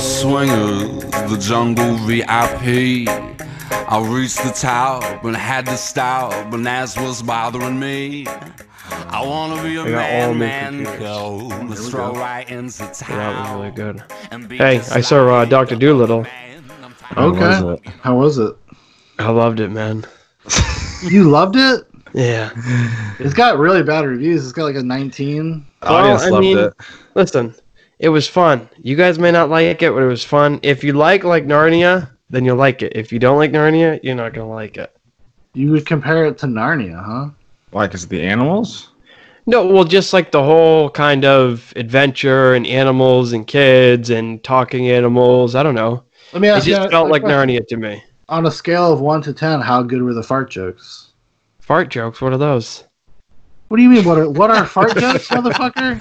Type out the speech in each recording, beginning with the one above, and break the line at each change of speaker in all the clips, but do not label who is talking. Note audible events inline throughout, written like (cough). swingers, the jungle VIP. I reached the top and had to stop, and that's what's bothering me. I wanna be a
They got all
man,
new
man,
computers.
go, and stroll right into
That was
town.
really good.
and be
Hey,
just
I saw,
like
uh, Dr.
a
Dolittle.
man. I'm tired
How
Okay.
was uh, it?
How was it?
I loved it, man.
You loved it?
Yeah.
It's got really bad reviews. It's got like a 19.
Audience
I
loved
mean-
it.
Listen, it was fun. You guys may not like it, but it was fun. If you like like Narnia, then you'll like it. If you don't like Narnia, you're not gonna like it.
You would compare it to Narnia, huh?
Like, is it the animals?
No, well, just like the whole kind of adventure and animals and kids and talking animals. I don't know.
Let me
It
ask you.
just
a-
felt
a
like
question.
Narnia to me.
On a scale of 1 to 10, how good were the fart jokes?
Fart jokes. What are those?
What do you mean? What are what are
(laughs)
fart jokes, motherfucker?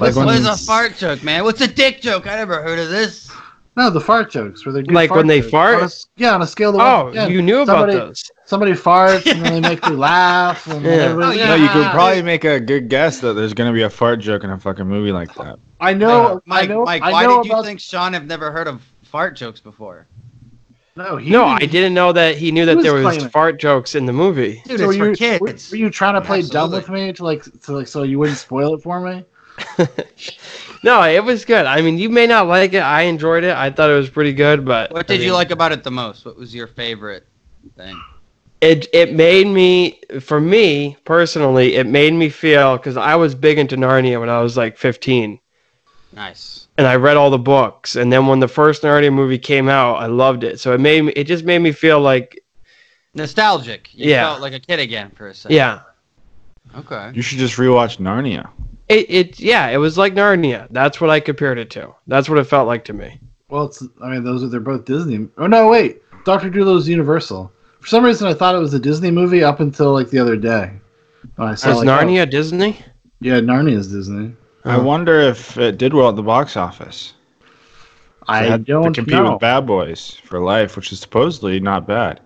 Like
what is a
ones-
fart joke, man? What's a dick joke? I never heard of this.
No, the fart jokes. Were they good
Like
fart
when they
jokes.
fart?
On a s- yeah, on a scale of one
Oh,
to 10,
you knew about
somebody-
those.
Somebody farts and then they make
(laughs)
you laugh. And
Yeah.
everybody-
Oh, yeah.
No, you could probably make a good guess that there's gonna be a fart joke in a fucking movie like that.
I know. I
Mike,
know.
Mike,
I
why
know
did you
about-
think Sean have never heard of fart jokes before?
No, he
No, I didn't know that he knew that
was
there was
claiming-
fart jokes in the movie.
Dude,
So
it's
were
for
you,
kids.
Were, were you trying to play dumb
Absolutely.
with me to like, to like, so you wouldn't spoil it for me?
(laughs) No, it was good. I mean, you may not like it. I enjoyed it. I thought it was pretty good, but
What
I
did you
mean,
like about it the most? What was your favorite thing?
It it made me, for me personally, it made me feel because I was big into Narnia when I was like 15,
Nice.
and I read all the books. And then when the first Narnia movie came out, I loved it. So it made me, it just made me feel like,
Nostalgic. You
Yeah.
felt like a kid again for a second.
yeah,
Okay.
You should just rewatch Narnia.
it it yeah, it was like Narnia. That's what I compared it to. That's what it felt like to me.
Well, it's, I mean, those are they're both Disney. Oh no, wait, Doctor Doolittle's Universal. For some reason, I thought it was a Disney movie up until like the other day. When I saw
Is
like,
Narnia Disney?
oh, yeah, Narnia is Disney.
I
Huh.
wonder if it did well at the box office. They
I
had to
don't
compete
know.
with Bad Boys for Life, which is supposedly not bad.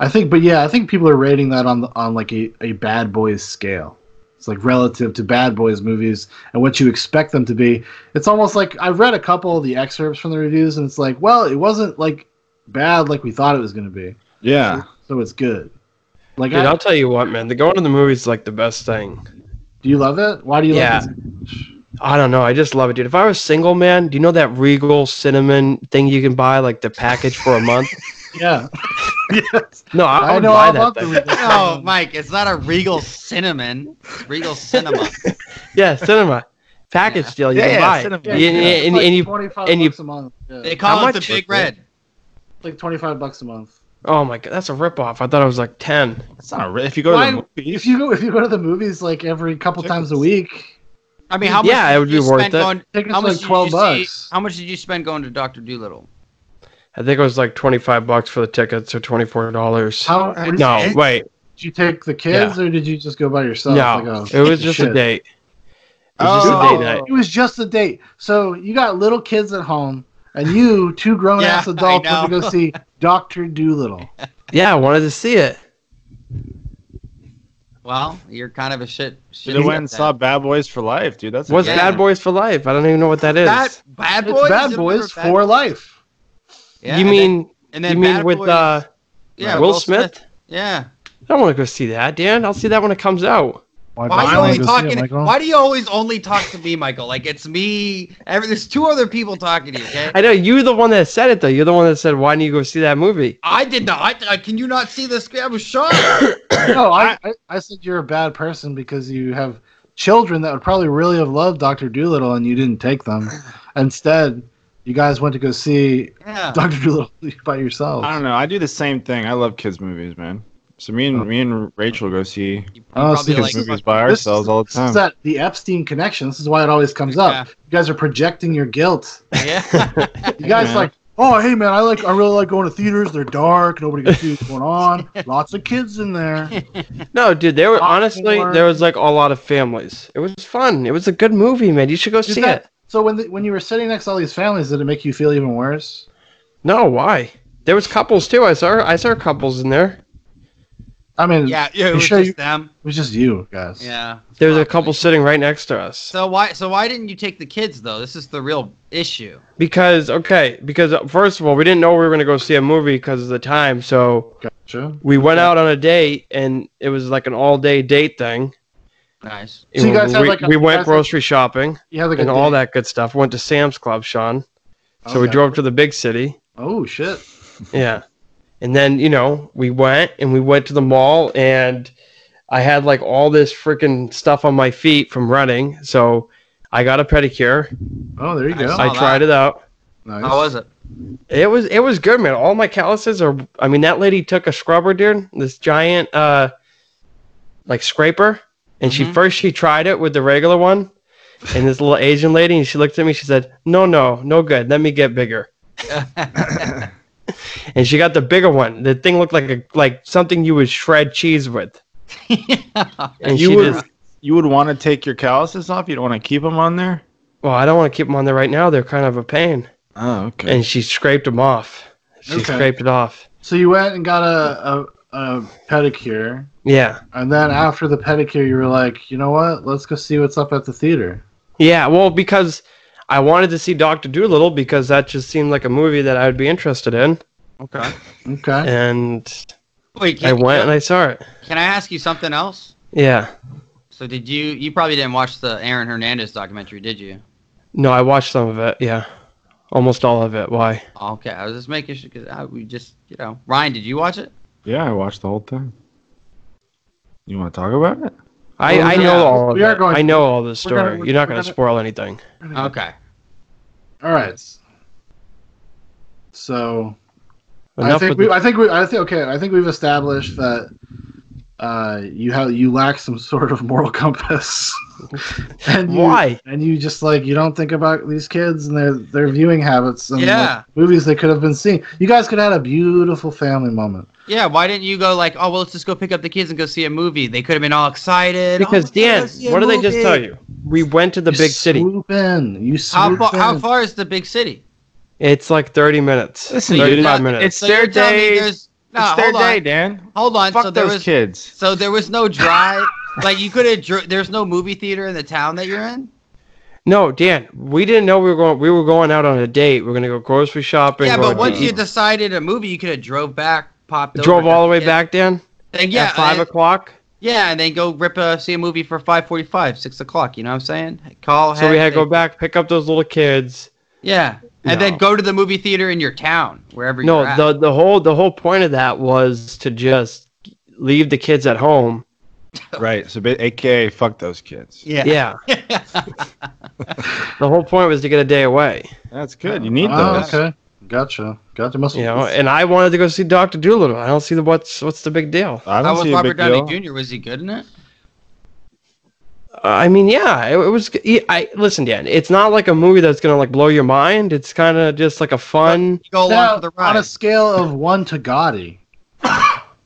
I think, but yeah, I think people are rating that on the, on like a, a Bad Boys scale. It's like relative to Bad Boys movies and what you expect them to be. It's almost like I've read a couple of the excerpts from the reviews, and it's like, well, it wasn't like bad like we thought it was going to be,
Yeah,
so it's good. Like,
Dude,
I-
I'll tell you what, man. The going to the movies is like the best thing.
do you love it? Why do you
Yeah.
love it? so much?
I don't know. I just love it, dude. If I was single, man, do you know that Regal cinnamon thing you can buy, like the package for a month?
Yeah. yes.
No, I, I
I
would
know
buy
all
that
about
thing.
the
(laughs) No, Mike, it's not a Regal Cinnamon. It's
(laughs)
Regal Cinema.
Yeah, cinema package deal. You
Yeah,
can
yeah,
buy. it.
cinema.
Yeah, and,
it's
and-
like
and you,
25
and you-
bucks a month. Yeah.
They call
How
it the
much?
Big Red.
like 25 bucks a month.
oh my god, that's a ripoff. I thought it was like ten.
it's not. Re- if you go
Why-
to the movies,
If you go if you go to the movies like every couple times a week,
I mean, how much?
Yeah,
did
it would
you
be worth
spend
it.
Going,
tickets
how
are
much
like 12
did you see-
bucks.
how much did you spend going to Doctor Doolittle?
I think it was like twenty five bucks for the tickets or twenty four dollars.
How what did
No,
you-
wait,
Did you take the kids or did you just go by yourself? Like,
no,
oh,
it was just a
shit.
date. It was just a
Oh.
date night.
It was just a date. So you got little kids at home and you two grown ass
Yeah, I
adults went to
know.
go see Doctor Doolittle.
Yeah, I wanted to see it.
Well, you're kind of a shit. shit
should have went and
at
saw Bad Boys for Life, dude. That's a
What's
Yeah.
Bad Boys for Life? I don't even know what that is.
that. Bad, bad
It's
boys.
Bad
Is it
Boys
Bad-
for life.
Yeah,
you
and then-
mean
And then
you mean
Bad
with
Boys-
uh,
yeah,
Will Smith?
Yeah.
I don't want to go see that, Dan. I'll see that when it comes out.
Why are you
Finally
only talking? why do you always only talk to me, Michael? Like it's me. Every, there's two other people talking to you. Okay.
I know you're the one that said it though. You're the one that said, "Why didn't you go see that movie?"
I did not. I, I- can you not see this? I was shocked.
no, I, I, I said you're a bad person because you have children that would probably really have loved Doctor Doolittle and you didn't take them. Instead, you guys went to go see
yeah.
(laughs) Doctor Doolittle by yourselves.
I don't know. I do the same thing. I love kids movies, man. So me and
Oh.
me and Rachel go see
You
Oh, so
probably
you
kids
like.
can
movies by ourselves
is-
all the
This is
time.
that the Epstein connection. This is why it always comes up.
Yeah.
You guys are projecting your
(laughs)
guilt.
Yeah.
You guys
man.
like, oh hey man, I like I really like going to theaters. They're dark. Nobody can see what's going on. Lots of kids in there.
No, dude. There were honestly
Popcorn.
there was like a lot of families. It was fun. It was a good movie, man. You should go
Is
see
that-
it.
So when the, when you were sitting next to all these families, did it make you feel even worse?
No, why? There was couples too. I saw I saw couples in there.
I mean,
Yeah, yeah, it
You
was
sure
just
you-
them.
it was just you guys.
Yeah.
There's a couple sitting right next to us.
So why so why didn't you take the kids though? This is the real issue.
Because okay, because uh, first of all, we didn't know we were gonna go see a movie because of the time. So
Gotcha.
we went out on a date, and it was like an all-day date thing.
Nice.
So you guys
we,
had, like, a-
we
you
went
guys had-
grocery shopping
You had like
and
a
all
date.
that good stuff. Went to Sam's Club, Sean. So we
Okay.
drove to the big city.
Oh shit.
Yeah. And then, you know, we went and we went to the mall and I had like all this freaking stuff on my feet from running. So I got a pedicure.
Oh, there you go.
Nice.
I tried it out.
Nice.
How (laughs) was it?
It was it was good, man. All my calluses are I mean that lady took a scrubber, dude, this giant uh like scraper. And she
Mhm.
first she tried it with the regular one and this little Asian lady and she looked at me, she said, No, no, no good. Let me get bigger. and she got the bigger one. The thing looked like a like something you would shred cheese with. And
you
she
would
just
you would want to take your calluses off. You don't want to keep them on there.
well, I don't want to keep them on there right now. They're kind of a pain.
Oh, okay.
And she scraped them off. She
Okay.
scraped it off.
So you went and got a, a, a pedicure,
Yeah.
and then
Mm-hmm.
after the pedicure, you were like, you know what? Let's go see what's up at the theater.
Yeah, well, because I wanted to see Doctor Doolittle because that just seemed like a movie that I would be interested in.
okay.
Okay.
And
Wait,
I
can,
went and I saw it.
can I ask you something else?
Yeah.
So did you you probably didn't watch the Aaron Hernandez documentary, did you?
No, I watched some of it. Yeah. Almost all of it. Why?
Okay, I was just making sure because we just you know Ryan, did you watch it?
Yeah, I watched the whole thing. You want to talk about it?
I,
Well,
I
we
know
are-
all of
we are
it.
going-
I know all the
we're gonna-
story.
we're-
You're not
we're
going to
gonna-
spoil anything.
Okay.
All right. So I
Enough
think
with
we,
the-
I think we, I think okay, I think we've established that uh, you have you lack some (laughs) sort of moral compass. (laughs) and you,
Why?
And you just like you don't think about these kids and their their viewing habits and like,
Yeah.
movies they could have been seeing. You guys could have had a beautiful family moment.
Yeah, why didn't you go like, oh well, let's just go pick up the kids and go see a movie? They could have been all excited. "Oh
Because
my God,
Dan,
let's see a
what did they just
movie."
tell you? We went to the
You
big city.
Swoop in. You
How
swoop
far? How
in.
far is the big city?
It's like 30 minutes.
Listen,
dude,
35
it's-
minutes.
It's their
you're telling me
day.
there's- No,
it's their
hold
day,
on.
Dan.
Hold on.
Fuck
so there
those
was
kids.
so there was no drive. like you could have. Dr- there's no movie theater in the town that you're in.
No, Dan, we didn't know we were going we were going out on a date. We are going to go grocery shopping.
yeah,
go
but
to
once you
eat.
decided a movie, you could have drove back, popped.
drove
over,
all the way
yeah,
back, Dan,
And yeah,
at 5
and,
o'clock.
yeah, and then go rip a see a movie for five forty-five, six o'clock. You know what I'm saying? Call.
So we had to go
hey,
back, pick up those little kids.
Yeah, and
No.
then go to the movie theater in your town, wherever. you're
No,
at.
the the whole the whole point of that was to just leave the kids at home.
Right. So, ba- AKA, fuck those kids.
yeah. (laughs)
Yeah. The whole point was to get a day away,
That's good. You need
Oh,
those.
okay. Gotcha. Gotcha. Muscle.
you know. And I wanted to go see Doctor Doolittle. I don't see the what's what's the big deal.
I
How
don't
was
see a big
Robert Downey
deal.
Jr.? Was he good in it?
I mean, yeah, it, it was. I- I listen, Dan. It's not like a movie that's gonna like blow your mind. It's kind of just like a fun.
You go along
now,
for the
on
ride.
a scale of one to Gotti,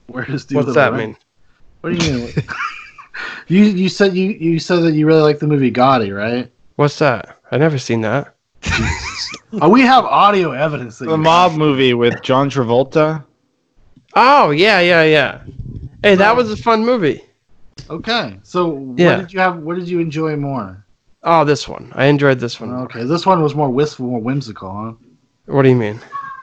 where does Doolittle
What's that
rank?
mean?
What do you mean? (laughs) you you said you you said that you really like the movie Gotti, right?
What's that? I've never seen that.
Oh, we have audio evidence that
The
you
mob movie with John Travolta.
Oh yeah, yeah, yeah. Hey, that was a fun movie.
Okay, so
Yeah.
what did you have? What did you enjoy more?
Oh, this one. I enjoyed this one.
Okay, this one was more wistful, more whimsical, huh?
What do you mean?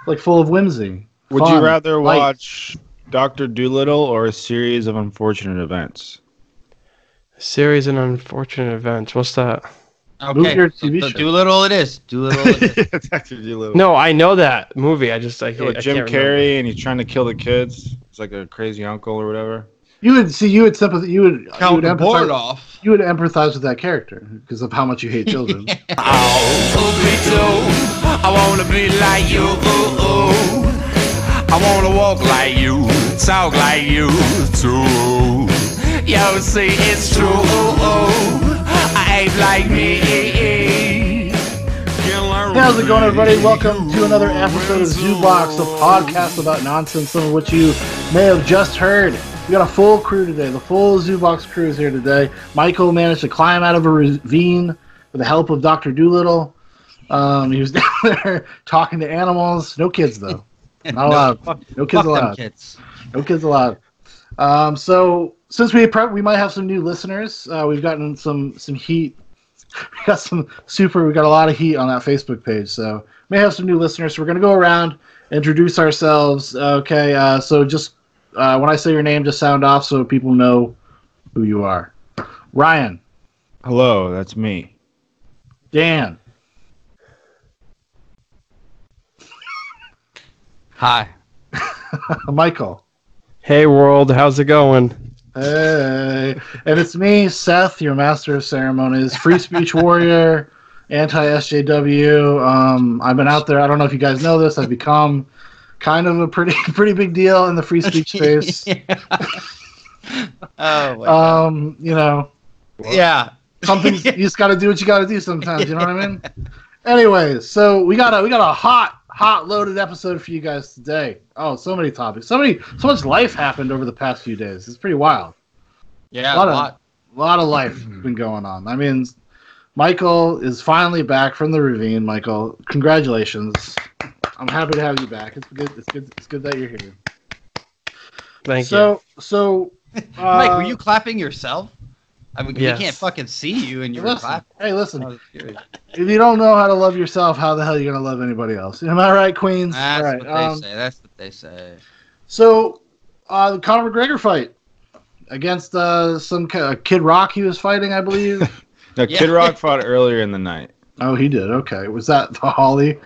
Like full of whimsy.
Would
Fun,
you rather
light.
watch Doctor Doolittle or a series of unfortunate events?
Series and unfortunate events. What's that?
Move
okay,
your
so
TV
the
show.
Doolittle it is. Doolittle it
(laughs)
(laughs)
is.
Doctor Doolittle.
No, I know that movie. I just I,
Yeah, with
I
Jim
can't remember.
Carrey, and he's trying to kill the kids. It's like a crazy uncle or whatever.
You would see. You would sympathy. You would. You
Count
would,
the board
empathize,
off.
you would empathize with that character because of how much you hate children.
Oh, Obito, Oh, I wanna be like you. Ooh, ooh. I wanna walk like you, talk like you too. Yo, see, it's true. Ooh, ooh. I ain't like me.
Hey, How's it going, everybody? Welcome to another episode of Zoobox, a podcast about nonsense, some of which you may have just heard. We got a full crew today. The full Zoobox crew is here today. Michael managed to climb out of a ravine with the help of Dr. Doolittle. Um, he was (laughs) down there talking to animals. (laughs) No uh, kids, though. Not allowed. No kids
Fuck them
allowed.
kids.
No kids allowed. Um, so since we pro- we might have some new listeners, uh, we've gotten some some heat. (laughs) We got some super. We got a lot of heat on that Facebook page, so may have some new listeners. So we're gonna go around introduce ourselves. Okay, uh, so just uh, when I say your name, just sound off so people know who you are. Ryan,
Hello, that's me.
Dan, (laughs)
Hi.
Michael.
Hey world, how's it going?
Hey, and it's me, Seth, your master of ceremonies, free speech warrior, anti SJW. Um, I've been out there. I don't know if you guys know this. I've become kind of a pretty (laughs) pretty big deal in the free speech space.
(laughs) Yeah. oh, my God.
Um, you know,
yeah. (laughs)
something you just got to do what you got to do sometimes. You know what I mean? Anyways, so we got a we got a hot hot loaded episode for you guys today. Oh, so many topics. So many so much life happened over the past few days. It's pretty wild.
Yeah,
a lot, Of, lot of life has been going on. I mean, Michael is finally back from the ravine. Michael, congratulations! I'm happy to have you back. It's good. It's good. It's good that you're here.
Thank
so,
you.
so, uh,
(laughs) Mike, were you clapping yourself? I mean,
Yes.
we can't fucking see you, and you were
uh, Listen,
clapping.
hey, listen.
I was curious.
If you don't know how to love yourself, how the hell are you gonna love anybody else? Am I right, Queens?
That's
All right,
what they
um,
say. That's what they say.
So, uh, the Conor McGregor fight against uh, some ki- uh, Kid Rock he was fighting, I believe.
Now,
Yeah.
Kid Rock fought earlier in the night.
oh, he did. Okay, was that the Holly?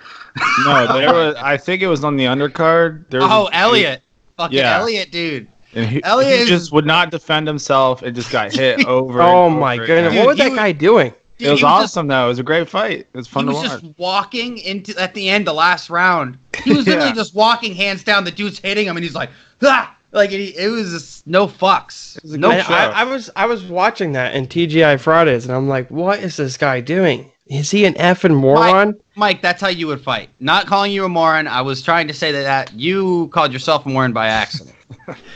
No, there was. I think it was on the undercard. There was
Oh,
a-
Elliot. Fucking
Yeah.
Elliot, dude.
And he,
Elliot
he
is-
just would not defend himself and just got
(laughs)
hit over. and
Oh
over
my
again.
goodness,
Dude,
what was
he
that
was-
guy doing?
Dude,
it was,
he just-
awesome though. It was a great fight. It was fun
he
to
was
watch.
just walking into at the end, the last round. He was
(laughs) Yeah.
literally just walking, hands down. The dude's hitting him, and he's like, ah! like it, it was just no fucks.
was a
no,
good
And I, I was I was watching that in TGI Fridays, and I'm like, what is this guy doing? Is he an effing moron?
Mike, that's how you would fight. Not calling you a moron. I was trying to say that, that you called yourself a moron
(laughs)
by accident.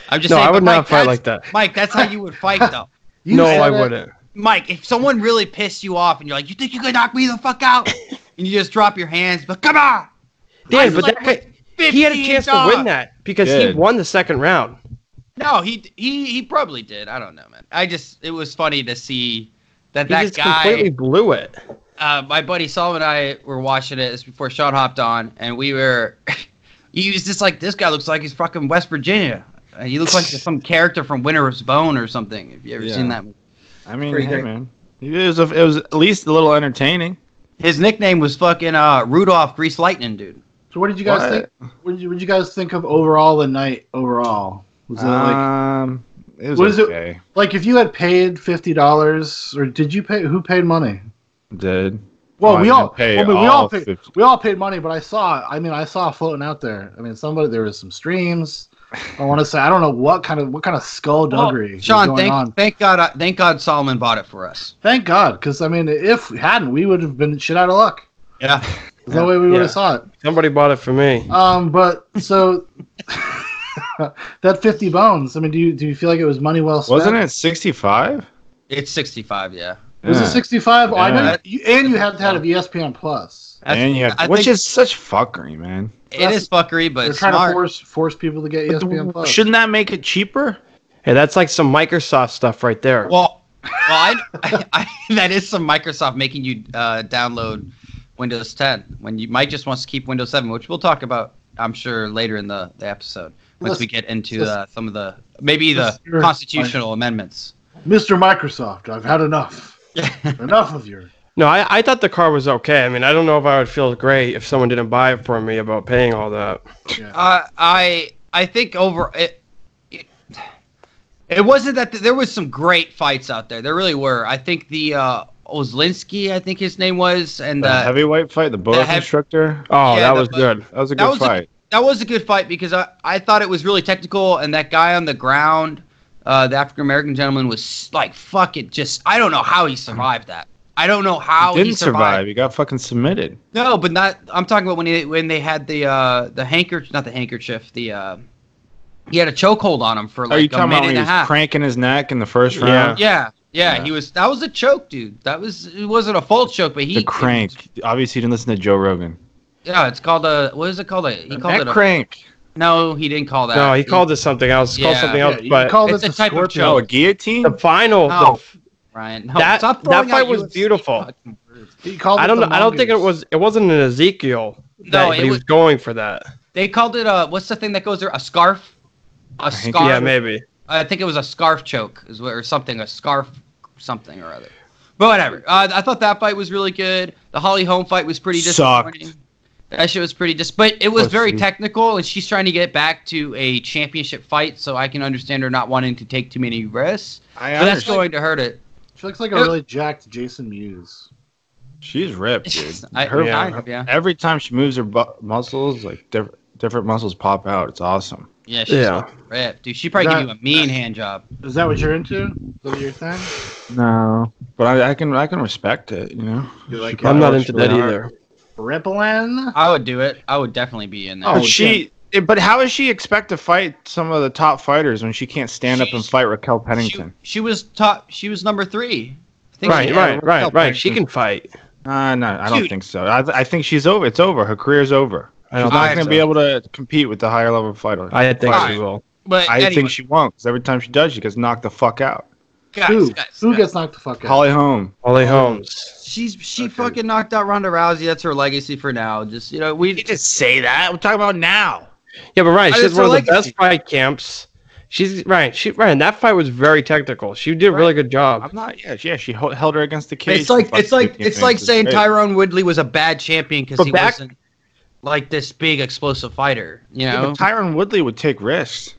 I'm just
No,
saying,
I
but
would
Mike,
not fight
that's-
like that.
Mike, that's how you would fight, though.
You
no,
said
I
it.
wouldn't.
Mike, if someone really pissed you off and you're like, you think you could knock me the fuck out? and you just drop your hands, but come on! I
Dude, but
slept
that guy,
with
he had a
15
chance to win
dogs.
that because
Good.
he won the second round.
No, he he he probably did. I don't know, man. I just it was funny to see that
He
that
just
guy.
completely blew it.
Uh, my buddy Solomon and I were watching it. It's before Sean hopped on, and we were. (laughs) he was just like, this guy looks like he's fucking West Virginia. Uh, he looks like some character from Winter's Bone or something. Have you ever
Yeah.
seen that? movie?
I mean,
Pretty
hey,
great.
man, it was a, it was at least a little entertaining.
His nickname was fucking uh, Rudolph Grease Lightning, dude.
So what did you guys
What?
think? What did you, what did you guys think of overall the night overall? Was it like
um, uh, it was
What is it-
okay.
like if you had paid fifty dollars or did you pay who paid money?
Did
Well,
Oh, I
we
didn't
all,
pay
well, I mean, we all
all
paid,
50.
we all paid money, but I saw I mean I saw floating out there. I mean somebody there was some streams. I want to say I don't know what kind of what kind of skullduggery was
Sean,
going
thank
on.
thank God, uh, thank God, Solomon bought it for us.
Thank God, because I mean if we hadn't we would have been shit out of luck.
Yeah,
There's no way we would
Yeah.
have saw it.
Somebody bought it for me.
Um, but so (laughs) that fifty bones. I mean, do you do you feel like it was money well spent?
wasn't it sixty five?
it's sixty-five. Yeah.
Was it 65? Oh, I
Yeah.
know. You, and you had to have E ESPN Plus.
That's-
and you have,
I
which
think-
is such fuckery, man.
It is fuckery, but
They're
it's
trying
smart.
to force force people to get E ESPN Plus.
Shouldn't that make it cheaper?
Hey, that's like some Microsoft stuff right there.
Well, well, I, I, I, (laughs) that is some Microsoft making you uh, download Windows 10 when you Mike just wants to keep Windows 7, which we'll talk about, I'm sure, later in the, the episode once we get into uh, some of the maybe the
Let's hear it.
constitutional amendments.
Mr. Microsoft, I've had enough. enough of your.
no, I, I thought the car was okay. I mean, I don't know if I would feel great if someone didn't buy it for me about paying all that.
Yeah.
Uh, I I think over it, it, it wasn't that there was some great fights out there. There really were. I think the uh, Ozlinski, I think his name was, and
The
uh,
heavyweight fight, the bullet
heav-
instructor.
Oh,
Yeah,
that
the-
was good.
That was a
That
good
was a-
fight.
that was a good fight because I, I thought it was really technical and that guy on the ground uh, the african american gentleman was like fucking just i don't know how he survived that i don't know how
he didn't
he
survive.
survived.
He got fucking submitted.
no but not i'm talking about when he, when they had the uh the handkerchief not the handkerchief the uh he had a chokehold on him for
Are you
like a
talking
minute
about when
and
he
a
was
half
cranking his neck in the first
Yeah.
round?
yeah, yeah
Yeah.
he was that was a choke dude that was it wasn't a full choke but he
The crank. Obviously, he didn't listen to Joe Rogan.
yeah it's called a what is it called a he called
Neck
it a
crank.
No, he didn't call that.
No, he called it something else. Called
Yeah.
something
Yeah,
else,
you
but
called
it's
it
a
the
type of
scorpion.
Oh, a guillotine?
the final.
No,
the-
Ryan. Oh, No,
That-
stop
that
throwing out
fight was
UFC
beautiful.
fucking words.
He called
I
it
don't
the
know. I don't think it
mongoose.
was. It wasn't an Ezekiel. that-
No,
but
it
he
was-
was going for that.
They called it a what's the thing that goes there? A scarf. A
think-
scarf.
Yeah, maybe.
I think it was a scarf choke, is what, or something, a scarf, something or other. But whatever. Uh, I thought that fight was really good. The Holly Holm fight was pretty
Sucked.
disappointing. That shit was pretty dis. But it was very
Pussy.
technical, and she's trying to get back to a championship fight, so I can understand her not wanting to take too many risks.
I
But that's
honestly,
going to hurt it.
She looks like a
It-
really jacked Jason Mewes.
she's ripped, dude.
I,
Her-
Yeah.
kind of, yeah.
Every time she moves her bu- muscles, like diff- different muscles pop out. It's awesome.
Yeah, she's
Yeah.
ripped. Dude, she probably give you
That-
a mean hand job.
Is that what you're into? Is that what your thing?
No, but I, I can I can respect it. You know,
You like
I'm
uh,
not into that
Yeah.
either.
Rippling?
I would do it. I would definitely be in there.
Oh,
but she. it- But how does she expect to fight some of the top fighters when she can't stand up and
She's-
fight Raquel
she,
Pennington?
she was top. She was number three. I think
Right,
she-
right,
Raquel
right, right. She
Pennington.
can fight.
Uh, no, I don't
Dude.
think so. I, th- I think she's over. It's over. Her career's over.
I
She's
don't
not
think
going to
so.
be able to compete with the higher level fighter. I,
I think
Fine.
she will.
But anyway,
think she won't. 'cause every time she does, she gets knocked the fuck out.
guys,
Who?
guys,
Who
guys.
gets knocked the fuck out?
Holly Holm.
Holly Holmes.
She's she
Okay.
fucking knocked out Ronda Rousey. That's her legacy for now. Just you know, we
just say that. We're talking about now.
Yeah, but Ryan,
I
she's
just
one of the
don't like it.
best fight camps. She's Ryan. She Ryan. That fight was very technical. She did a really good job.
I'm not. Yeah, yeah. She held, held her against the cage.
it's like
for
it's like
15
it's like
minutes.
saying
Great.
Tyrone Woodley was a bad champion because
But
he
back-
wasn't like this big explosive fighter. You
Yeah,
know?
but Tyron Woodley would take risks.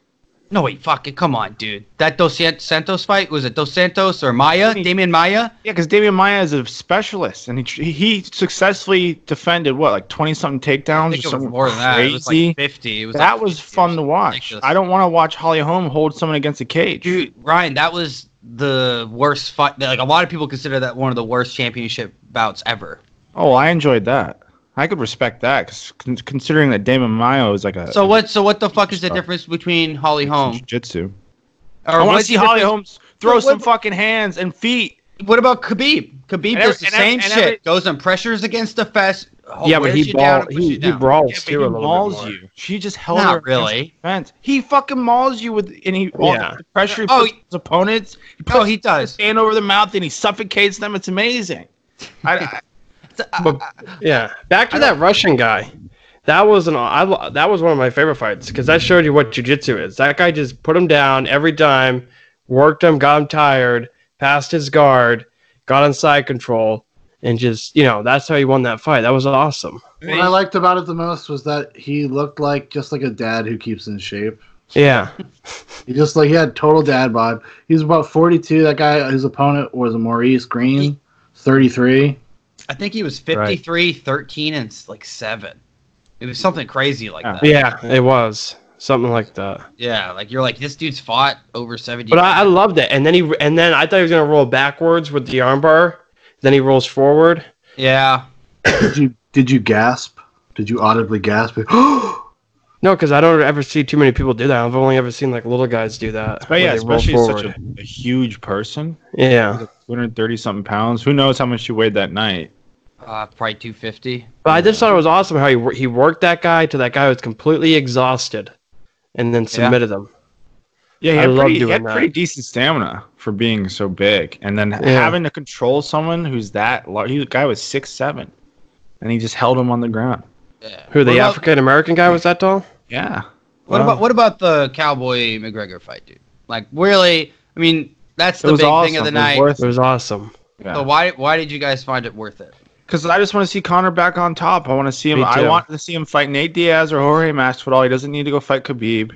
no wait, fuck it, come on, dude. That Dos San- Santos fight was it Dos Santos or Maya? Damian Maya?
Yeah, because Damian Maya is a specialist, and he tr- he successfully defended what like twenty something
I
takedowns. or
think it was
something
more than that. It was
crazy.
like fifty. It was
that
like
was
50 or
fun to
something
watch.
ridiculous.
I don't want to watch Holly Holm hold someone against a cage.
dude ryan that was the worst fight like a lot of people consider that one of the worst championship bouts ever
Oh, I enjoyed that. I could respect that, 'cause con- considering that Damon Mayo is like a
so what so what the fuck is the
Stop.
difference between holly holm
jiu-jitsu. uh,
or
I want to
what's
see
the
Holly
difference-
Holmes throw
What-
some fucking hands and feet.
what about khabib khabib
And every-
does the
and every-
same
and
shit
every-
goes and pressures against the fest oh,
yeah, but
wears
he
you down
brawl,
and pushes
he,
you
he
down.
brawls
Yeah, but
too Oh, a
he
little
mauls
bit more.
you. She just held her
not
against the
really
fence. He fucking mauls you with and he all
Yeah.
the pressure he
Oh,
puts
he-
on his opponents. He
no
puts
he does
hand over the mouth and he suffocates them. It's amazing. I, I,
But yeah, back to that Russian guy. That was an I, lo- that was one of my favorite fights because that showed you what jujitsu is. That guy just put him down every time, worked him, got him tired, passed his guard, got on side control, and just you know that's how he won that fight. That was awesome.
What I liked about it the most was that he looked like just like a dad who keeps in shape.
Yeah,
He just like he had total dad bod. He was about 42. That guy, his opponent was Maurice Green, 33.
i think he was 53 13 and s- like 7 it was something crazy like
Yeah.
that
yeah, it was something like that.
yeah like you're like this dude's fought over 70
But I, I loved it. And then he and then I thought he was gonna roll backwards with the armbar. Then he rolls forward.
yeah
Did you did you gasp? Did you audibly gasp? (gasps)
No, because I don't ever see too many people do that. I've only ever seen like little guys do that.
but
where
yeah,
they roll
especially such a,
forward.
a huge person,
yeah.
230 something pounds. Who knows how much she weighed that night?
uh, probably 250
But I just thought it was awesome how he wor- he worked that guy to that guy who was completely exhausted, and then submitted him.
Yeah, he
I
had,
love
pretty, he
doing
had
that.
pretty decent stamina for being so big, and then having to control someone who's that large. He, the guy was six seven, and he just held him on the ground.
yeah
Who
What
the
about-
African American guy was that tall?
Yeah,
What
Wow.
about what about the Cowboy McGregor fight, dude? Like really, I mean, that's
it
the
was
big
awesome.
thing of the
It was
night.
worth
It was awesome.
it. Yeah.
So why why did you guys find it worth it?
Because I just want to see Connor back on top. I want to see him.
Me
I
too.
want to see him fight Nate Diaz or Jorge Masvidal. He doesn't need to go fight Khabib.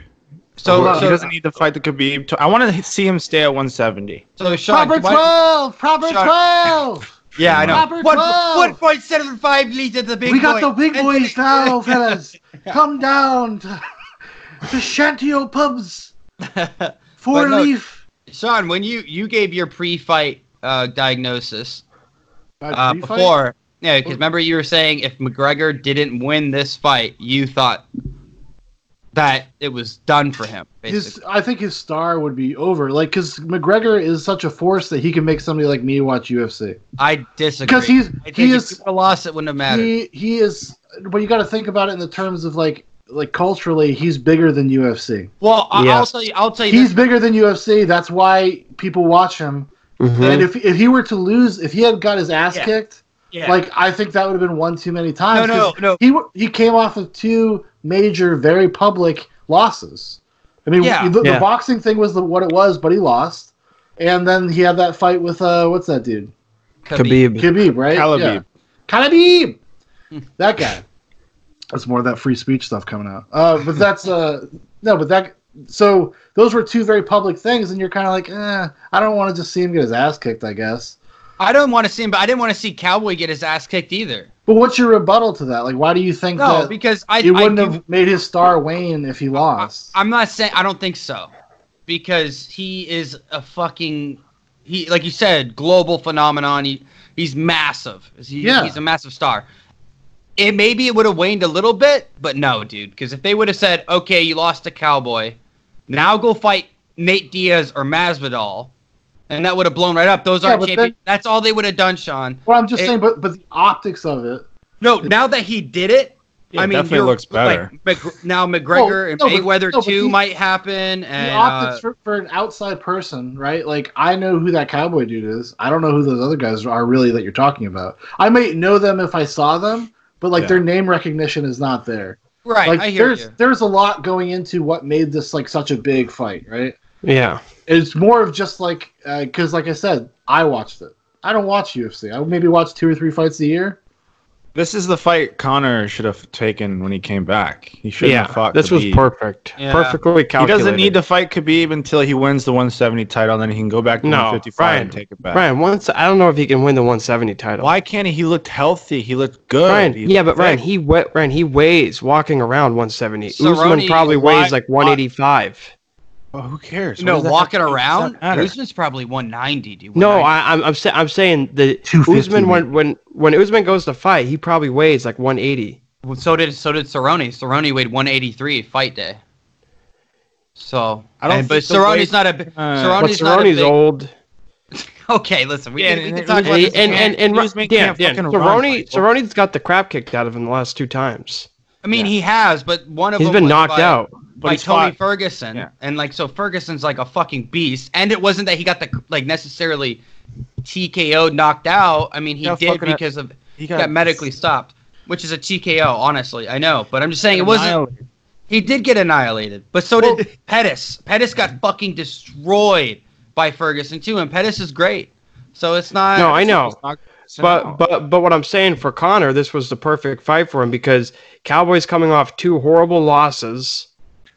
So
Well,
he
so,
doesn't need to fight the Khabib. t- I want to see him stay at 170.
so Sean,
Proper
why,
12. Proper
Shut-
12.
yeah, I know.
Robert Twelve!
One point seven five leads to the big.
we got
boy.
the
(laughs)
big
And-
boys now, fellas. Come down to, to Shantio pubs. Four
But no-
leaf.
(laughs) Sean, when you you gave your pre-fight uh, diagnosis uh, before, yeah,
Oh.
because remember you were saying if McGregor didn't win this fight, you thought that it was done for him.
his,
Basically.
I think his star would be over. Like, because McGregor is such a force that he can make somebody like me watch UFC.
I disagree.
Because he's
I think
he
if
is
you would've lost, it wouldn't have mattered.
he he is. But you got to think about it in the terms of like like culturally, he's bigger than UFC.
Well, I-
Yeah.
I'll tell you. I'll tell you.
He's
This.
bigger than UFC. That's why people watch him. And
Hmm?
Mhm.
if if he were to lose, if he had got his ass
Yeah.
kicked,
Yeah.
like I think that would have been one too many times.
no, no,
'cause
no.
He w- he came off of two major, very public losses. I mean,
Yeah.
the,
Yeah.
the boxing thing was the, what it was, but he lost. And then he had that fight with uh, what's that dude?
Khabib.
Khabib, right?
Khabib.
(laughs)
Khabib. That guy. That's more of that free speech stuff coming out. Uh, but that's uh, no, but that. So those were two very public things, and you're kind of like, eh, I don't want to just see him get his ass kicked, I guess.
I don't want to see him, but I didn't want to see Cowboy get his ass kicked either.
But what's your rebuttal to that? Like, why do you think
No,
that
because I.
he wouldn't
I do-
have made his star wane if he lost?
I'm not saying I don't think so, because he is a fucking he like you said global phenomenon. He he's massive. He-
Yeah.
he's a massive star. It maybe it would have waned a little bit, but no, dude. Because if they would have said, okay, you lost to Cowboy, now go fight Nate Diaz or Masvidal, and that would have blown right up. Those
Yeah,
aren't
but
champions.
then-
That's all they would have done, Sean.
well, I'm just
it-
saying, but but the optics of it.
No, now that he did it,
Yeah,
I mean,
definitely
you're-
looks better.
Like, Mc- now McGregor and
(laughs) no, but-
Mayweather
no, but
two
the-
might happen, and
the
uh,
optics for, for an outside person, right? Like I know who that cowboy dude is. I don't know who those other guys are really that you're talking about. I might know them if I saw them, but like
Yeah.
their name recognition is not there.
Right,
like
I hear
there's
you.
there's a lot going into what made this like such a big fight, right?
Yeah.
It's more of just like because like I said, I watched it. I don't watch UFC. I maybe watch two or three fights a year.
This is the fight Connor should have taken when he came back. He should have
Yeah.
fought.
This was
Khabib.
perfect.
Yeah.
Perfectly
He
calculated.
doesn't need to fight Khabib until he wins the 170 title, and then he can go back to
No,
155
Brian.
and take it back.
Ryan, once I don't know if he can win the 170 title.
Why can't he? He looked healthy. He looked good.
Ryan,
He
yeah, but
looked
Ryan,
thick.
he we- Ryan, he weighs walking around 170. Usman
Cerrone-
probably weighs like
why-
185.
Well, Oh, who cares?
You know,
What does that
walking
have to-
around,
doesn't matter.
Usman's probably 190, dude.
No,
190.
I, I'm I'm, sa- I'm saying the
250,
Usman when when when Usman goes to fight, he probably weighs like 180.
Well, so did so did Cerrone. Cerrone weighed 183 fight day. So
I don't
and- but
think the
Cerrone's
weight-
not a b- (laughs)
uh,
Cerrone's,
But
not a
Cerrone's
big-
old.
Okay, listen, we,
Yeah,
can, we
and-
can talk about
And
this.
and and, and Ru-
Usman
Dan,
can't
Dan,
fucking run like-
Cerrone, Cerrone's got the crap kicked out of him the last two times.
I mean, he has, but one of
He's
them
been
was
knocked
by-
out.
But
by
he's
Tony
fought-
Ferguson,
Yeah.
and like so Ferguson's like a fucking beast, and it wasn't that he got the like necessarily TKO knocked out. I mean, he
Yeah,
did
fucking-
because of
He
got, medically stopped, which is a TKO. Honestly, I know, but I'm just saying it wasn't.
annihilated.
He did get annihilated, but so
Well- (laughs)
did Pettis. Pettis got fucking destroyed by Ferguson too, and Pettis is great. So it's not.
No, I know.
He's knocked- so
But
no.
but but what I'm saying for Connor, this was the perfect fight for him because Cowboys coming off two horrible losses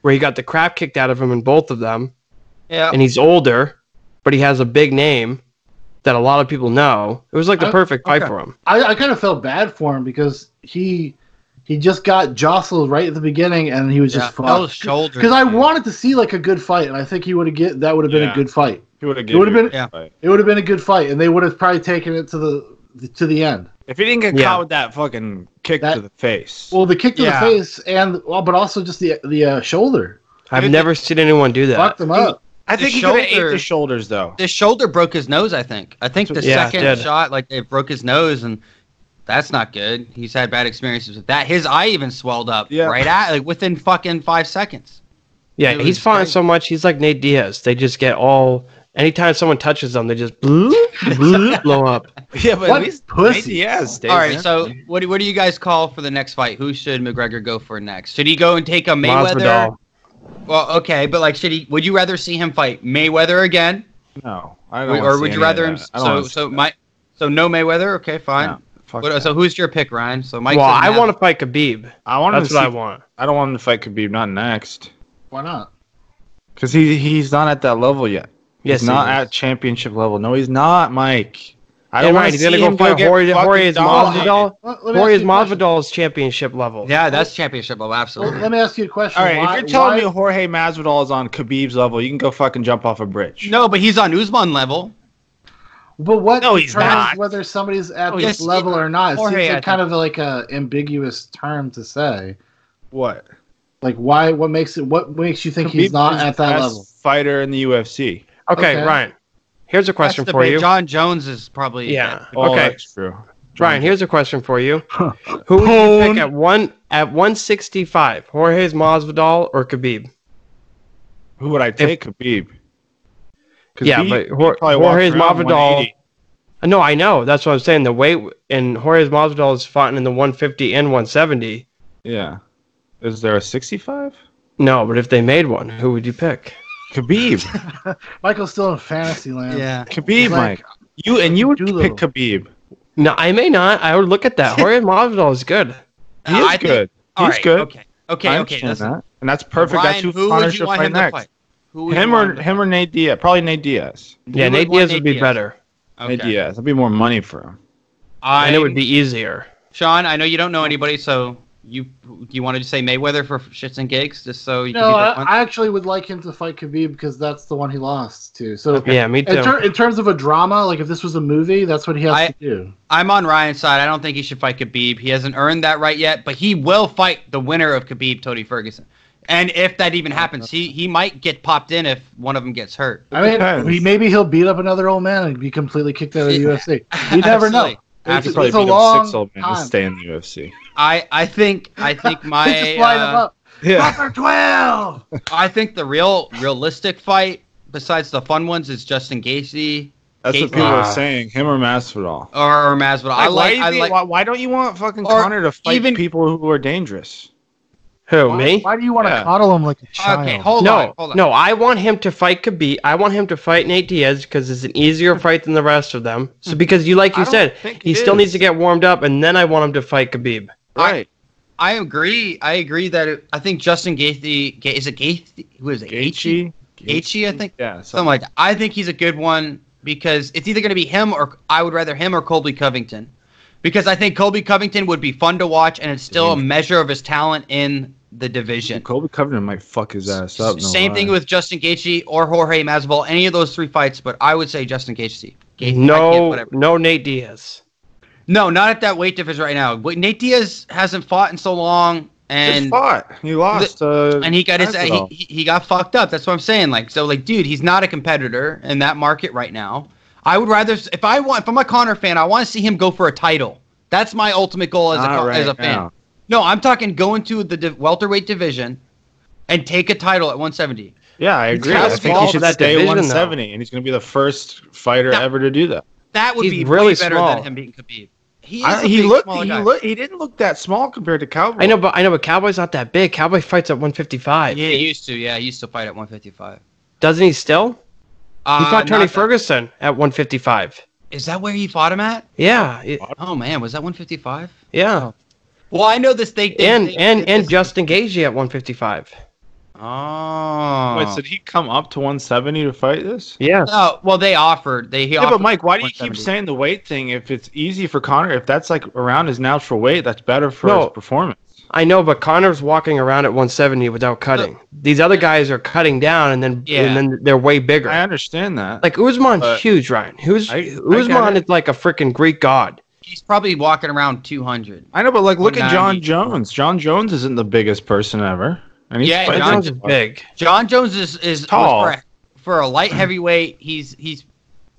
where he got the crap kicked out of him in both of them,
yeah.
and he's older, but he has a big name that a lot of people know. It was like the
Oh,
perfect fight
okay.
for him.
I, I kind of felt bad for him because he he just got jostled right at the beginning and he was
yeah.
just fucked.
Those shoulders.
because I
dude.
wanted to see like a good fight, and I think he would have get that would have been
Yeah.
a good fight.
he would have
It would have been
Yeah.
it would have been a good fight, and they would have probably taken it to the to the end.
If he didn't get
Yeah.
caught with that fucking kick
That-
to the face,
Well, the kick to
Yeah.
the face, and well, but also just the the uh, shoulder
I've
Dude,
never seen anyone do that.
fucked him up.
I
the
think he could have ate
shoulder-
the shoulders
(laughs)
though.
This shoulder broke his nose. I think. I think the
Yeah, it
second
did.
shot, like it broke his nose, and that's not good. He's had bad experiences with that. His eye even swelled up.
Yeah.
Right at like within fucking five seconds.
Yeah,
It
he's
was
fine
crazy.
so much. He's like Nate Diaz. They just get all. Anytime someone touches them, they just bloop,
(laughs)
bloop, blow up.
Yeah, but
What pussy?
Yes,
All right. So what do, what do you guys call for the next fight? Who should McGregor go for next? Should he go and take a Mayweather?
Masvidal.
Well, okay, but like, should he? Would you rather see him fight Mayweather again,
no, I don't.
or,
wanna see
would
any
you rather
of
him?
that. I don't wanna
So,
see
so
that.
my, so no Mayweather. Okay, fine.
No, fuck
What-
that.
so who's your pick, Ryan? So Mike.
well,
doesn't
I
have-
want to fight Khabib.
I want him
That's
to
what I
see-
want.
I don't want him to fight Khabib. Not next,
Why not?
because he he's not at that level yet.
Yes,
he's not
he is.
at championship level. No, he's not, Mike. I don't
And
want
Ryan,
to
he's
see
gonna
him
go fight
get
Jorge,
fucking
Jorge
dominated.
Masvidal.
Let, let me
Jorge
ask you a question.
Masvidal's championship level.
Yeah, that's championship level. Absolutely.
Well, let me ask you a question.
All right,
Why-
if you're telling
why-
me Jorge Masvidal is on Khabib's level, you can go fucking jump off a bridge.
No, but he's on Usman level.
But what
No, he's
determines
not.
whether somebody's at
Oh,
this
yes,
level or not? It
Jorge,
seems
I
like
think.
kind of like a ambiguous term to say.
what?
Like why? What makes it? What makes you think he's
Khabib
not
is
at
the
that
best
level?
Fighter in the UFC.
Okay,
Okay.
Ryan. Here's a
That's
question
the
for
big-
you.
John Jones is probably.
Yeah.
Oh,
okay.
that's true.
Ryan, here's a question for
(laughs)
you: Who would you pick at one at 165? Jorge's Masvidal or Khabib?
Who would I take? Khabib. 'Cause
Yeah,
he-
but
he
Jor-
probably walked
Jorge's
around
Masvidal.
180.
No, I know. That's what I'm saying. The weight and Jorge's Masvidal is fought in the 150 and 170.
Yeah. Is there a 65?
No, but if they made one, who would you pick?
(laughs) Khabib.
Michael's still in fantasy land.
Yeah.
Khabib,
Like-
Mike. You and you would
Doolittle.
pick Khabib.
No, I may not. I would look at
(laughs)
that. Jorge Masvidal is good.
He
Uh,
is
I think-
good.
All
He's
right,
good.
Okay. Okay.
I
Okay.
understand
That's
that. And that's perfect.
Ryan,
that's who,
who
Connor
would you
should
want
fight
him to
next.
fight? Who would
Him
you want
or him or Nate Diaz? Probably Nate Diaz.
Yeah,
You would
Nate
want
Diaz
Nate
would be
Diaz.
better,
Okay.
Nate Diaz. That'd be more money for him.
I
and it would be easier.
Sean. I know you don't know anybody, so you you want to say Mayweather for shits and gigs, just so you
No,
can
I,
get that one?
I actually would like him to fight Khabib because that's the one he lost to. So
Yeah, me
in, ter-
too.
in terms of a drama, like if this was a movie, that's what he has
I-
to do.
I'm on Ryan's side. I don't think he should fight Khabib. He hasn't earned that right yet, but he will fight the winner of Khabib, Tony Ferguson. And if that even happens, he he might get popped in if one of them gets hurt.
I mean,
depends.
we, maybe he'll beat up another old man and be completely kicked out of the
Yeah. (laughs)
UFC. You never know.
Absolutely.
It's,
He'd probably
it's a
beat up
long
six old men to
time.
stay in the UFC.
I I think
(laughs)
I think
They just
my
line him
uh,
up. Proper twelve.
I think the real realistic fight besides the fun ones is Justin Gaethje
That's
Gate-
what people
Ah.
are saying. Him or Masvidal.
or Masvidal. I like
why,
I
do you-
like
why, why don't you want fucking
Or
Connor to fight
even-
people who are dangerous?
Who
Why,
me?
why do you want to
Yeah.
coddle him like a child?
Okay, hold
no,
on. Hold on.
no, I want him to fight Khabib. I want him to fight Nate Diaz because it's an
(laughs)
easier fight than the rest of them.
Mm-hmm.
So because you, like
I
you
don't
said,
think
he
it
still needs
is.
to get warmed up, and then I want him to fight Khabib.
Right.
I agree. I agree that it, I think Justin Gaethje Ga- is it Gaethje who is it? Gaethje.
Gaethje.
Gaethje, I think.
Yeah.
Something like that. I think he's a good one because it's either going to be him or I would rather him or Colby Covington. Because I think Colby Covington would be fun to watch and it's still a
Mm-hmm.
measure of his talent in the division.
Colby Covington might fuck his ass up. no
Same thing
lie.
with Justin Gaethje or Jorge Masvidal, any of those three fights, but I would say Justin Gaethje. Gaethje, I can't-
No,
whatever.
no, Nate Diaz.
no, not at that weight difference right now. But Nate Diaz hasn't fought in so long,
Just
and
fought. He lost. uh,
and he got his he,
Masvidal.
he he got fucked up. That's what I'm saying. Like so, like dude, he's not a competitor in that market right now. I would rather if I want if I'm a Connor fan, I want to see him go for a title. That's my ultimate goal as a
Not
Con-
right
as a fan.
now.
No, I'm talking going to the div- welterweight division and take a title at 170.
Yeah, I agree.
kinda
I think
small
he
for
should
that
stay
division, though.
170, and he's going to be the first fighter
Yeah.
ever to do that.
That would
He's
be
really
way better
small.
than him beating Khabib. He, is
I,
a
he
big,
looked.
smaller
He
guy.
look. He didn't look that small compared to Cowboy.
I know, but I know, but Cowboy's not that big. Cowboy fights at 155.
Yeah, he used to. Yeah, he used to fight at 155.
Doesn't he still?
Uh,
He fought Tony
not that-
Ferguson at 155.
Is that where he fought him at?
Yeah, it-
Oh man, was that 155?
yeah,
Well, I know this. They they-
and
they-
and
they-
and Justin Gaethje at 155.
Oh.
Wait, so did he come up to 170 to fight this?
Yeah,
Oh, well, they offered. They he
Yeah,
offered
but Mike, why do you keep
170.
saying the weight thing? If it's easy for Connor, if that's like around his natural weight, that's better for
No.
his performance.
I know, but Connor's walking around at 170 without cutting. These other guys are cutting down, and then
Yeah.
and then they're way bigger.
I understand that.
Like Usman's
But-
huge, Ryan. Who's
I- I get
Usman
it.
is like a freaking Greek god.
He's probably walking around 200.
I know, but like, look at John
190.
Jones. John Jones isn't the biggest person ever, and he's
Yeah,
fighting-
John
John's is big.
John Jones is is
Tall.
For a, for a light heavyweight, he's he's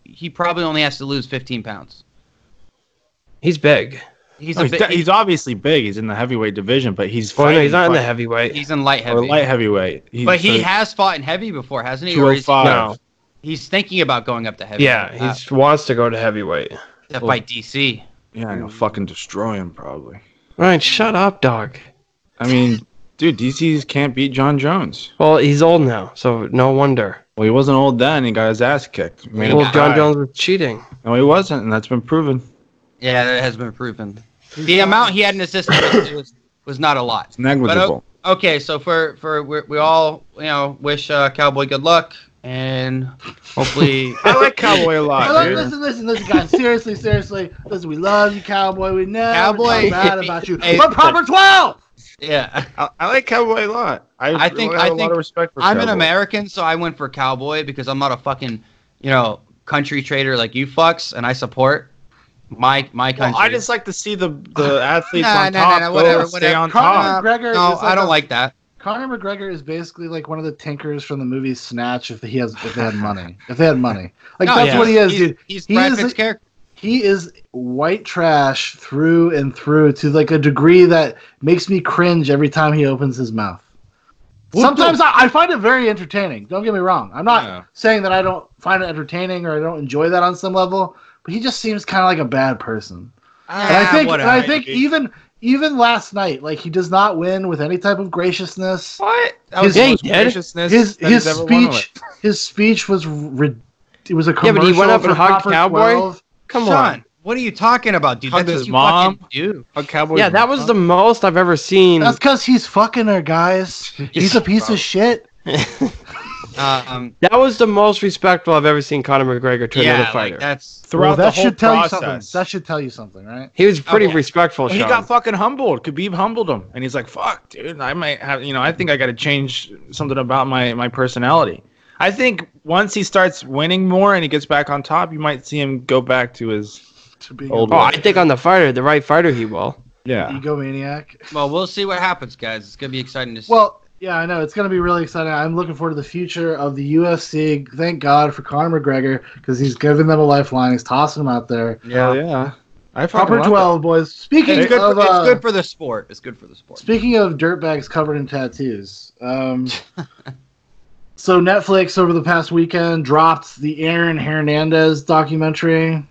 he probably only has to lose 15 pounds.
He's big.
He's
No,
a
he's,
bit,
de- he's obviously big. He's in the heavyweight division, but he's
Well,
fighting.
no, he's not in the
fighting-
heavyweight.
he's in light
or
heavy.
light heavyweight. He's oh
but he
so
has fought in heavy before, hasn't he? Or he's,
205.
No.
he's thinking about going up to heavy.
yeah,
uh,
he wants to go to heavyweight.
to fight DC.
Yeah, and he'll fucking destroy him probably.
Ryan, shut up, dog.
I mean, dude, DC's can't beat John Jones.
Well, he's old now, so no wonder.
Well, he wasn't old then. He got his ass kicked. Made him
Well, John
cry.
Jones was cheating.
No, he wasn't, and that's been proven.
Yeah, that has been proven. The amount he had in his system was was not a lot.
It's
uh,
negligible.
Okay, so for for we we all you know wish uh, Cowboy good luck and hopefully
(laughs) I like Cowboy a
I
lot,
love,
dude.
listen, listen, listen, guys. Seriously, seriously. Listen, we love you, (laughs) Cowboy. We never
Cowboy.
talk bad
(laughs)
about you.
Hey,
but proper twelve.
yeah.
I, I like Cowboy a lot. I,
I think-
really have
I
a lot
think
of respect for
I'm an
Cowboy.
American, so I went for Cowboy because I'm not a fucking you know country trader like you fucks, and I support my my country.
Well, I just like to see the
(laughs)
the athletes
Nah,
on
nah,
top
nah,
go
whatever,
and stay
whatever.
on top.
Conor McGregor.
no,
is
I don't
a-
like that.
Conor McGregor is basically like one of the tinkers from the movie Snatch. If he has, if they had money, (laughs) if they had money, like
No,
that's
yeah.
Oh,
what he is,
he's,
dude.
He's
He
Brad
is
Pitt's
a-
character.
he is white trash through and through to like a degree that makes me cringe every time he opens his mouth. Sometimes I, I find it very entertaining. Don't get me wrong. I'm not
Yeah.
saying that I don't find it entertaining or I don't enjoy that on some level, but he just seems kind of like a bad person. And
Ah,
I think, and I think even even last night, like he does not win with any type of graciousness.
What?
His-
That was the
Yeah, he
most
did.
graciousness
His
that
his
he's ever won with.
speech his speech was rid- it was a
but he
commercial
went up
for
and hugged
Copper
Cowboy?
12.
Come
Sean,
on.
what are you talking about, dude?
Hugged
That's
his
what you
mom.
fucking do.
Hug Cowboys
Yeah, that
mom.
was the most I've ever seen.
That's because he's fucking her, guys. He's a piece of shit.
Um,
(laughs) That was the most respectful I've ever seen Conor McGregor to
yeah,
another
like,
fighter.
that's
Well,
throughout
that
the whole
should tell
process.
you something. That should tell you something, right?
he was pretty
yeah.
respectful.
he
Sean.
got fucking humbled. Khabib humbled him, and he's like, "Fuck, dude, I might have, you know, I think I got to change something about my my personality." I think once he starts winning more and he gets back on top, you might see him go back to his
To being
Old
a
oh, I think on the fighter, the right fighter, he will.
yeah.
Oh, egomaniac.
well, we'll see what happens, guys. It's gonna be exciting to see.
Well, yeah, I know it's going to be really exciting. I'm looking forward to the future of the UFC. Thank God for Conor McGregor because he's giving them a lifeline. He's tossing them out there.
Hell yeah. I fucking
Proper
love
twelve, boys. uh, Speaking
it's, good
of,
for,
uh,
it's good for the sport. It's good for the sport.
Speaking of dirtbags covered in tattoos, um, so Netflix over the past weekend dropped the Aaron Hernandez documentary,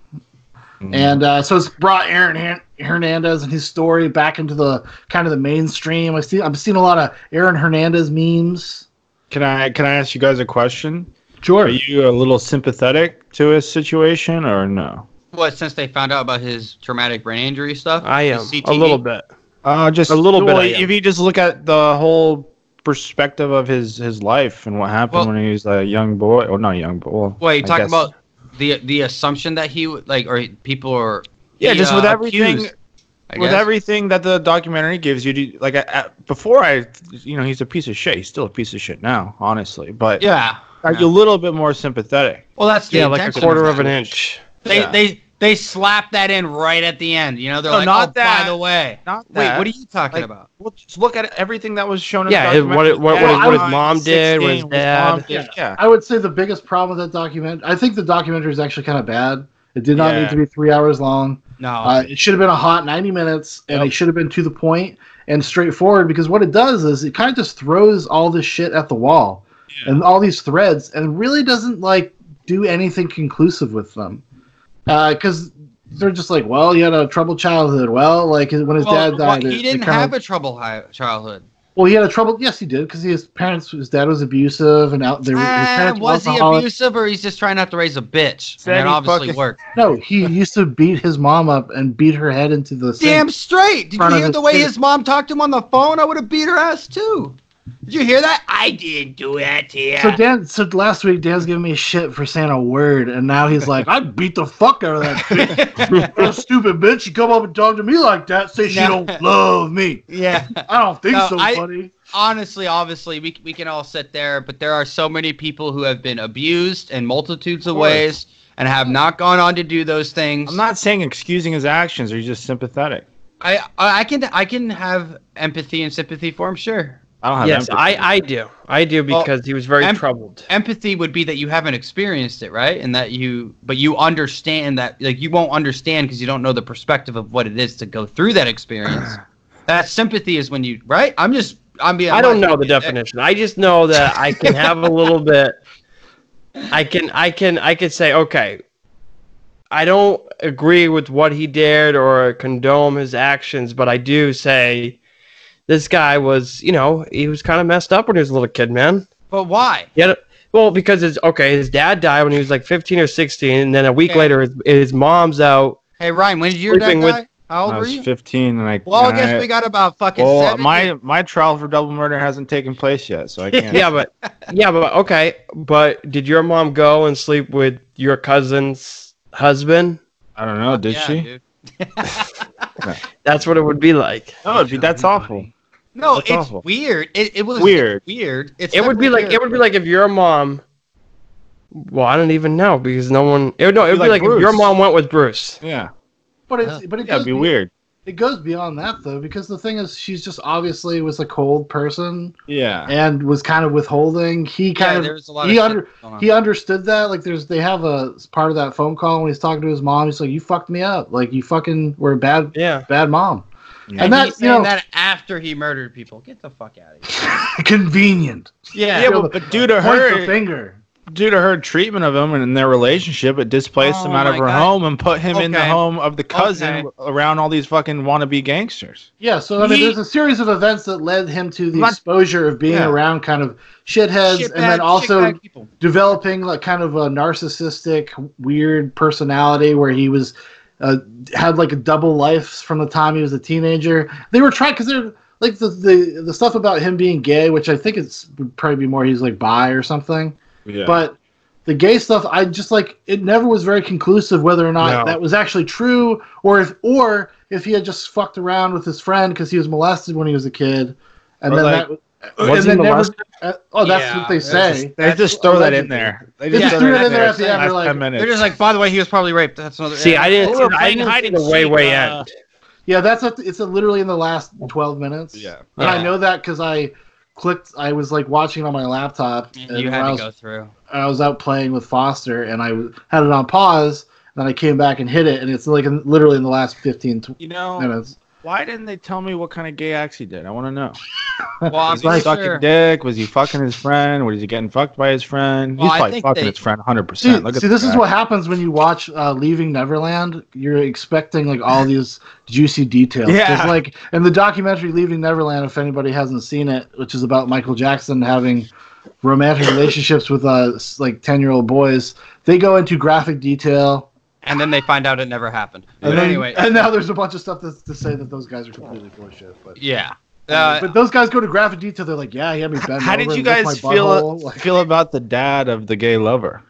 Mm.
and uh, so it's brought Aaron Her- Hernandez and his story back into the kind of the mainstream. I see, I'm seeing a lot of Aaron Hernandez memes.
Can I can I ask you guys a question?
Sure.
Are you a little sympathetic to his situation or no?
What since they found out about his traumatic brain injury stuff?
I am
his
a
CTE?
little bit.
Uh, just
A little bit, I am.
If you just look at the whole perspective of his his life and what happened
Well-
when he was a young boy, or not young, but well,
Wait, you
I
talking
guess-
about the the assumption that he would like or people are
yeah,
he,
just with
uh,
everything,
accused, I
with
guess.
everything that the documentary gives you. do you- Like I- I- before, I, you know, he's a piece of shit. He's still a piece of shit now, honestly. But
yeah.
are you a little bit more sympathetic?
Well, that's the
Yeah, like a
intention
quarter
that.
of an inch.
They
Yeah.
they they slap that in right at the end. You know, they're
No,
like,
not
oh,
that.
by the way.
Not
Wait, what are
do
you talking
like-
uh,
about?
Well, just look at everything that was shown. In
Yeah,
the
it- what it- what-
what
documentary.
it- what his
Yeah,
mom did, what his
16,
dad-
mom did, yeah.
I would say the biggest problem with that document. I think the documentary is actually kind of bad. It did not
Yeah.
need to be three hours long.
No.
Uh, it should have been a hot 90 minutes, and it should have been to the point and straightforward. Because what it does is it kind of just throws all this shit at the wall and all these threads, and really doesn't like do anything conclusive with them. Because they're just like, well, he had a troubled childhood. Well, like when his
Well,
dad died,
what-
it-
he
it
didn't
kinda-
have a trouble hi- childhood.
well, he had a troubled. Yes, he did because his parents, his dad was abusive, and out there his
Ah,
parents were
was he
alcoholic.
abusive or he's just trying not to raise a bitch?
Said
and it
he
obviously
fucking-
worked.
No, he used to beat his mom up and beat her head into the sink.
Damn straight. Did you
front of
hear
his
the way
kid.
his mom talked to him on the phone? I would have beat her ass too. Did you hear that? I didn't do it.
(laughs)
Yeah.
So Dan, so last week Dan's giving me shit for saying a word, and now he's like, "I beat the fuck out of that bitch.
(laughs)
That stupid bitch. She come up and talk to me like that. Say she
No.
don't love me.
yeah.
I don't think
No,
so,
I-
buddy."
(laughs) Honestly, obviously, we, we can all sit there, but there are so many people who have been abused in multitudes of,
course.
ways and have not gone on to do those things.
I'm not saying excusing his actions. Are you just sympathetic?
I I I can I can have empathy and sympathy for him. Sure.
I don't have.
Yes,
empathy.
I, I do. I do
Well,
because he was very
em-
troubled.
Empathy would be that you haven't experienced it, right? And that you but you understand that like you won't understand because you don't know the perspective of what it is to go through that experience. that sympathy is when you right? I'm just I'm being
I don't know the definition. I just know that I can have a little bit. I can, I can, I could say, okay, I don't agree with what he did or condone his actions, but I do say this guy was, you know, he was kind of messed up when he was a little kid, man.
But why?
Yeah. Well, because it's okay. His dad died when he was like 15 or 16, and then a week
Okay.
later, his, his mom's out.
Hey Ryan, when did your dad
Sleeping with-
die? How old
I
were
was
you?
15, and I.
Well, I
and
guess we got about fucking
Well,
seven.
Oh, my my trial for double murder hasn't taken place yet, so I
(laughs)
can't.
yeah, but yeah, but okay. But did your mom go and sleep with your cousin's husband?
I don't know. Did
Yeah,
she?
dude.
That's what it would be like.
No, dude, that's awful.
No,
That's
it's
awful.
weird. It, it was
Weird.
Weird. It's
It would be
definitely
like it would be like if your mom. Well, I don't even know because no one. It, would- no, it would
It'd
be
be
like,
like
if your
Bruce.
mom went with Bruce.
Yeah,
But it's but it
yeah,
does
it'd be
be-
weird.
it goes beyond that though, because the thing is, she's just obviously was a cold person
Yeah.
and was kind of withholding. He
yeah,
kind of
there's a lot
he
of
under-
shit going on.
he understood that. Like, there's they have a part of that phone call when he's talking to his mom. He's like, "You fucked me up. Like, you fucking were a bad
Yeah.
bad mom."
Yeah.
And
and
that
he's
you know
saying that after he murdered people. Get the fuck out of here.
convenient.
Yeah,
Yeah.
but, but due to
Point the
her,
finger.
due to her treatment of him and their relationship, it displaced
Oh
him out of
my
her
God.
home and put him in the
Okay.
home of the cousin around all these fucking wannabe gangsters.
Yeah, so I mean,
Ye-
there's a series of events that led him to the
Not-
exposure of being
Yeah.
around kind of shitheads,
Shitbag-
and then also
shitbag people.
developing like kind of a narcissistic, weird personality where he was uh, had like a double life from the time he was a teenager. They were trying because they're like the, the the stuff about him being gay, which I think it's would probably be more he's like bi or something.
Yeah.
But the gay stuff, I just like it never was very conclusive whether or
No.
not that was actually true, or if or if he had just fucked around with his friend because he was molested when he was a kid, and
Or,
then
like,
that
was he
and then never.
molested?
uh, oh, that's
Yeah,
what they
that's
say.
They just throw that in
Allegedly.
there.
They just
throw
threw
that
it in there at the end.
Last
They're like,
10 minutes.
They're just like, by the way, he was probably raped. That's another.
See, I didn't.
Well, we're
I
playing
didn't
hide
see
and
the way
seek,
way
uh,
end.
Yeah, that's at the, it's literally in the last twelve minutes.
Yeah.
and I
Yeah.
know that because I clicked. I was like watching it on my laptop,
And you
when
had
I
to
was,
go through.
I was out playing with Foster, and I w- had it on pause. Then I came back and hit it, and it's like in, literally in the last fifteen tw-
you
Oh.
know,
minutes.
why didn't they tell me what kind of gay acts he did? I want to know.
Well, I'm
Was he sucking
sure.
dick? Was he fucking his friend? Was he getting fucked by his friend?
Well,
He's
I
probably
think
fucking
they-
his friend 100%.
See,
Look at
see this
the
is
guy.
what happens when you watch uh, Leaving Neverland. You're expecting like
(laughs)
all these juicy details.
Yeah.
There's, like in the documentary Leaving Neverland, if anybody hasn't seen it, which is about Michael Jackson having
(laughs)
romantic relationships with uh s- like ten year old boys, they go into graphic detail.
And then they find out it never happened.
And
But
then-
anyway,
and now there's a bunch of stuff that's to say that those guys are completely full of shit. But
yeah. Uh,
but those guys go to graphic detail. They're like, yeah, he had me bend
How did
over
you
and lick
guys
my
feel uh,
butthole. Like,
feel about the dad of the gay lover?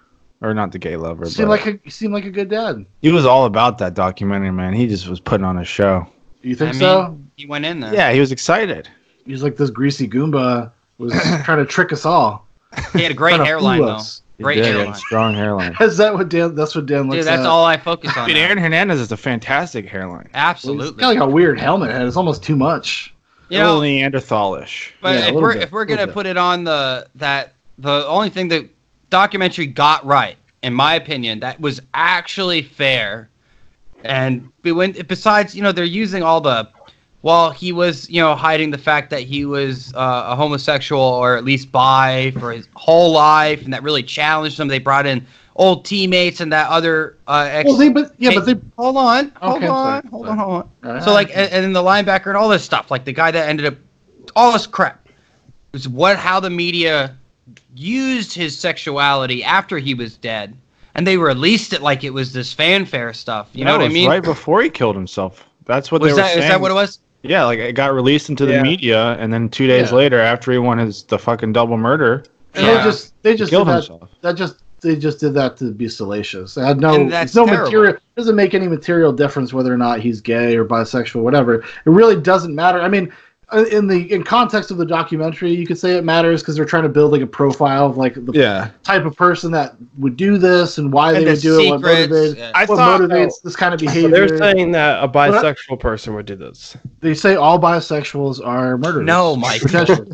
Or not the gay lover, but
seemed like a, he seemed like a good dad.
he was all about that documentary, man. He just was putting on a show.
You
I
think
mean,
so?
he went in there.
Yeah, he was excited.
he's like this greasy goomba was trying to trick us all.
He had a great
Trying to
hairline
fool
though.
us. (laughs)
He
Great
did, he had a
hairline.
strong hairline.
Is that what Dan? That's what Dan looks
Dude, that's
at.
all I focus on.
Dude,
now.
Aaron Hernandez is a fantastic hairline.
He's
Absolutely.
got like a weird helmet head. It's almost too much.
You
a
know,
little Neanderthalish.
But
Yeah, a
if
little
we're
bit,
if we're
little
gonna
bit.
put it on the that the only thing the documentary got right, in my opinion, that was actually fair, and be- when besides you know they're using all the while he was you know hiding the fact that he was uh, a homosexual or at least bi for his whole life, and that really challenged him. They brought in old teammates and that other uh, ex.
Well, they but yeah, but uh, they.
hold on, hold
Okay,
on,
sorry,
hold
sorry.
on, hold on. So
Ah,
like, uh, and, and then the linebacker and all this stuff, like the guy that ended up, all this crap, is what how the media used his sexuality after he was dead, and they released it like it was this fanfare stuff. You know
No,
what I
it's
mean?
Right before he killed himself. That's what
was
they were
that
saying.
is that what it was?
Yeah, like it got released into
Yeah.
the media, and then two days
Yeah.
later, after he won his the fucking double murder,
and
Yeah.
they just they just did
he killed
that,
himself.
that just they just did that to be salacious. It had no
And that's
it's no
terrible.
material it doesn't make any material difference whether or not he's gay or bisexual, whatever. It really doesn't matter. I mean, uh, in the in context of the documentary, you could say it matters because they're trying to build like a profile of like the
Yeah,
type of person that would do this and why
And
they
the
would do it, what
secrets,
motivated,
yeah.
I
what
thought
motivates this kind of
So
behavior.
they're saying that a bisexual person would do this.
they say all bisexuals are murderers.
No, Mike.
Potentially.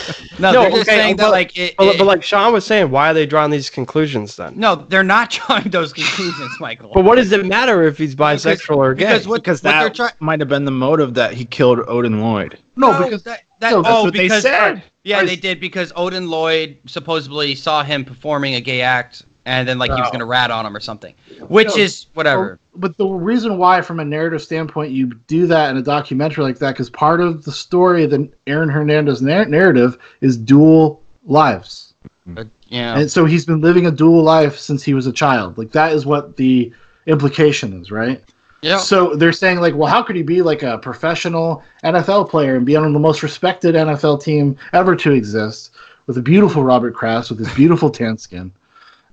(laughs) No,
No,
they're just
okay,
saying
but-
that like it.
But,
it-
but like Sean was saying, why are they drawing these conclusions then?
no, they're not (laughs) drawing those conclusions, Michael.
But what does it matter if he's bisexual or gay?
because what,
because
what they're
that
trying.
might have been the motive that he killed Odin Lloyd.
no, because
that, that,
no, that's
oh,
what they
because
said.
Yeah,
Or
they
is-
did because Odin Lloyd supposedly saw him performing a gay act, and then like he was
Oh.
gonna rat on him or something, which
No.
is whatever.
but the reason why, from a narrative standpoint, you do that in a documentary like that, because part of the story, the Aaron Hernandez nar- narrative, is dual lives,
But, yeah,
and so he's been living a dual life since he was a child. Like that is what the implication is, right?
yeah.
So they're saying like, well, how could he be like a professional NFL player and be on the most respected NFL team ever to exist with a beautiful Robert Kraft with his beautiful tan skin,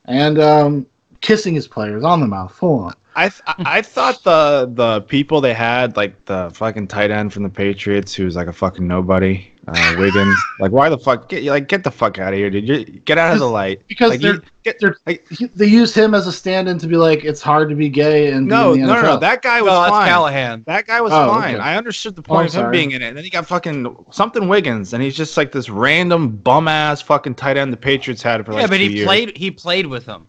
and um, kissing his players on the mouth, full on.
I th- I thought the the people they had like the fucking tight end from the Patriots who's like a fucking nobody,
(laughs)
uh, Wiggins. like why the fuck get like get the fuck out of here, dude. You, get out of the light.
Because
Like,
they're,
you- get-
they're
like-
he- they use him as a stand-in to be like, it's hard to be gay and
no,
be in
no,
the
no,
NFL.
no, that guy was
Well, that's
fine.
Callahan.
That guy was
Oh,
fine.
okay.
I understood
Oh,
the
I'm
point of him
sorry.
being in it. And then he got fucking something Wiggins, and he's just like this random bum ass fucking tight end the Patriots had for like
yeah, but
two
he
years.
played. He played with him.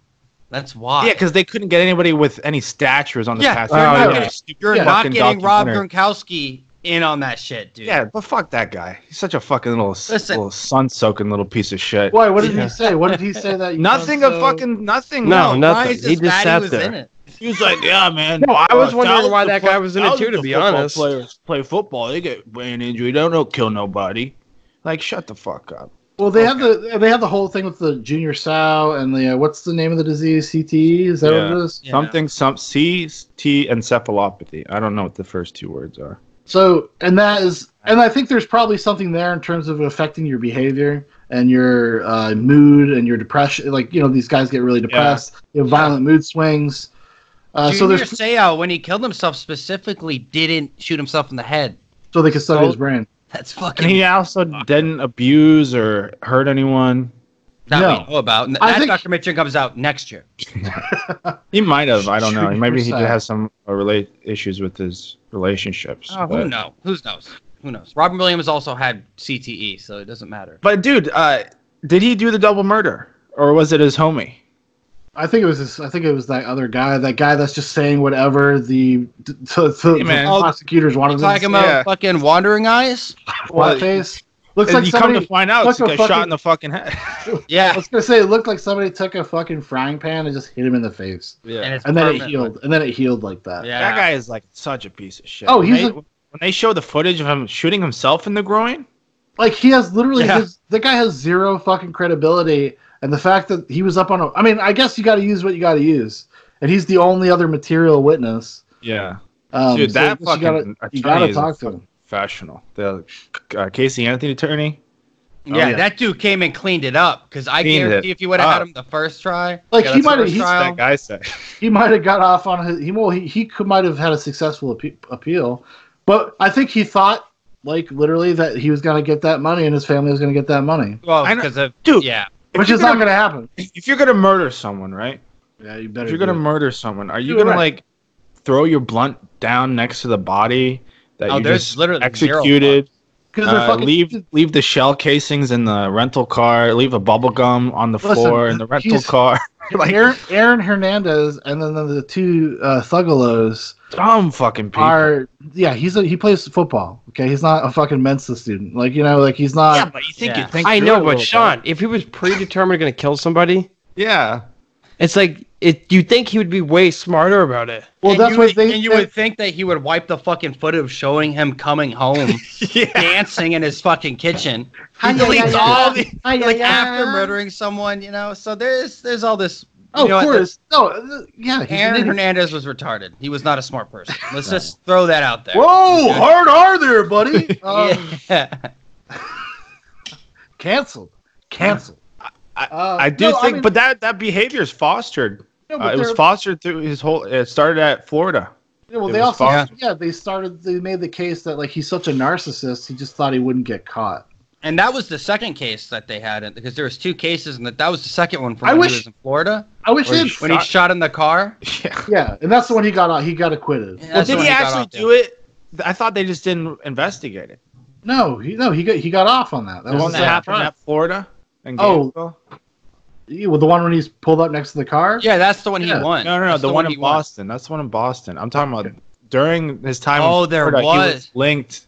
That's why.
Yeah, because they couldn't get anybody with any statures on the
Yeah,
pass.
you're
not
rush.
gonna-
Stupid
you're not
fucking
getting Rob
documentary.
Gronkowski in on that shit, dude.
Yeah, but fuck that guy. He's such a fucking little,
Listen.
little sun soaking little piece of shit.
Why? What did
Yeah.
he say? What did he say that?
(laughs)
you
Nothing
found
of
so-
fucking nothing.
No,
No,
nothing.
Why is
He
this
just
bad
sat
he was
there.
in it?
He was like, yeah, man.
No, I was
Uh,
wondering
thousands
why
of
that
fo-
guy was in it too.
thousands
To
of
be
football
honest,
players play football. They get brain injury. They don't kill nobody. Like, shut the fuck up.
Well, they have the they have the whole thing with the junior sow and the uh, what's the name of the disease? CTE? Is that what
Yeah.
it is?
Yeah.
Something, some C T encephalopathy. I don't know what the first two words are.
So, and that is, and I think there's probably something there in terms of affecting your behavior and your uh, mood and your depression. Like, you know, these guys get really depressed, you have violent mood swings. Uh, so
Junior
there's
Seau, when he killed himself specifically, didn't shoot himself in the head.
so they can study his
So-
brain.
That's
And
fucking
he also didn't abuse or hurt anyone.
not
No.
what you know about. And
I
that
think-
documentary comes out next year.
He might have. I don't know.
Sure,
Maybe he did
sure.
have some uh, relate issues with his relationships.
Oh,
but-
who knows? Who knows? Who knows? Robin Williams also had CTE, so it doesn't matter.
But dude, uh, did he do the double murder or was it his homie?
I think it was this, I think it was that other guy, that guy that's just saying whatever the the, the,
Hey, man.
the prosecutors wanted
You
him to
talking
say.
about
yeah.
fucking wandering eyes?
What
Well,
face? Looks
And
like
you
somebody.
come to find out,
looks
it's he
like a
got shot in the fucking head.
I
Yeah.
was gonna say it looked like somebody took a fucking frying pan and just hit him in the face,
yeah.
it's
and then it
permanent.
healed, and then it healed like that.
Yeah.
(laughs) That guy is like such a piece of shit.
Oh,
When
he's
they-
a-
when they show the footage of him shooting himself in the groin.
Like he has literally,
Yeah.
his, the guy has zero fucking credibility, and the fact that he was up on a, I mean, I guess you got to use what you got to use, and he's the only other material witness.
Yeah,
Um,
dude,
so
that
you
fucking
gotta-
attorney
you gotta
is
talk
a
to him.
professional. The uh, Casey Anthony attorney.
Oh, Yeah,
yeah.
that dude came and cleaned it up because I
Cleaned
guarantee
it
if you would have had
up.
him the first try,
Like,
yeah,
he
that's
might have-
first
he's
trial.
That
(laughs)
guy said.
he might have got off on his he well he, he could might have had a successful appe- appeal but i think he thought like literally that he was going to get that money and his family was going to get that money
Well,
I know-
because of
Dude.
yeah,
If
which
you're
is not
gonna-
going to happen
If you're gonna murder someone, right?
yeah you better
If you're gonna
do it.
murder someone, are you
Dude,
gonna
right.
like throw your blunt down next to the body that
Oh,
you
there's
just
literally zero
executed?
'Cause they're
Uh,
fucking-
leave leave the shell casings in the rental car. Leave a bubble gum on the
Listen,
floor in the rental
he's-
car. (laughs) (laughs) like-
Aaron, Aaron Hernandez and then the, the two uh, Thugalos
Dumb fucking people.
are yeah he's a, he plays football okay he's not a fucking Mensa student like you know like he's not
yeah, but you think
Yeah.
you think
I
through it
know,
a
but
little
Sean, if he was predetermined going to kill somebody,
bit. Yeah,
it's like it. You think he would be way smarter about it?
well
And
that's
you
what
would-
they
and you
they-
would think that he would wipe the fucking footage of showing him coming home, (laughs) dancing in his fucking kitchen. He
Hi, yeah,
deletes
yeah, yeah.
all the
Hi, yeah,
like
yeah.
after murdering someone, you know. So there's there's all this.
oh
you know,
of
what,
course no uh, yeah he's an
Aaron
idiot.
Hernandez was retarded. He was not a smart person. Let's just throw that out there.
Whoa, Oh, hard R there,
(laughs)
buddy. Um,
Yeah.
Canceled. Canceled. Uh,
I do
no,
think,
mean-
but that that behavior is fostered.
no,
Uh,
but
it was
they're-
fostered through his whole. It started at Florida. (laughs)
yeah, well,
it
they
was
also,
fostered.
yeah, they started, they made the case that like he's such a narcissist, he just thought he wouldn't get caught.
And that was the second case that they had, because there was two cases, and that, that was the second one from
I
when
wish-
he was in Florida
I wish
Or
they had,
he
when he
Shot-
shot in the car.
Yeah.
yeah, and that's the one he got out. He got acquitted.
Yeah. That's
well,
when
did he
he got
actually
off, yeah.
do it? Th- I thought they just didn't investigate it.
No, he no, he got he got off on that. That
The
was
one
the
that
second
happened
trial.
at Florida. And
Oh.
Gainesville?
Yeah, well, the one when he's pulled up next to the car.
Yeah, that's the one
Yeah.
he won.
no, no, no.
That's
The, one,
he
in
(laughs) won.
Boston. That's the one in Boston. I'm talking about during his time.
Oh,
in
there
Florida, He
was.
was linked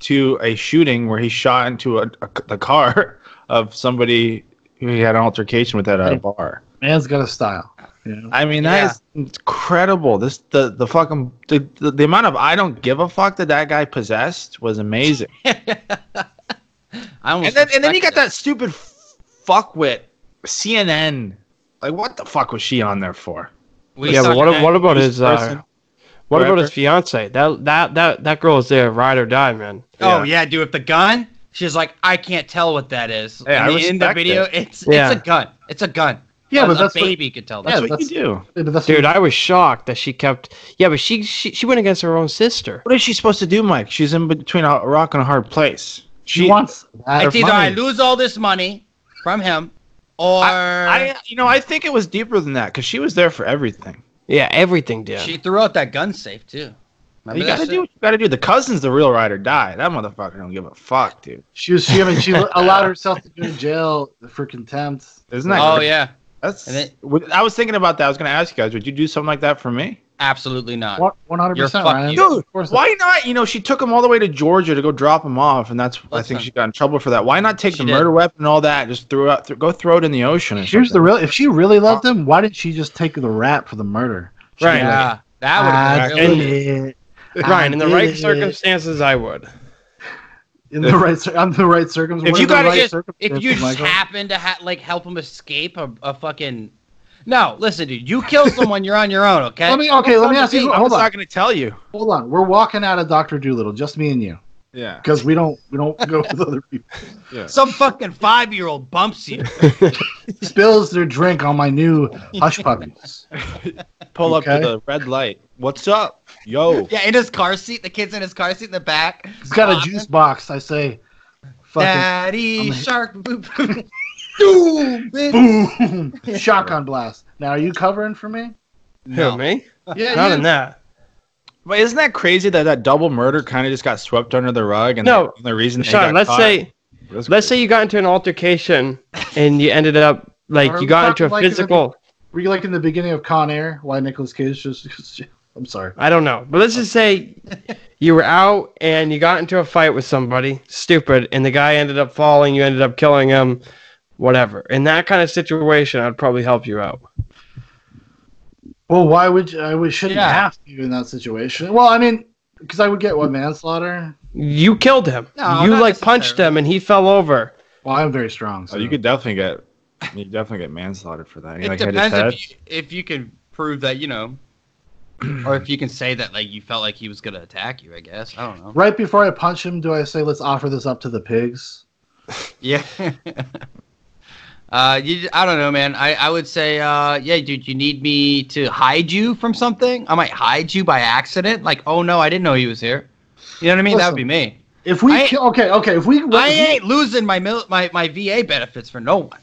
to a shooting where he shot into a, a- the car (laughs) of somebody who he had an altercation with at a
Right.
bar.
man's got a style. You know?
I mean, that
Yeah.
is incredible. This the the fucking the, the, the amount of I don't give a fuck that that guy possessed was amazing.
I almost
and then and then you got
respected
that stupid f- fuckwit CNN. Like, what the fuck was she on there for?
it. We
yeah, but
suck
what,
at-
what about
This
his uh,
person.
what about
Whatever.
his fiance? That that that that girl is there, ride or die, man.
Oh yeah, dude, with the gun, she's like, I can't tell what that is.
Hey,
And
I
the- in the
respect
video,
it.
it's
Yeah.
it's a gun. It's a gun.
Yeah,
a,
but
a
that's what-
baby could tell.
Yeah,
That's
but
What
that's-
you do?
Yeah, but that's
Dude, I was shocked that she kept. Yeah, but she she, she went against her own sister.
What is she supposed to do, Mike? She's in between a rock and a hard place.
she wants that.
it's either I
money.
lose all this money from him, or
I, you know, I think it was deeper than that because she was there for everything.
Yeah, everything did.
she threw out that gun safe too. Remember
you
that
gotta
shit?
do what you gotta do. The cousin's the real ride or die. That motherfucker don't give a fuck, dude.
She was. She. I
(laughs)
mean, she allowed herself to go to jail for contempt.
Isn't that?
Oh
great?
yeah,
That's.
And it-
would- I was thinking about that. I was gonna ask you guys. Would you do something like that for me?
absolutely not.
One hundred
You're
percent,
fuck
Ryan.
you.
Of course
Why not? You know, she took him all the way to Georgia to go drop him off, and that's. I
Listen.
think she got in trouble for that. Why not take
She
the
did.
murder weapon and all that? and Just throw out. Th- go throw it in the ocean. or
Here's the
something?
real. If she really loved him, why didn't she just take the rap for the murder? She'd be
Right. uh,
like,
Yeah, that would
I
have really.
did it.
Ryan, in the
I
right
did it."
circumstances, I would.
in the right, cir- on the right circumstances. What
If you
are the
gotta
right
just-
circumstances,
If you just
Michael?
happen to ha- like help him escape a, a fucking. No, listen, dude. You kill someone, you're on your own. Okay.
let me okay. Let me ask you.
I'm
Hold
just
on,
not gonna tell you.
hold on. We're walking out of Doctor Doolittle, just me and you,
Yeah.
because we don't we don't go with other people.
Some fucking five year old bumps you.
Spills their drink on my new hush
(laughs)
puppies.
Pull up
Okay.
to the red light. What's up,
(laughs)
yo?
Yeah, in his car seat. The kid's in his car seat in the back.
He's got a
Popping.
juice box. I say, fucking
Daddy
I'm like-
shark
(laughs)
boop boop. Doom, bitch. (laughs)
boom, shotgun blast. Now are you covering for me?
Who,
No.
me?
Yeah,
Not
you.
in that.
But isn't that crazy that that double murder kind of just got swept under the rug? And
No.
the, and the reason they
Sean,
got
let's
caught
say
was-
let's say you got into an altercation and you ended up like
Are
you
we
got into
talking
a
like in the-
physical.
Were you like in the beginning of Con Air? Why Nicholas Cage just? (laughs) I'm sorry.
I don't know, but let's just say you were out and you got into a fight with somebody stupid, and the guy ended up falling. You ended up killing him. Whatever. In that kind of situation, I'd probably help you out.
Well, why would you, I? We shouldn't
Yeah.
have to in that situation. Well, I mean, because I would get what manslaughter.
You killed him.
No,
you
not
like punched
necessarily.
him, and he fell over.
Well, I'm very strong. So
Oh, you could definitely get you definitely get manslaughtered for that. You
It
like hit his
depends
head?
if you, if you can prove that
(clears throat)
you know, or if you can say that like you felt like he was gonna attack you. I guess I
(laughs)
don't know.
Right before I punch him, do I say, "Let's offer this up to the pigs"?
Yeah. (laughs) uh, you, I don't know, man. I, I would say, uh, yeah, dude, you need me to hide you from something. I might hide you by accident. Like, oh no, I didn't know he was here. You know what I mean? that would be me.
If we
I-
kill, okay, okay. If we,
I
if we-
ain't losing my mil- my my VA benefits for no one.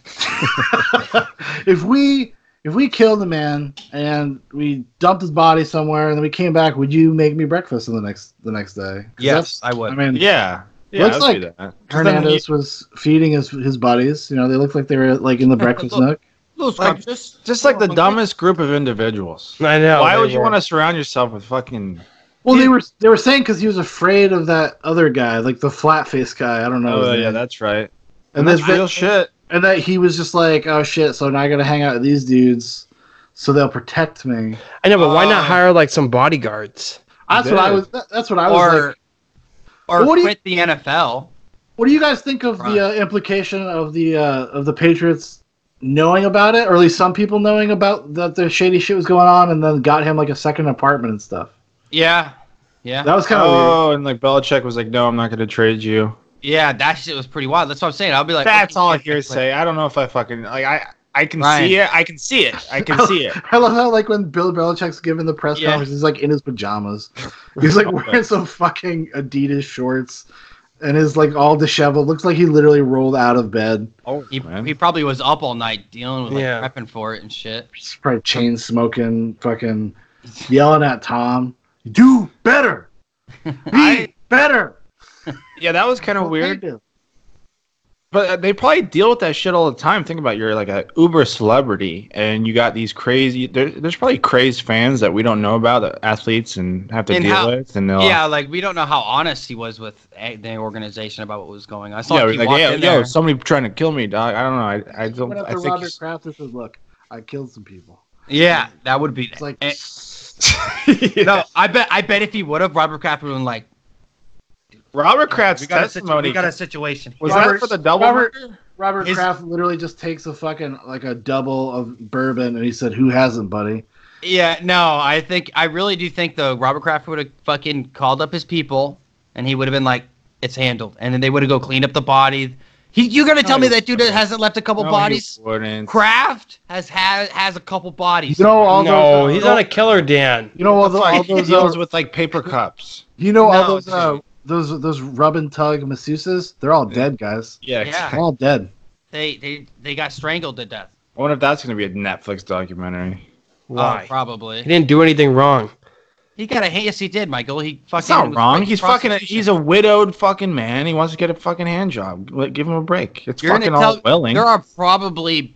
(laughs) if we if we killed the man and we dumped his body somewhere and then we came back, would you make me breakfast in the next the next day? 'Cause that's-
I would.
I mean,
yeah, yeah,
Looks
I'd do that. 'Cause then
Hernandez was feeding his his buddies. You know, they looked like they were like in
(laughs)
the breakfast nook.
Lose
Like-
conscious.
you- just like the dumbest group of individuals.
I know.
Why
they
would you
were.
want to surround yourself with fucking?
Well, they were they were saying because he was afraid of that other guy, like the flat face guy. I don't know.
Oh
his name.
yeah, that's right.
and
And that's
that,
real shit.
and that he was just like, oh shit, so now I gotta hang out with these dudes, so they'll protect me.
I know, but why not
Uh,
hire like some bodyguards?
That's what
Yeah.
I was. that- That's what I was.
Or
like,
or
What do you-
quit the NFL.
what do you guys think of the uh, implication of the uh, of the Patriots knowing about it, or at least some people knowing about that the shady shit was going on, and then got him like a second apartment and stuff?
Yeah. Yeah.
That was kind of weird.
Oh, and like Belichick was like, "No, I'm not going to trade you."
yeah, that shit was pretty wild. That's what I'm saying. I'll be like,
That's all
okay, like-
hearsay. I don't know if I fucking like I. I can
Ryan.
see it. I can see it. I can see
(laughs)
it.
(laughs) I love how like when Bill Belichick's giving the press
Yeah.
conference, he's like in his pajamas. He's
(laughs) Oh,
like wearing some fucking Adidas shorts, and is like all disheveled. Looks like he literally rolled out of bed.
Oh,
He,
man.
he probably was up all night dealing with like
Yeah.
prepping for it and shit.
He's probably chain smoking, fucking yelling at Tom, "Do better, be
(laughs) I-
better."
yeah, that was kind of weird.
Thank you.
But uh, they probably deal with that shit all the time. Think about you're like a uber celebrity, and you got these crazy. There, there's probably crazed fans that we don't know about, that athletes, and have to
And
deal
how-
with. And they'll,
Yeah, like we don't know how honest he was with a- the organization about what was going on. I saw
yeah,
yeah,
like,
he walked
yeah,
in
yo,
there.
somebody trying to kill me, dog. I don't know. I, I don't.
Went up
I
to
think.
Robert
he's-
Kraft and said, "Look, I killed some people."
yeah, that would be.
It's like,
eh, (laughs) no, I bet. I bet if he would have, Robert Kraft would have been like,
Robert Kraft's
we got, a situ-
testimony.
we got a situation.
was
Robert-
that for the double?
Robert-
murder?
Robert
His-
Kraft literally just takes a fucking like a double of bourbon, and he said, "Who hasn't, buddy?"
Yeah, no, I think I really do think though Robert Kraft would have fucking called up his people, and he would have been like, "It's handled," and then they would have go cleaned up the body. He, you're gonna tell
No,
me
he
that dude
wouldn't.
hasn't left a couple
Oh, No, he
bodies?
wouldn't.
Kraft has had has a couple bodies.
You know all
no,
those.
he's
uh,
not a killer, Dan.
You know all, tho- all
He
those.
deals
Uh,
with like paper cups.
you know all
No,
those. Uh, those those rub and tug masseuses. They're all dead, guys.
Yeah.
Yeah.
They're all dead.
They they they got strangled to death.
I wonder if that's gonna be a Netflix documentary.
Why?
Oh, probably.
he didn't do anything wrong.
He got a hand. Yes, he did, Michael. He fucking.
That's not
was
wrong.
fucking
He's fucking. A,
prostitution.
he's a widowed fucking man. He wants to get a fucking hand job. Like, give him a break. It's
You're gonna
fucking all
tell-
willing.
There are probably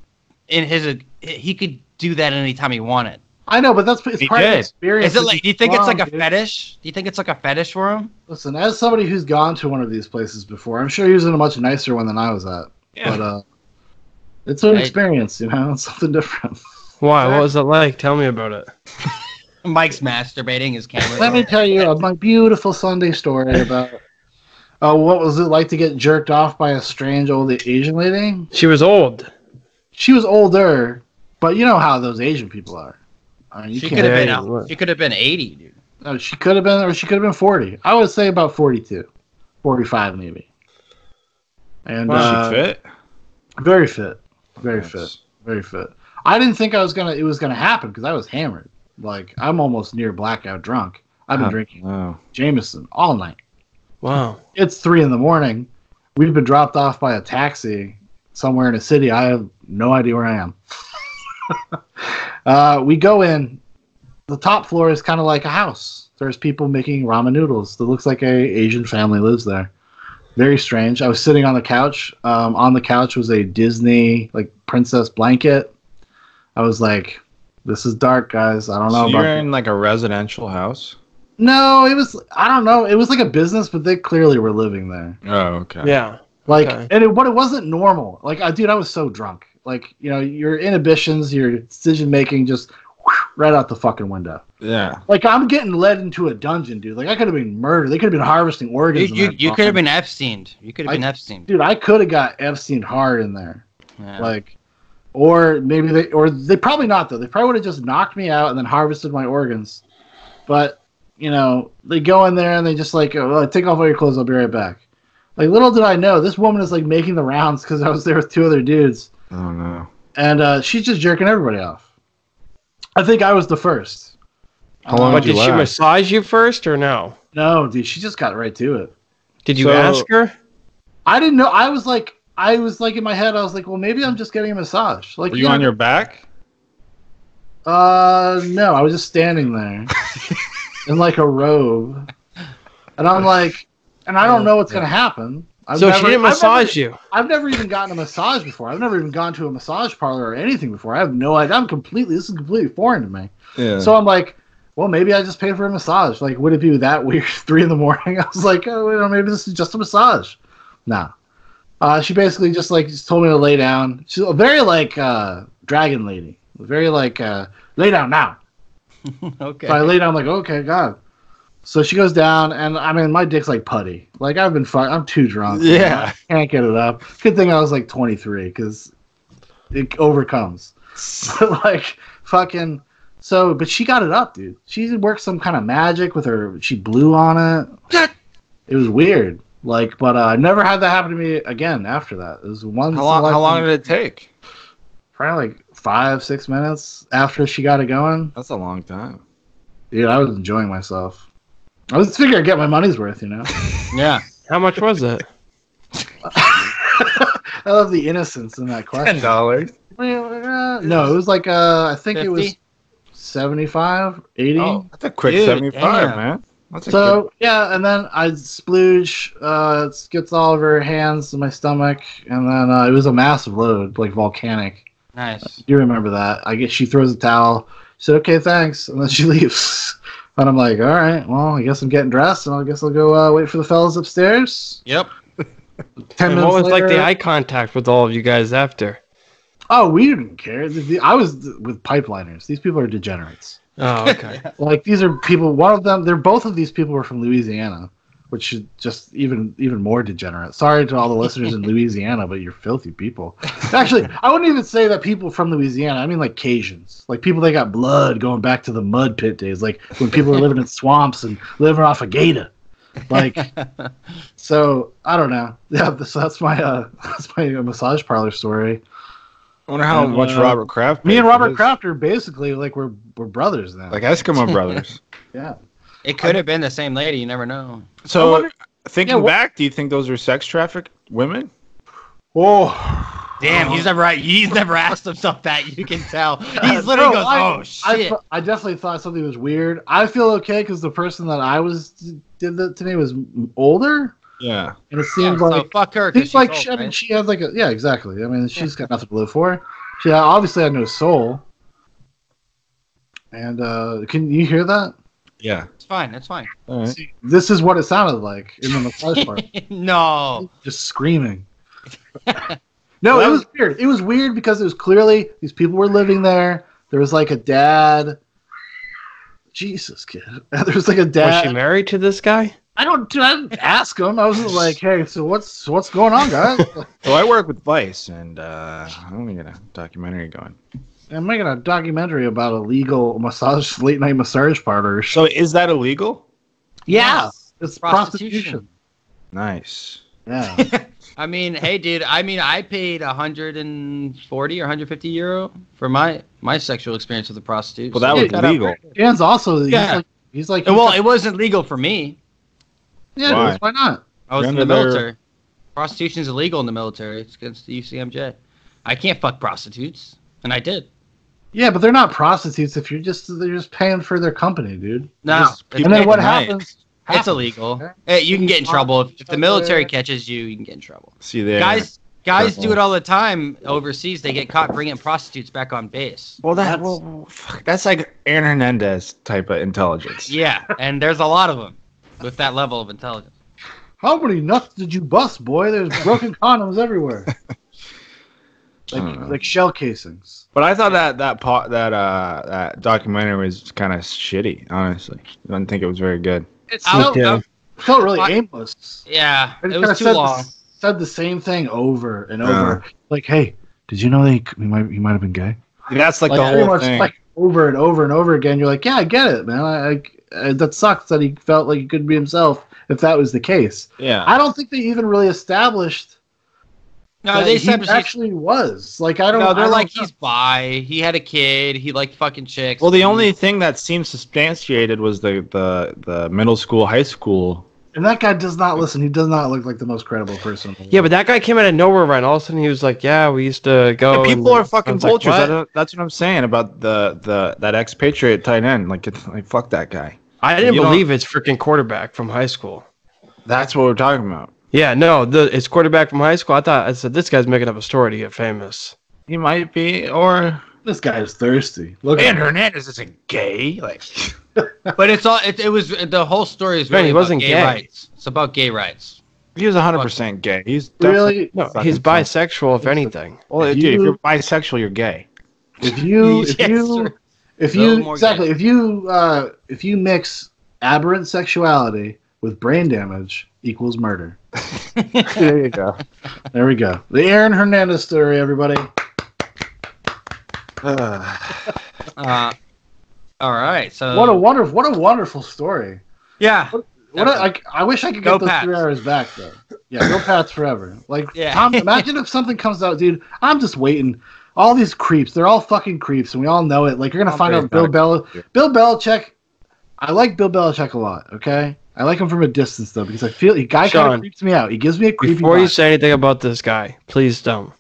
in his. He could do that anytime he wanted.
I know, but that's it's
He
part of the
did.
experience.
Is it like? Do you think it's like a
Dude.
fetish? Do you think it's like a fetish for him?
Listen, as somebody who's gone to one of these places before, I'm sure he was in a much nicer one than I was at.
Yeah.
But uh, it's an
Right.
experience, you know, (laughs) it's something different.
Why? What was it like? Tell me about it.
Mike's masturbating his camera.
Let me tell you uh, my beautiful Sunday story about uh, what was it like to get jerked off by a strange old Asian lady.
She was old.
She was older, but you know how those Asian people are. I mean, you
she
can't.
could have been.
Yeah,
out-
what?
She could have been eighty, dude.
no, she could have been, or she could have been 40. I would say about 42, 45 maybe. And
Is
uh,
she fit?
very fit, very fit. very fit. I didn't think I was gonna it was gonna happen because I was hammered. Like I'm almost near blackout drunk. I've been
Huh.
drinking
Oh.
Jameson all night.
Wow.
It's three in the morning. We've been dropped off by a taxi somewhere in a city. I have no idea where I am. (laughs) uh, we go in. The top floor is kind of like a house. There's people making ramen noodles. That looks like a Asian family lives there. Very strange. I was sitting on the couch. Um, on the couch was a Disney like princess blanket. I was like, "This is dark, guys. I don't know
So
about."
you're in like a residential house.
No, it was. I don't know. It was like a business, but they clearly were living there.
Oh, okay.
Yeah.
Like,
Okay.
and it, what it wasn't normal. Like, I, dude, I was so drunk. Like, you know, your inhibitions, your decision making, just whoosh, right out the fucking window.
Yeah.
Like, I'm getting led into a dungeon, dude. Like, I could have been murdered. They could have been harvesting
You,
organs. in
you,
that
you could have
fucking-
been Epstein. You could have
I-
been Epstein.
dude. I could have got Epstein hard in there.
Yeah.
Like, or maybe they, or they probably not though. They probably would have just knocked me out and then harvested my organs. But you know, they go in there and they just like, oh, well, take off all your clothes. I'll be right back. Like, little did I know, this woman is like making the rounds because I was there with two other dudes,
Oh no.
and uh, she's just jerking everybody off. I think I was the first. Um,
How long
But
did
did
you
she
last?
massage you first or no?
No, dude, she just got right to it.
Did you
So-
ask her?
I didn't know. I was like, I was like in my head, I was like, well, maybe I'm just getting a massage. Like,
Were you on
know-
your back?
Uh, no, I was just
(laughs)
standing there in like a robe, and I'm like, and I don't know what's gonna happen. I've
so she
never-
didn't
I've
massage
never-
you.
I've never even gotten a massage before. I've never even gone to a massage parlor or anything before. I have no idea. I'm completely. This is completely foreign to me.
Yeah.
So I'm like, well, maybe I just pay for a massage. Like, would it be that weird? (laughs) Three in the morning. I was like, oh, you know, maybe this is just a massage. Nah. Uh, she basically just like just told me to lay down. She's a very like uh, dragon lady. Very like uh, lay down now.
okay.
So I lay down. I'm like, okay, God. So she goes down, and I mean, my dick's like putty. Like I've been, fu- I'm too drunk.
Yeah.
I can't get it up. Good thing I was like 23 because it overcomes. (laughs) But like fucking, so but she got it up, dude. She worked some kind of magic with her. She blew on it. it was weird. Like, but uh, I never had that happen to me again after that. It was one.
(laughs) How long? How long did it take?
Probably like five, six minutes after she got it going.
That's a long time.
Dude, I was enjoying myself. I was figuring I'd get my money's worth,
(laughs)
you know? (laughs)
yeah.
How much was it?
I love the innocence in that question.
dollars.
Uh, No, it was like, uh, I think it was
50?
75, 80.
Oh, that's a quick
Dude,
seventy-five,
damn.
man. That's a
so, yeah, and then I splooge, uh, it gets all over her hands and my stomach, and then uh, it was a massive load, like volcanic.
Nice.
You remember that. I guess she throws a towel. She said, okay, thanks, and then (laughs) she leaves. And I'm like, all right, well, I guess I'm getting dressed, and I guess I'll go uh, wait for the fellas upstairs.
Yep.
Ten
And
minutes
what was like the
later-
eye contact with all of you guys after?
Oh, we didn't care. The- the- I was th- with pipeliners. These people are degenerates.
Oh,
(laughs)
okay.
Like these are people. One of them. They're both of these people were from Louisiana, which is just even even more degenerate. Sorry to all the listeners in Louisiana, but you're filthy people. Actually, I wouldn't even say that people from Louisiana. I mean like Cajuns, like people that got blood going back to the mud pit days, like when people were living in swamps and living off a gator. Like, so I don't know. (laughs) Yeah, this, that's my uh, (laughs) that's my massage parlor story.
I wonder how
And,
much
uh,
Um, Robert Kraft.
Me
paid
and
for
Robert
this.
Kraft are basically like we're we're brothers now.
like (laughs) Eskimo brothers.
yeah.
It could have been the same lady. You never know.
So uh,
I wonder-
thinking
Yeah, wha-
back, do you think those are sex trafficked women?
Oh,
Damn, he's never right. He's never asked himself that. You can
(laughs)
tell. He's literally
No,
goes,
I-
"Oh
I,
shit."
fe- I definitely thought something was weird. I feel okay because the person that I was did that to me was m- older,
Yeah.
and it
Yeah,
seemed
so
like
fuck her. 'cause
seems
she's
like
old,
she, I mean,
right?
she had like a yeah exactly. I mean she's got nothing to live for. She uh, obviously had no soul. And uh can you hear that?
Yeah.
It's fine. It's fine. (laughs)
All right.
See, this is what it sounded like in the massage part.
no.
just screaming. no,
Well,
it was weird. It was weird because it was clearly these people were living there. There was like a dad. Jesus, kid. (laughs) There was like a
Was she
dad.
married to this guy?
I don't. Dude, I didn't ask him. I was just like, hey, so what's what's going on, guys? Like,
So I work with Vice, and uh, I'm gonna get a documentary going.
I'm making a documentary about a legal massage, late night massage parlor.
So is that illegal?
Yeah,
Yes.
it's prostitution.
Prostitution.
Nice.
Yeah.
I mean, hey, dude. I mean, I paid 140 or 150 euro for my my sexual experience with a prostitute.
Well, that
so
was
get up.
legal.
Dan's also. He's
Yeah. Oh,
like. He's like
Well, it wasn't legal for me.
yeah, dude,
why?
why not?
I was
You're
in the
under their-
military. Prostitution is illegal in the military. It's against the UCMJ. I can't fuck prostitutes, and I did.
Yeah, but they're not prostitutes if you're just they're just paying for their company, dude.
No.
Just
it's
and then
bad.
what
deny it.
happens?
It's
happens.
illegal. Hey, you can get in trouble if, if the military catches you. You can get in trouble.
See there,
Guys, guys do
Careful.
it all the time overseas. They get caught bringing prostitutes back on base.
Well, that
that's-
well, fuck, that's like Aaron Hernandez type of intelligence.
Yeah, and there's a lot of them with that level of intelligence.
How many nuts did you bust, boy? There's
(laughs)
broken condoms everywhere.
I don't know.
Like like shell casings.
But I thought that that pot that uh that documentary was kind of shitty. Honestly, I didn't think it was very good.
It's
I don't-
felt,
I-
felt really
I-
aimless.
yeah,
I just
it
kinda
was too
said the-
long.
said the same thing over and
Yeah.
over. Like, hey, did you know that you, you might you might have been gay?
That's like,
Like,
the
pretty
whole
much
thing.
like over and over and over again. You're like, yeah, I get it, man. I, I, I that sucks that he felt like he couldn't be himself if that was the case.
yeah,
I don't think they even really established
No,
that
they
he
said
actually was. Like I don't.
no, they're
I don't
like
know.
he's bi. He had a kid. He liked fucking chicks.
Well, the only thing that seemed substantiated was the the the middle school, high school.
and that guy does not listen. He does not look like the most credible person.
Yeah, but that guy came out of nowhere, right? All of a sudden, he was like, "Yeah, we used to go."
Yeah, people
Oh, and-
are
I
fucking
was like,
vultures. I
"What?"
don't, that's what I'm saying about the the that expatriate tight end. Like, it's, like fuck that guy.
I didn't
You don't-
believe it's freaking quarterback from high school.
That's what we're talking about.
Yeah, no, the it's quarterback from high school. I thought I said this guy's making up a story to get famous.
He might be, or
this guy is thirsty. Look, at
Aaron
him.
Hernandez isn't gay. Like,
(laughs) but it's all. It, it was the whole story is
Man,
really
he
about
wasn't
gay,
gay.
rights. It's about gay rights.
(laughs) he was 100 percent gay. He's definitely-
really,
No,
Fucking
he's
fuck.
bisexual, if anything.
Well,
If
dude, if
you-
you're bisexual, you're gay.
if
(laughs)
you, if
Yes,
you,
sir.
if
No
you,
more
exactly, if you, uh, if you mix aberrant sexuality with brain damage equals murder.
there you go.
There we go. The Aaron Hernandez story, everybody.
Uh, all right, so
What a wonderful, what a wonderful story.
yeah.
What a, I, I wish I could
Go
get those
Pats.
three hours back though. Yeah, go Pats forever. Like
Yeah.
Tom, imagine if something comes out, dude. I'm just waiting. All these creeps, they're all fucking creeps, and we all know it. Like you're gonna
I'm
find
very
out Bill
proud
Bel
you.
Bill Belichick. I like Bill Belichick a lot. Okay, I like him from a distance though because I feel the guy kind
Sean,
of creeps me out. He gives me a creepy.
Before you
vibe.
say anything about this guy, please don't.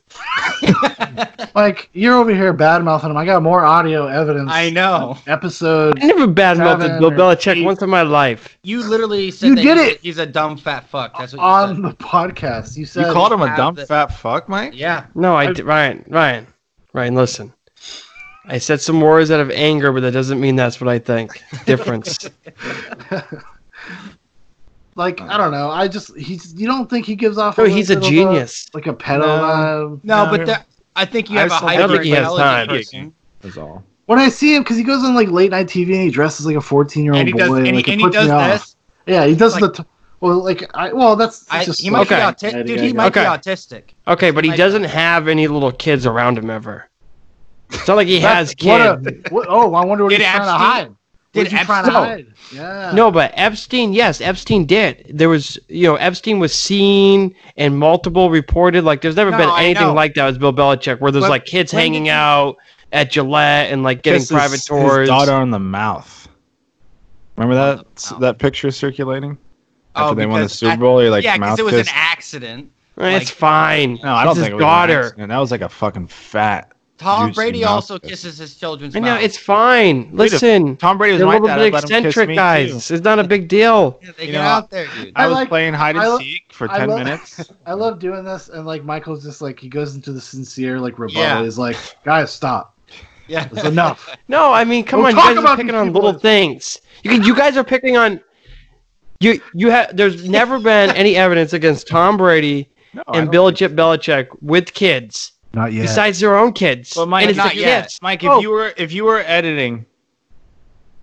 like you're over here bad mouthing him. I got more audio evidence.
I know.
Episode.
I never badmouthed
Seven
Bill
or
Belichick
eight.
once in my life.
You literally said
You
that
did
he's,
it!
he's a dumb fat fuck. That's what you
on
said.
the podcast, you said
You called him a
have
dumb
the-
fat fuck, Mike.
Yeah.
No, I
I-
di- Ryan, Ryan, Ryan. Listen, I said some words out of anger, but that doesn't mean that's what I
(laughs)
think. Difference.
like I don't know. I just he's you don't think he gives off.
no,
a little
he's a
uh,
bit of
genius.
like a pedo
No.
vibe.
No,
No,
but
no.
that, I think you
I
have a
just don't- I
hyper
don't think
he has time.
person.
That's all.
When I see him, because he goes on like late night TV and he dresses like a fourteen year old
And
boy,
he does, and,
and,
he-
like, it
and he
puts
does
me off.
this.
Yeah, he does
Like-
the. T- well, like I well, that's
I,
just
he might
Okay.
be autistic. Dude, he might be
Okay.
autistic.
Okay, but he
Like-
uh,
doesn't have any little kids around him ever. It's not like he has
(laughs)
What a,
kids.
(laughs) what, oh, I wonder what
Did
he's trying to
Epstein-
hide. Did you trying to
Epstein-
hide? Yeah.
No, but Epstein, yes, Epstein did. There was, you know, Epstein was seen and multiple reported. Like, there's never
No,
been
I
anything
know.
like that with Bill Belichick, where there's
But
like kids
when
hanging
did-
out at Gillette and like getting
Kisses
private
his
tours.
daughter on the mouth. Remember that
mouth.
that picture circulating after
Oh,
they won the
because
Super
ac-
Bowl? You're like
yeah,
mouth
because it was
kiss.
an accident.
Eh, It's
like-
fine.
no, I don't
it's
think it
his
was an
daughter.
accident. That was like a fucking fat.
Tom
Juicy
Brady
mouth
also
kiss.
kisses his children's
I know
mouth.
it's fine. Listen,
Tom Brady was
they're a
my
little
dad.
bit
I'd let him kiss
eccentric,
me,
guys.
too.
It's not a big deal.
Yeah, they
you
get
know,
out there,
(laughs)
dude.
I was
like-
playing hide
I
and
lo-
seek for
I
ten
lo-
(laughs) minutes.
(laughs) I love doing this, and like Michael's just like he goes into the sincere like rebuttal.
Yeah.
He's like, guys, stop.
Yeah. (laughs)
It's enough.
No, I mean, come
We'll
on, you
talk
guys are
about
picking
these
on
people
little
as-
things. You you guys are picking on you you have.
(laughs)
There's never been any evidence against Tom Brady
No, Oh, I
and
don't
Bill
think-
Chip Belichick with kids
Not yet.
besides their own kids.
But Mike,
and it's the
not yet.
kids.
Mike, if
Oh.
you were if you were editing,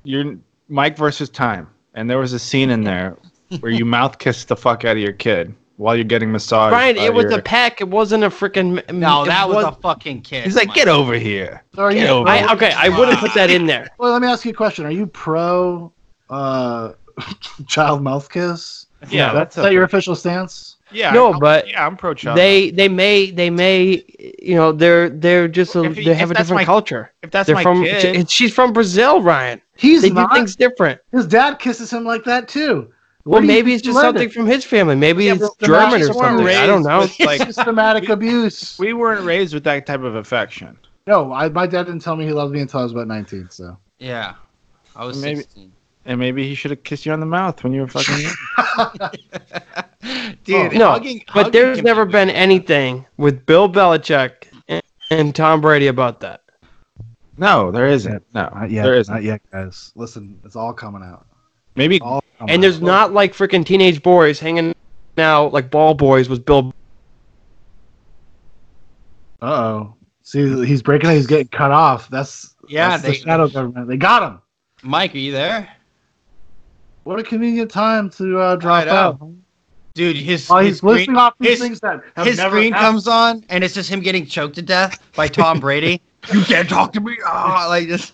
your Mike versus Time, and there was a scene in there where you mouth kissed the fuck out of your kid while you're getting massaged.
Brian,
by
it was
your-
a peck. It wasn't a freaking.
no,
it
that
was-
was, a fucking kid.
He's like,
Mike.
get over here.
So are you?
Get over
pro-
it.
I, okay, I would have put that in there.
Well, let me ask you a question. Are you pro uh, (laughs) child mouth kiss?
Yeah,
Is that- is that your official stance?
yeah.
No,
I'm-
but
yeah, I'm pro child.
They they may they may you know they're they're just a,
If he-
they have
if
a
that's
different
my-
culture.
if that's
They're
my
from
kid,
she- she's from Brazil, Ryan.
He's
They do
not.
things different.
His dad kisses him like that too. Where
Well,
do you
maybe
think
it's
you
just
learned
something
it?
from his family. Maybe
Yeah,
it's
but the
German
Nazis
or
weren't
something. I don't
raised
know.
with, like
Systematic abuse.
we weren't raised with that type of affection.
No, I, my dad didn't tell me he loved me until I was about 19. So
yeah. I was
Maybe-
16.
And maybe he should have kissed you on the mouth when you were fucking. young.
Dude,
Oh.
No,
hugging, hugging
But there's
can
never
be-
been anything with Bill Belichick and, and Tom Brady about that.
(laughs) no, there isn't. No,
not yet.
there isn't.
not yet, guys. Listen, it's all coming out.
Maybe
All coming
And there's
out.
not like freaking teenage boys hanging out like ball boys with Bill.
Uh oh. See, he's breaking it. He's getting cut off. That's
Yeah,
That's the
they-
shadow government. They got him.
Mike, are you there?
What a convenient time to uh, drop
Right
out.
Dude, his,
While
his
Oh, he's listing
screen,
off these
his-
things that have
his
never
screen
happened.
comes on, and it's just him getting choked to death by Tom Brady.
(laughs)
you can't talk to me.
Oh,
Oh,
Ah, like (laughs) this.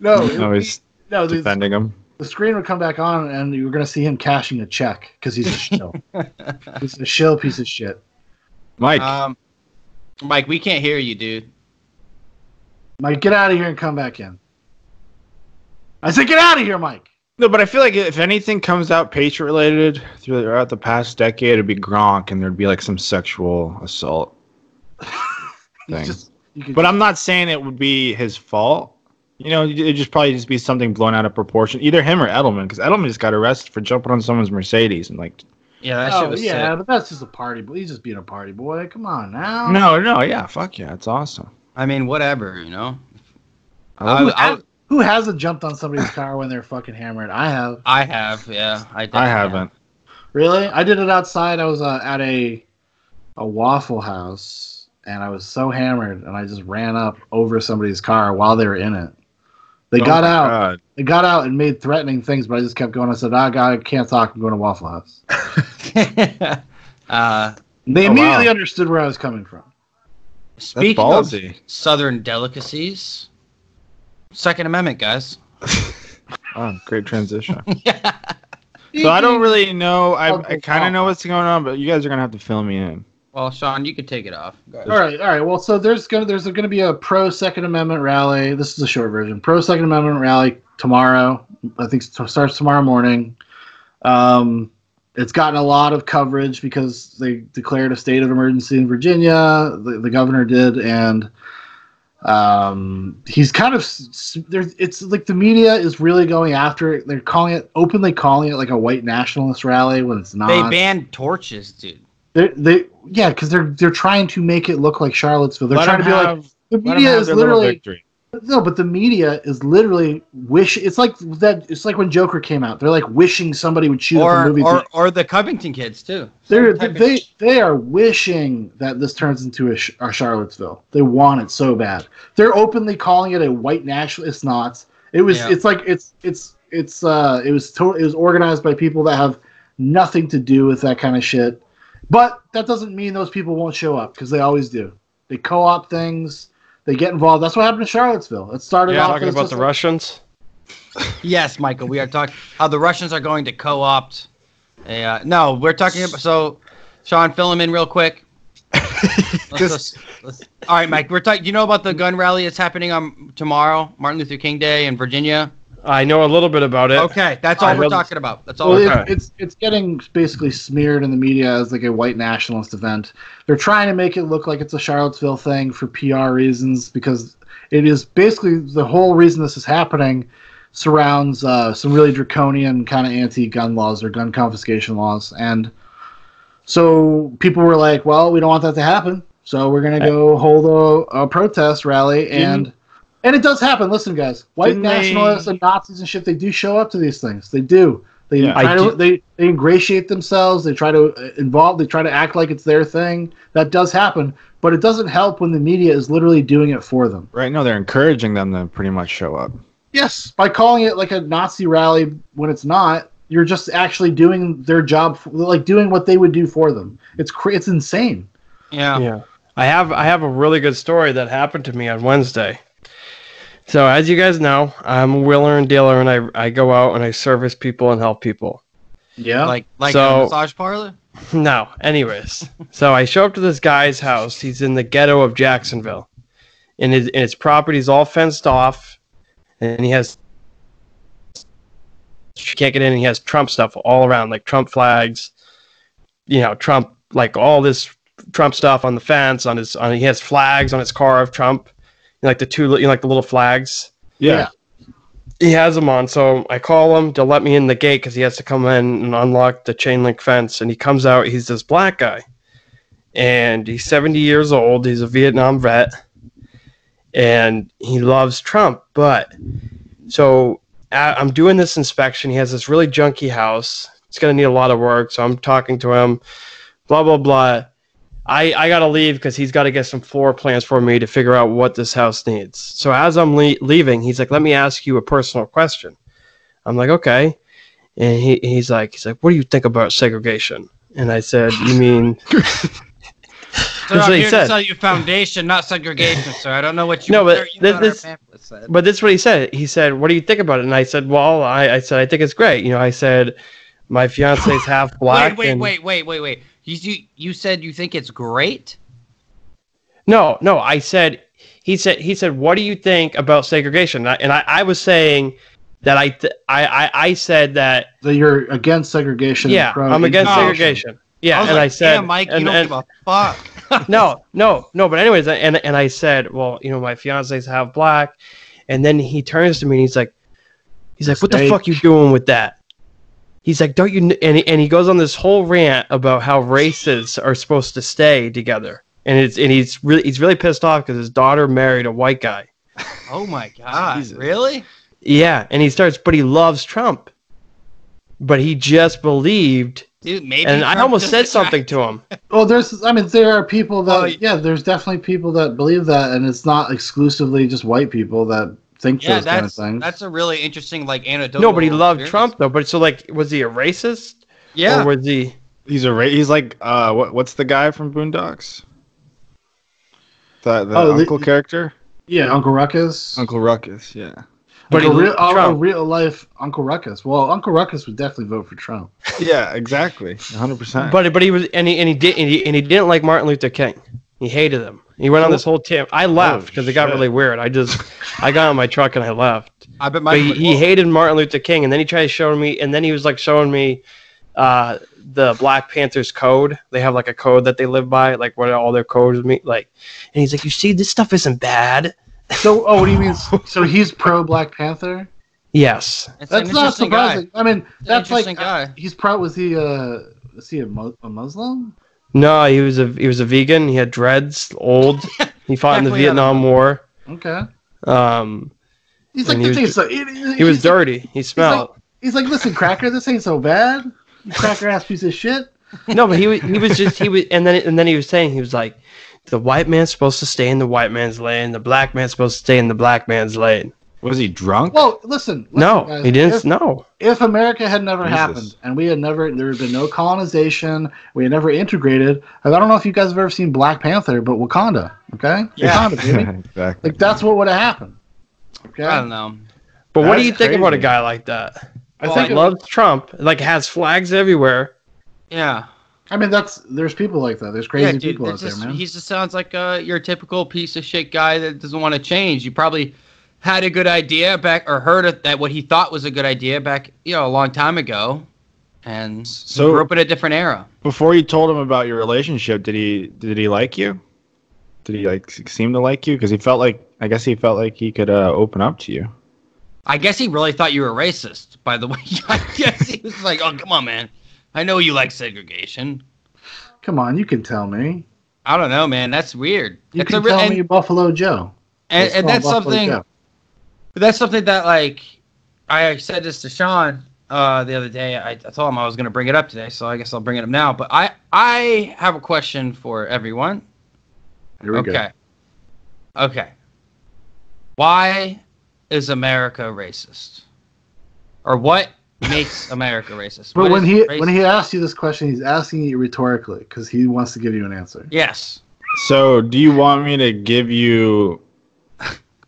No, it
no,
would be-
he's
no, the,
defending him.
the screen would come back on, and you were gonna see him cashing a check because he's a
(laughs)
shill. he's a shill piece of shit.
Mike,
um, Mike, we can't hear you, dude.
Mike, get out of here and come back in. I said, get out of here, Mike.
No, but I feel like if anything comes out Patriot related throughout the past decade, it'd be Gronk, and there'd be like some sexual assault
You
thing.
just- you could-
But I'm not saying it would be his fault. You know, it'd just probably just be something blown out of proportion. Either him or Edelman, because Edelman just got arrested for jumping on someone's Mercedes and like.
Yeah, that shit
oh,
was
yeah,
sick.
but that's just a party boy. He's just being a party boy. Come on now.
No, no, yeah, fuck yeah, it's awesome.
I mean, whatever, you know.
I,
I,
love-
I,
Who hasn't jumped on somebody's car when they're fucking hammered? I have.
I have, yeah. I,
I
definitely have.
haven't.
Really? I did it outside. I was uh, at a a Waffle House, and I was so hammered, and I just ran up over somebody's car while they were in it. They
Oh
got
my
out.
God.
They got out and made threatening things, but I just kept going. I said, "Ah, God, I can't talk. I'm going to Waffle House."
(laughs) uh,
And they
Oh,
immediately
wow.
understood where I was coming from.
That's
speaking of
ballsy.
Southern delicacies, Second Amendment, (laughs) guys.
Oh,
(laughs)
great transition. so I don't really know. I, I kind of know what's going on, but you guys are gonna have to fill me in.
Well, Sean, you could take it off. Go ahead.
All right, all right. Well, so there's gonna there's gonna be a pro Second Amendment rally. This is a short version. Pro Second Amendment rally tomorrow. I think it starts tomorrow morning. Um, it's gotten a lot of coverage because they declared a state of emergency in Virginia. The, the governor did, and um, he's kind of s- s- there's. It's like the media is really going after it. They're calling it openly calling it like a white nationalist rally when it's not.
They banned torches, dude.
They're, they yeah, because they're they're trying to make it look like Charlottesville. They're
Let
trying to
'em
be like
have-
the
let 'em
media
have
is
their little
literally (laughs)
victory.
no, but the media is literally wish. It's like that. It's like when Joker came out. They're like wishing somebody would shoot up a
Or,
movie.
or,
theater.
or the Covington kids, too.
They're,
Some type of-
they they are wishing that this turns into a, Sh- a Charlottesville. They want it so bad. They're openly calling it a white national. It's not. It was.
Yeah.
It's like it's it's it's uh. It was to- It was organized by people that have nothing to do with that kind of shit. But that doesn't mean those people won't show up because they always do. They co-op things. They get involved. That's what happened in Charlottesville. It started
Yeah,
off
talking
as
about
just
the
like-
Russians.
yes, Michael, we are talking how the Russians are going to co-opt. A, uh, no, we're talking about so. Sean, fill him in real quick. Let's- let's-
Just-
let's- all right, Mike. We're talking. Do you know about the gun rally that's happening on tomorrow, Martin Luther King Day in Virginia?
I know a little bit about it.
Okay, that's
I
all we're
know-
talking about. That's all.
Well,
we're
it-
Okay.
it's it's getting basically smeared in the media as like a white nationalist event. They're trying to make it look like it's a Charlottesville thing for PR reasons because it is basically the whole reason this is happening surrounds uh, some really draconian kind of anti-gun laws or gun confiscation laws, and so people were like, "Well, we don't want that to happen, so we're gonna go hold a, a protest rally and." And it does happen. Listen, guys, white
Didn't they-
nationalists and Nazis and shit—they do show up to these things. They do. They
Yeah.
try
I
to,
do-
they they ingratiate themselves. They try to uh, involve. They try to act like it's their thing. That does happen, but it doesn't help when the media is literally doing it for them.
Right now, they're encouraging them to pretty much show up.
Yes, by calling it like a Nazi rally when it's not, you're just actually doing their job, f- like doing what they would do for them. It's cra- it's insane.
yeah.
Yeah. I have I have a really good story that happened to me on Wednesday. So as you guys know, I'm a wheeler and dealer and I, I go out and I service people and help people.
Yeah,
Like like
So-
a massage parlor.
No, anyways. so I show up to this guy's house. He's in the ghetto of Jacksonville. And his and his property's all fenced off and he has she can't get in and he has Trump stuff all around, like Trump flags, you know, Trump like all this Trump stuff on the fence, on his on he has flags on his car of Trump. You know, like the two li- you know, like the little flags.
Yeah.
He has them on, so I call him to let me in the gate because he has to come in and unlock the chain link fence. And he comes out. He's this black guy, and he's seventy years old. He's a Vietnam vet, and he loves Trump. But so I- I'm doing this inspection. He has this really junky house. It's gonna need a lot of work. So I'm talking to him, blah blah blah. I, I gotta leave because he's got to get some floor plans for me to figure out what this house needs. So as I'm le- leaving, he's like, "Let me ask you a personal question." I'm like, "Okay," and he, he's like, "He's like, what do you think about segregation?" And I said, "You
(laughs)
mean?"
So
(laughs) That's
I'm
what he
here
said.
to sell you foundation, not segregation, sir. I don't know what you.
No, but
there you
this-
got our
this-
pamphlet, sir.
But this is what he said. He said, "What do you think about it?" And I said, "Well, I, I said I think it's great. You know, I said my fiance's half black."
(laughs) Wait, wait,
and-
wait, wait, wait, wait. You, you you said you think it's great.
No, no, I said he said he said what do you think about segregation? And I, and I, I was saying that I, th- I I I said that
that you're against segregation. and
yeah,
pro-
I'm against
Oh.
segregation. Yeah,
I was
and
like,
I said,
"Damn, Mike,
and-
you don't
and-
give a fuck.
(laughs)
(laughs)
no, no, no. But anyways, and and I said, well, you know, my fiance's half black, and then he turns to me and he's like, he's like, what the
Mistake.
fuck you doing with that? He's like, don't you? kn-" And he- and he goes on this whole rant about how races are supposed to stay together, and it's and he's really he's really pissed off because his daughter married a white guy.
Oh my god,
Jesus.
really?
Yeah, and he starts, but he loves Trump. But he just believed,
Dude, maybe.
and I
Trump
almost
just
said
got-
something to him.
Well, there's, I mean, there are people that,
Oh, y-
yeah, there's definitely people that believe that, and it's not exclusively just white people that think
Yeah,
those kind of
that's
things.
that's a really interesting like anecdote.
No, but he loved Trump though. But so, like, was he a racist?
Yeah,
Or was he?
He's a ra- he's like uh what what's the guy from Boondocks? The the
Oh, the-
uncle character?
yeah, Uncle Ruckus.
Uncle Ruckus, yeah.
But
like
he
a real, oh,
loved
a- a
Trump.
real life Uncle Ruckus. Well, Uncle Ruckus would definitely vote for Trump.
Yeah, exactly. 100%.
But but he was, and he and he did, and he, and he didn't like Martin Luther King. He hated him. He went on this whole tip. I left because it got
shit.
really weird. I just, I got in my truck and I left.
I bet
but
Mike.
he,
would-
he hated Martin Luther King, and then he tried showing me, and then he was like showing me uh, the Black Panthers code. They have like a code that they live by, like what all their codes mean. Like, and he's like, "You see, this stuff isn't bad."
So, oh, what do
(laughs)
you mean? So he's pro Black Panther?
Yes,
It's an
That's not
interesting guy.
surprising. I mean,
It's an
that's like
interesting guy.
he's pro. Was he? Uh, is he a, mu- a Muslim?
no, he was a he was a vegan. He had dreads,
(laughs)
old. He fought in the
Definitely not a
Vietnam War.
Okay.
Um,
He's like,
And he
this
was-
ain't so. It, it-
he was
he's like-
dirty. He smelled.
He's like, listen, Cracker, this ain't so bad. You Cracker ass piece of shit.
no, but he was he was just he was and then and then he was saying he was like the white man's supposed to stay in the white man's lane, the black man's supposed to stay in the black man's lane.
was he drunk?
Well, listen. listen,
No,
guys,
he didn't
If,
no.
if America had never
Jesus.
happened and we had never, there had been no colonization, we had never integrated. I don't know if you guys have ever seen Black Panther, but Wakanda, okay? Wakanda, baby.
(laughs) exactly.
Um,
Like that's what would have happened. Okay.
I don't know.
But what do
That's
you think about a
crazy.
guy like that?
I
Well,
think
That loves Trump, like has flags everywhere.
Yeah.
I mean that's there's people like that. There's crazy
yeah, dude,
people out
that's just-
there, man.
He just sounds like uh, your typical piece of shit guy that doesn't want to change. You probably had a good idea back, or heard it, that what he thought was a good idea back, you know, a long time ago, and
So-
so, grew up in a different era.
Before you told him about your relationship, did he did he like you? Did he like s- seem to like you? Because he felt like I guess he felt like he could uh, open up to you.
I guess he really thought you were racist. By the way, (laughs) I guess he was like, "Oh, come on, man. I know you like segregation."
Come on, you can tell me.
I don't know, man. That's weird.
You
That's
can
real-
tell
and,
me Buffalo Joe.
and,
It's
and
called
that's
Buffalo
something.
Joe.
But that's something that like I said this to Sean uh, the other day. I, I told him I was going to bring it up today, so I guess I'll bring it up now. But I I have a question for everyone.
Here we go.
okay. Okay. Why is America racist?
(laughs)
Or what makes America racist?
But
What
when
is
he
racism?
when he asks you this question, he's asking you rhetorically because he wants to give you an answer.
yes,
So, do you want me to give you?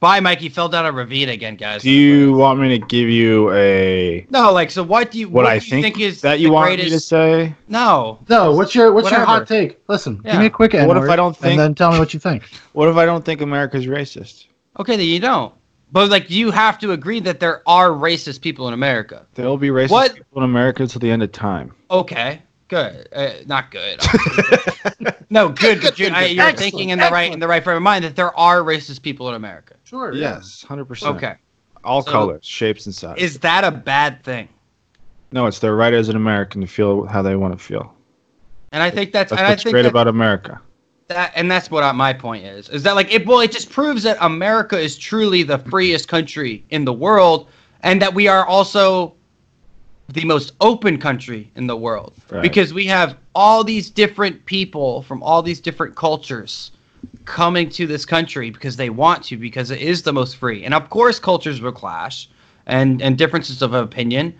bye, Mikey fell down a ravine again, guys.
Do you want me to give you a
No, like so. What do you?
what, I
do you
think,
is
that you
the
want me to
greatest-
say?
No,
No, what's your what's your
Whatever.
hot take? Listen,
Yeah.
give me a quick answer.
What if I don't think-
And then tell me what you think.
What if I don't think America's racist?
Okay, then you don't. But like, you have to agree that there are racist people in America.
There'll be racist
What?
people in America till the end of
(laughs)
time.
Okay, good. Uh, not good. no, good. But you, I, you're
Excellent,
thinking in the right in the right frame of mind that there are racist people in America.
Sure.
Yes, hundred percent.
Okay,
all
So-
colors, shapes, and sizes.
is that a bad thing?
no, it's their right as an American to feel how they want to feel.
And I think that's,
That's
and I
what's
think
great
that,
about America.
that and that's what I, my point is is that like it well it just proves that America is truly the freest country in the world and that we are also the most open country in the world
Right.
because we have all these different people from all these different cultures coming to this country because they want to because it is the most free and of course cultures will clash and and differences of opinion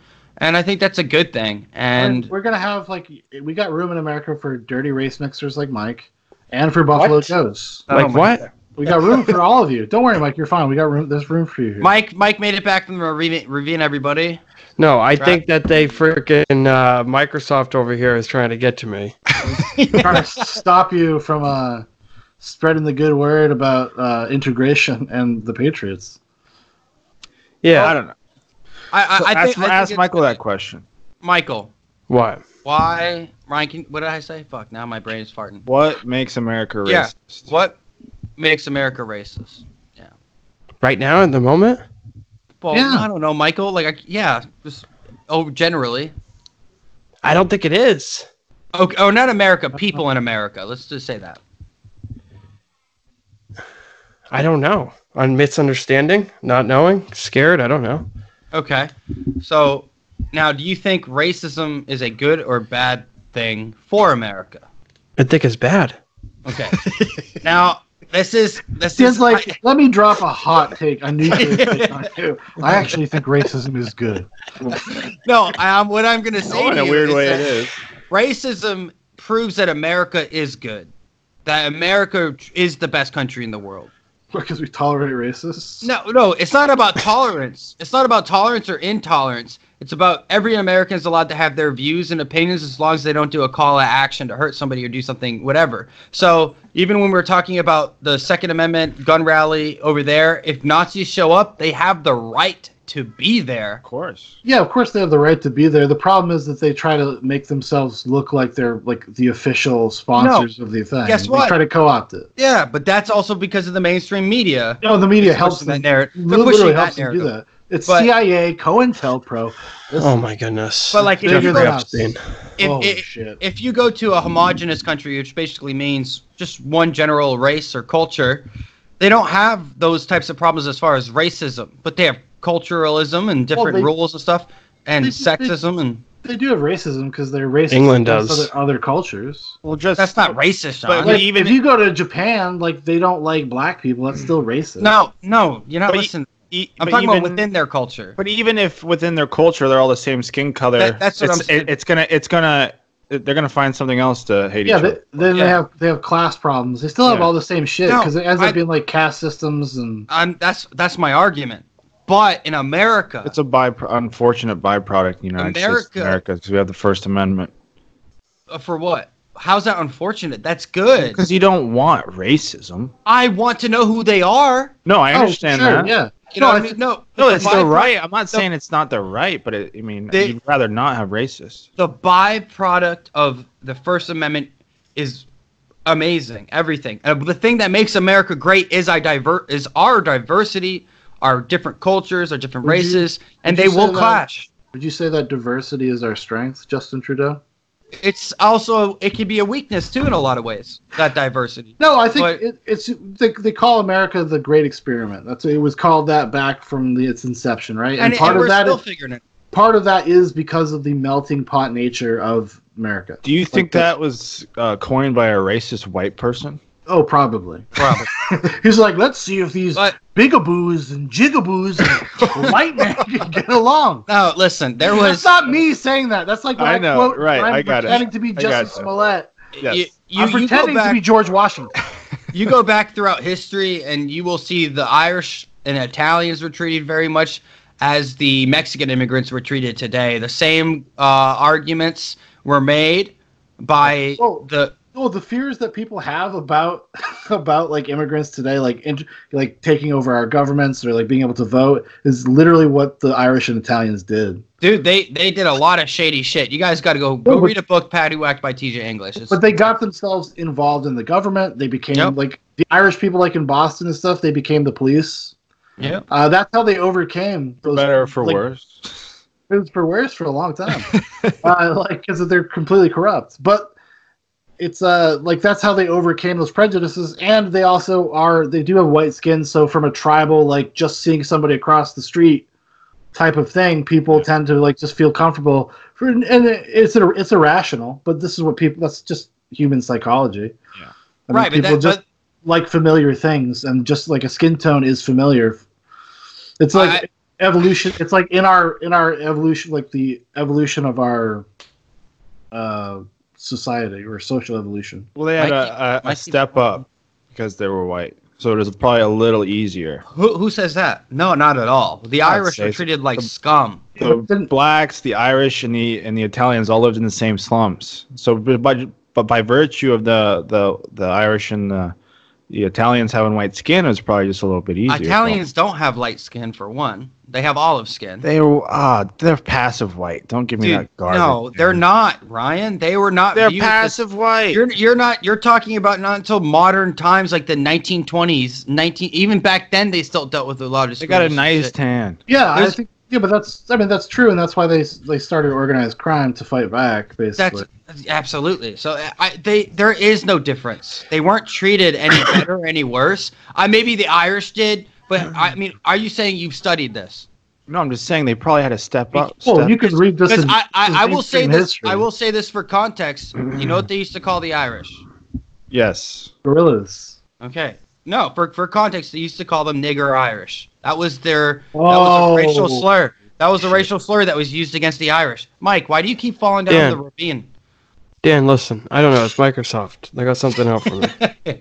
and I think that's a good thing and
And we're gonna have like we got room in America for dirty race mixers like Mike, and for Buffalo
What?
Joes.
I don't
Like
mind
what?
that.
We got room for all of you. Don't worry, Mike. You're fine. We got room. There's room for you here.
Mike Mike made it back from the ravine, ravine everybody
No, I
Right.
think that they freaking uh, Microsoft over here is trying to get to me.
trying to stop you from uh, spreading the good word about uh, integration and the Patriots.
Yeah.
I don't know.
I, I,
So
I
ask
think, I think
ask
it's-
Michael that question.
Michael,
what?
why Ryan? Can, what did I say? Fuck! Now my brain is farting.
What makes America
Yeah.
racist?
What makes America racist?
Right now at the moment?
Well,
Yeah.
I don't know, Michael. Like, I, yeah, just oh, generally.
I don't think it is.
Okay, oh, not America. People in America. Let's just say that.
I don't know. On misunderstanding, not knowing, scared, I don't know.
Okay. So now, do you think racism is a good or bad thing for America?
I think it's bad.
(laughs)
Okay. now this is this
It's
is
like, let me drop a hot take, a
(laughs)
nuclear take on you. I actually think racism is good. (laughs)
no. I, am what I'm gonna say.
Oh, in
to
a
you
weird
is
way,
that-
it is.
racism proves that America is good. That America is the best country in the world.
Because we tolerate racists.
No, no, it's
(laughs)
not about tolerance. It's not about tolerance or intolerance. It's about every American is allowed to have their views and opinions as long as they don't do a call to action to hurt somebody or do something, whatever. So even when we're talking about the Second Amendment gun rally over there, if Nazis show up, they have the right to be there.
Of course.
Yeah, of course they have the right to be there. The problem is that they try to make themselves look like they're like the official sponsors of the thing.
Guess
They
what?
try to co-opt it.
Yeah, but that's also because of the mainstream media.
No, the media
It's
helps
pushing
them.
that narrative. They're
Literally
pushing that
helps them do
narrative.
that. It's
But-
CIA, COINTELPRO.
Oh my goodness.
But, like, if
Jeffrey
you-
Epstein.
If-
Holy
if-
shit.
if you go to a homogenous country, which basically means just one general race or culture, they don't have those types of problems as far as racism, but they have culturalism and different
they-
rules and stuff, and
they- they-
sexism, and
They do have racism because they're racist.
England
against
does.
Other, other cultures.
Well, just e-
that's not racist.
But
Sean.
Like,
even-
if you go to Japan, like they don't like black people. That's still racist.
no, no, you're not
But you-
listening.
E-
I'm
but
talking
even-
about within their culture.
But even if within their culture they're all the same skin color,
That- that's what
it's,
I'm saying.
it- it's gonna, it's gonna, they're gonna find something else to hate
Yeah,
each
but
other.
then
Yeah.
they have they have class problems. They still have
Yeah.
all the same shit
No,
because it ends
I-
up being like caste systems and
I'm, that's that's my argument. But in America,
It's a by unfortunate byproduct, you know. It's just
America.
America, because we have the First Amendment.
uh, for what? How's that unfortunate? That's good.
Because you don't want racism.
I want to know who they are.
No, I
Oh,
understand
sure,
that.
Yeah.
You
No,
know,
I
what I mean, no,
No, it's
the
the
byproduct-
right. I'm not saying it's not the right, but it, I mean,
They-
you'd rather not have racists.
the byproduct of the First Amendment is amazing. Everything. Uh, the thing that makes America great is I diver- is our diversity, our different cultures, our different
Would you-
races, and
would
they
you say
will
that-
clash.
Would you say that diversity is our strength, Justin Trudeau?
It's also it can be a weakness too in a lot of ways. That diversity.
No, I think
But-
it, it's they, they call America the Great Experiment. That's it was called that back from the, its inception, right? And,
And,
part
and
of
we're
that
still
is-
figuring it.
part of that is because of the melting pot nature of America.
Do you think
the-
that was uh, coined by a racist white person?
Oh, probably. (laughs)
Probably.
He's like, let's see if these
But-
bigaboos and jigaboos
(laughs)
and white men can get along.
No,
(laughs)
listen, there
That's
was
not me saying that. That's like when I,
I know,
quote,
right,
I'm
I got it.
pretending to be
got
Justice
it.
Smollett.
Yes.
you, you,
I'm
you go
pretending
back
to be George Washington.
you go back throughout history and you will see the Irish and Italians were treated very much as the Mexican immigrants were treated today. The same uh, arguments were made by
Well-
the
Well, the fears that people have about (laughs) about like immigrants today, like int- like taking over our governments or like being able to vote, is literally what the Irish and Italians did.
dude. They they did a lot of shady shit. You guys got to go go
No, but-
read a book, Patty Whack by T.J. English. It's,
But they got themselves involved in the government. They became
Yep.
like the Irish people, like in Boston and stuff. They became the police.
yeah,
Uh, that's how they overcame
For
those
better or for
like,
worse?
It was for worse for a long time,
(laughs)
uh, like because they're completely corrupt. But it's uh like that's how they overcame those prejudices, and they also are they do have white skin. So from a tribal like just seeing somebody across the street type of thing, people tend to like just feel comfortable. For, and it's it's irrational, but this is what people. That's just human psychology.
Yeah.
I mean,
right. But
people
that,
just
but
like familiar things and just like a skin tone is familiar it's like evolution it's like in our in our evolution like the evolution of our uh society or social evolution
Well, they had
Mikey-
a, a, a
Mikey-
step up because they were white, so it was probably a little easier.
who who says that? No, not at all. The
I'd
Irish
say
were
so.
treated like scum.
The
Didn't-
blacks, the Irish, and the and the Italians all lived in the same slums. So, but by, but by virtue of the the the Irish and the the Italians having white skin, it was probably just a little bit easier. for 'em.
Italians don't have light skin for one. They have olive skin.
They were ah, they're passive white. Don't give me
Dude,
that garbage.
no,
(laughs)
they're not, Ryan. They were not.
They're
viewed as-
passive white.
you're you're not. You're talking about not until modern times, like the 1920s, 19. Even back then, they still dealt with a lot of.
They got a
discrimination
nice
shit.
tan.
yeah i
There's-
think yeah but that's i mean that's true and that's why they they started organized crime to fight back
That's
basically
absolutely so. I, they there is no difference. They weren't treated any
(coughs)
better, or any worse. I maybe the Irish did, but I mean, are you saying you've studied this?
No, I'm just saying they probably had a step up.
well
step-
you could read this
Because
in,
I,
in
I, I will say
mainstream
this.
history.
I will say this for context. You know what they used to call the Irish?
yes.
gorillas
Okay. No, for for context, they used to call them nigger Irish. That was their that was a racial
Oh.
slur. That was a racial slur that was used against the Irish. Mike, why do you keep falling down
Yeah.
the ravine?
Dan, listen. I don't know. It's Microsoft. They got something out for me.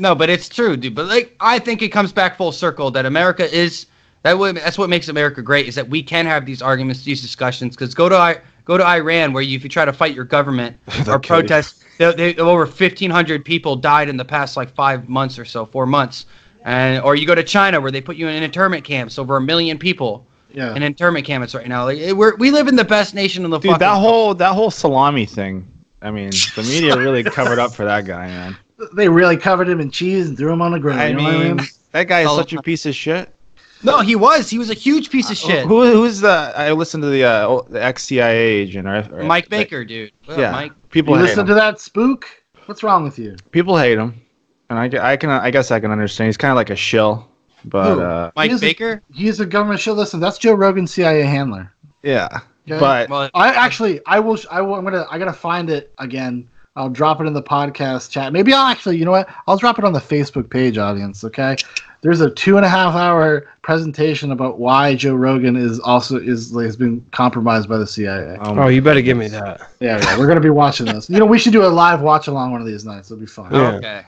No, but it's true, dude. But like, I think it comes back full circle that America is that what, that's what makes America great is that we can have these arguments, these discussions. Because go to I go to Iran where you, if you try to fight your government
(laughs)
or
Okay.
protest, they, they, over fifteen hundred people died in the past like five months or so, four months, and or you go to China where they put you in internment camps over a million people
yeah
in internment camps right now. Like, we're, we live in the best nation in the
Dude,
fucking
that whole that whole salami thing. I mean, the media really covered up for that guy, man. (laughs)
they really covered him in cheese and threw him on the ground
I
you know what
mean, that guy is
All
such
the
a piece of shit.
no, he was he was a huge piece of shit.
Uh, Who who's the? I listened to the uh, oh, the ex CIA agent or, or-
Mike
the-
Baker, dude. Well,
Yeah.
Mike.
People
you
hate
listen
him.
to that spook what's wrong with you
people hate him, and I, gu- I can I guess I can understand. He's kind of like a shill, but
Who?
uh,
Mike
He's a-
Baker.
he's a government shill listen that's joe rogan's cia handler
yeah.
okay?
But
Well,
I actually, I will. sh- I will. I'm gonna. I gotta find it again. I'll drop it in the podcast chat. Maybe I'll actually. You know what? I'll drop it on the Facebook page, audience. Okay. There's a two and a half hour presentation about why Joe Rogan is also is has been compromised by the CIA.
um,
Oh, you better give me that.
Yeah, yeah. We're gonna be watching this. You know, we should do a live watch along one of these nights.
Oh.
It'll be fun.
Yeah.
Okay.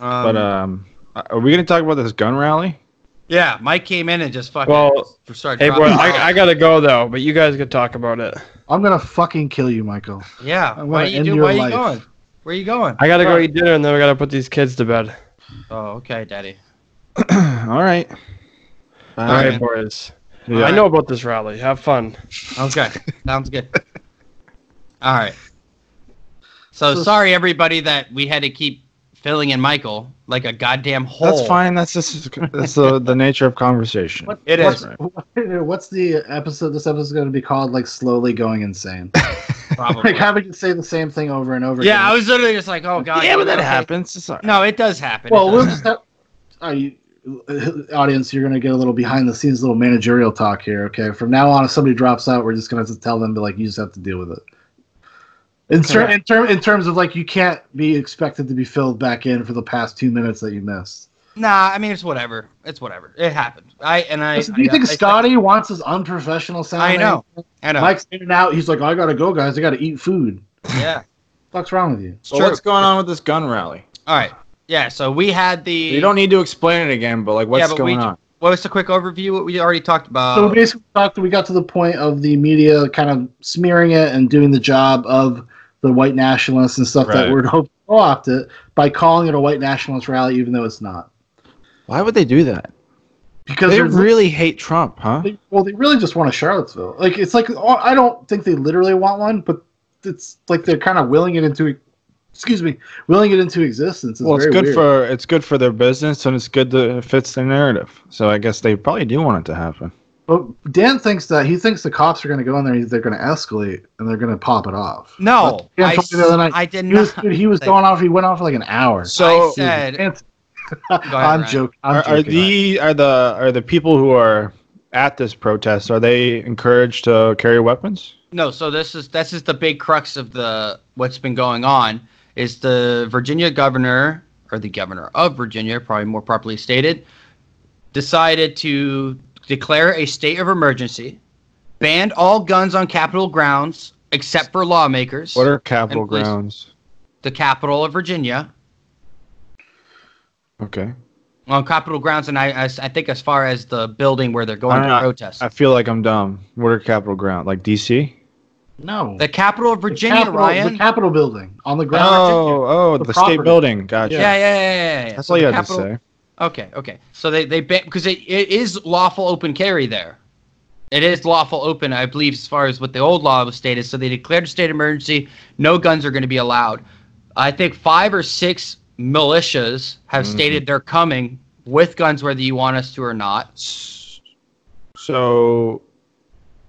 Um,
uh, but um, are we gonna talk about this gun rally? (clears throat)
Yeah, Mike came in and just fucking
Well,
started.
Hey, boy,
dropping
I, I gotta go though, but you guys could talk about it.
I'm gonna fucking kill you, Michael.
yeah,
I'm
why
gonna
do you
end
do?
your
Why are
life.
you going? Where are you going?
I gotta go eat dinner, and then we gotta put these kids to bed.
Oh, okay, Daddy.
All right.
All right,
man.
boys.
Yeah.
I know about this rally. Have fun.
Sounds good. (laughs) Sounds good. All right. So
So-
sorry everybody that we had to keep filling in Michael like a goddamn hole.
That's fine. That's just that's the, the nature of conversation.
It
what's, (laughs)
is
What's the episode? This episode's gonna be called like slowly going insane.
probably.
like having to say the same thing over and over.
yeah, I
again.
was literally just like, oh god.
yeah, but that
okay.
happens. It's all right.
No, it does happen.
Well,
It
we'll
does
just have. Are you, audience, you're gonna get a little behind the scenes, little managerial talk here. Okay, from now on, if somebody drops out, we're just gonna have to tell them to like you just have to deal with it. In, ter- in, term- in terms of like you can't be expected to be filled back in for the past two minutes that you missed.
Nah, I mean it's whatever. It's whatever. It happened. I and I.
Listen, do you
I-
think
I-
Scotty wants his unprofessional sound?
I know. I know.
Mike's in and out. He's like, I gotta go, guys. I gotta eat food.
yeah.
fuck's wrong with you?
So what's going on with this gun rally?
All right. Yeah. So we had the.
You don't need to explain it again, but like, what's
Yeah, but we
going
ju-
on?
What was the quick overview? What we already talked about.
so we basically talked. We got to the point of the media kind of smearing it and doing the job of the white nationalists and stuff that
Right.
were hoping to co-opt it by calling it a white nationalist rally, even though it's not.
Why would they do that?
Because
they
they're
really hate Trump, huh?
they- well, they really just want a Charlottesville. Like it's like oh, I don't think they literally want one, but it's like they're kind of willing it into. Excuse me, willing it into existence. It's
well, it's
very
good
weird.
for it's good for their business, and it's good that it fits their narrative. So I guess they probably do want it to happen.
But Dan thinks that he thinks the cops are going to go in there. They're going to escalate and they're going to pop it off.
no,
Dan
I,
told me the other night,
I did
He was,
(laughs)
not.
dude, he was
Like-
going off. He went off for like an
(laughs)
hour.
So
I
(laughs)
said.
It's-
ahead,
I'm
Ryan.
joking. I'm
are, are
joking.
the are the are the people who are at this protest are they encouraged to carry weapons?
No, so this is this is the big crux of the what's been going on is the Virginia governor or the governor of Virginia, probably more properly stated, decided to declare a state of emergency, banned all guns on Capitol grounds except for lawmakers,
What are Capitol
And police.
grounds?
the capital of Virginia,
Okay,
on Capitol grounds, and I, I, I think as far as the building where they're going
I don't
to
know.
protest,
I feel like I'm dumb. What are Capitol ground like DC?
no
the capital of Virginia,
Capitol,
Ryan.
The Capitol building on the ground.
Oh, oh,
The
the,
property.
state building. Gotcha.
yeah, yeah, yeah, yeah, yeah.
That's
So
all
the
you had
Capitol-
to say.
Okay, okay. So they they because it, it is lawful open carry there. It is lawful open, I believe, as far as what the old law was stated. So they declared a state of emergency. No guns are going to be allowed. I think five or six militias have
Mhm.
stated they're coming with guns, whether you want us to or not.
So,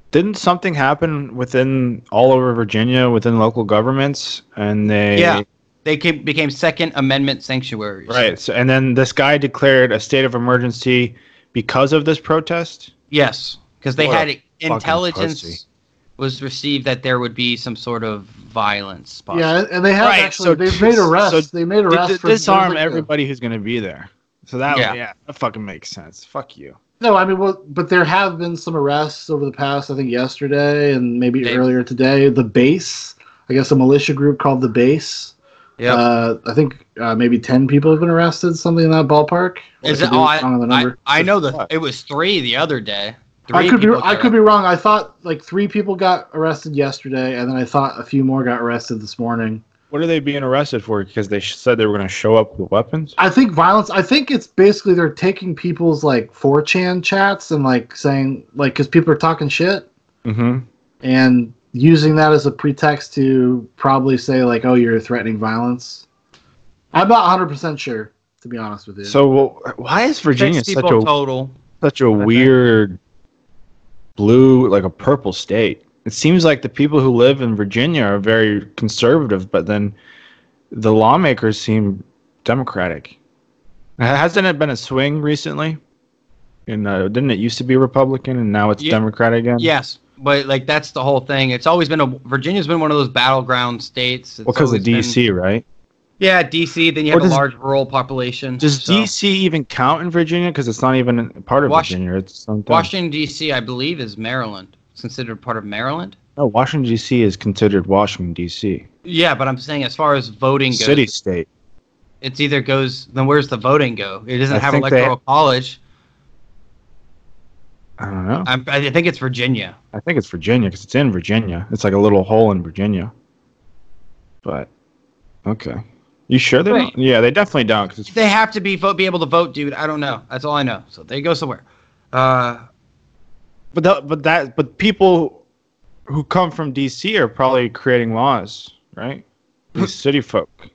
didn't something happen within all over Virginia within local governments? And they
Yeah. They came, became Second Amendment sanctuaries.
right. So, and then this guy declared a state of emergency because of this protest.
Yes, because they
What a
had intelligence
pussy.
was received that there would be some sort of violence. Possible.
Yeah, and- and they have
Right,
actually.
so-
they've made
so
arrests. they made
Did-
arrests
did
for
disarm
there's like a-
everybody who's going to be there. So that
Yeah.
yeah. that fucking makes sense. Fuck you.
No, I mean, well, but there have been some arrests over the past. I think yesterday and maybe
They-
earlier today. The base, I guess, a militia group called the base.
Yep.
Uh, I think uh, maybe ten people have been arrested, something in that ballpark.
Is
I
it?
could be
Oh, I,
wrong on the
I,
number.
I know that
What?
it was three the other day.
I
Three
could be
people
I
got
could be wrong. I thought like three people got arrested yesterday, and then I thought a few more got arrested this morning.
What are they being arrested for? Because they sh- said they were going to show up with weapons.
I think violence. I think it's basically they're taking people's like 4chan chats and like saying like because people are talking shit
Mm-hmm.
and using that as a pretext to probably say like, oh, you're threatening violence. I'm not 100 percent sure to be honest with you.
So wh- why is Virginia
six
such
people
a
total.
such a
think.
weird blue, like a purple state. It seems like the people who live in Virginia are very conservative, but then the lawmakers seem democratic. Ha- Hasn't it been a swing recently? And uh, didn't it used to be Republican and now it's
Ye-
Democrat again?
Yes, but like that's the whole thing. It's always been a Virginia's been one of those battleground states. It's
Well, because of
always been-
DC, right?
yeah, DC. Then you have
Well,
a
does-
large rural population.
Does
so-
DC even count in Virginia? Because it's not even a part of
Wash-
Virginia. It's something.
Washington D.C. I believe is Maryland. It's considered part of Maryland.
no, Washington D.C. is considered Washington D.C.
Yeah, but I'm saying as far as voting goes,
City state.
it's either goes. Then where's the voting go? It doesn't
I
have
think they-
electoral college.
I don't know.
I'm, I think it's Virginia.
I think it's Virginia because it's in Virginia. It's like a little hole in Virginia. But okay, you sure they
Wait.
don't? Yeah, they definitely don't. 'cause it's,
They have to be vote, be able to vote, dude. I don't know. That's all I know. So they go somewhere. Uh,
but the, but that but people who come from D.C. are probably creating laws, right? These (laughs) city folk.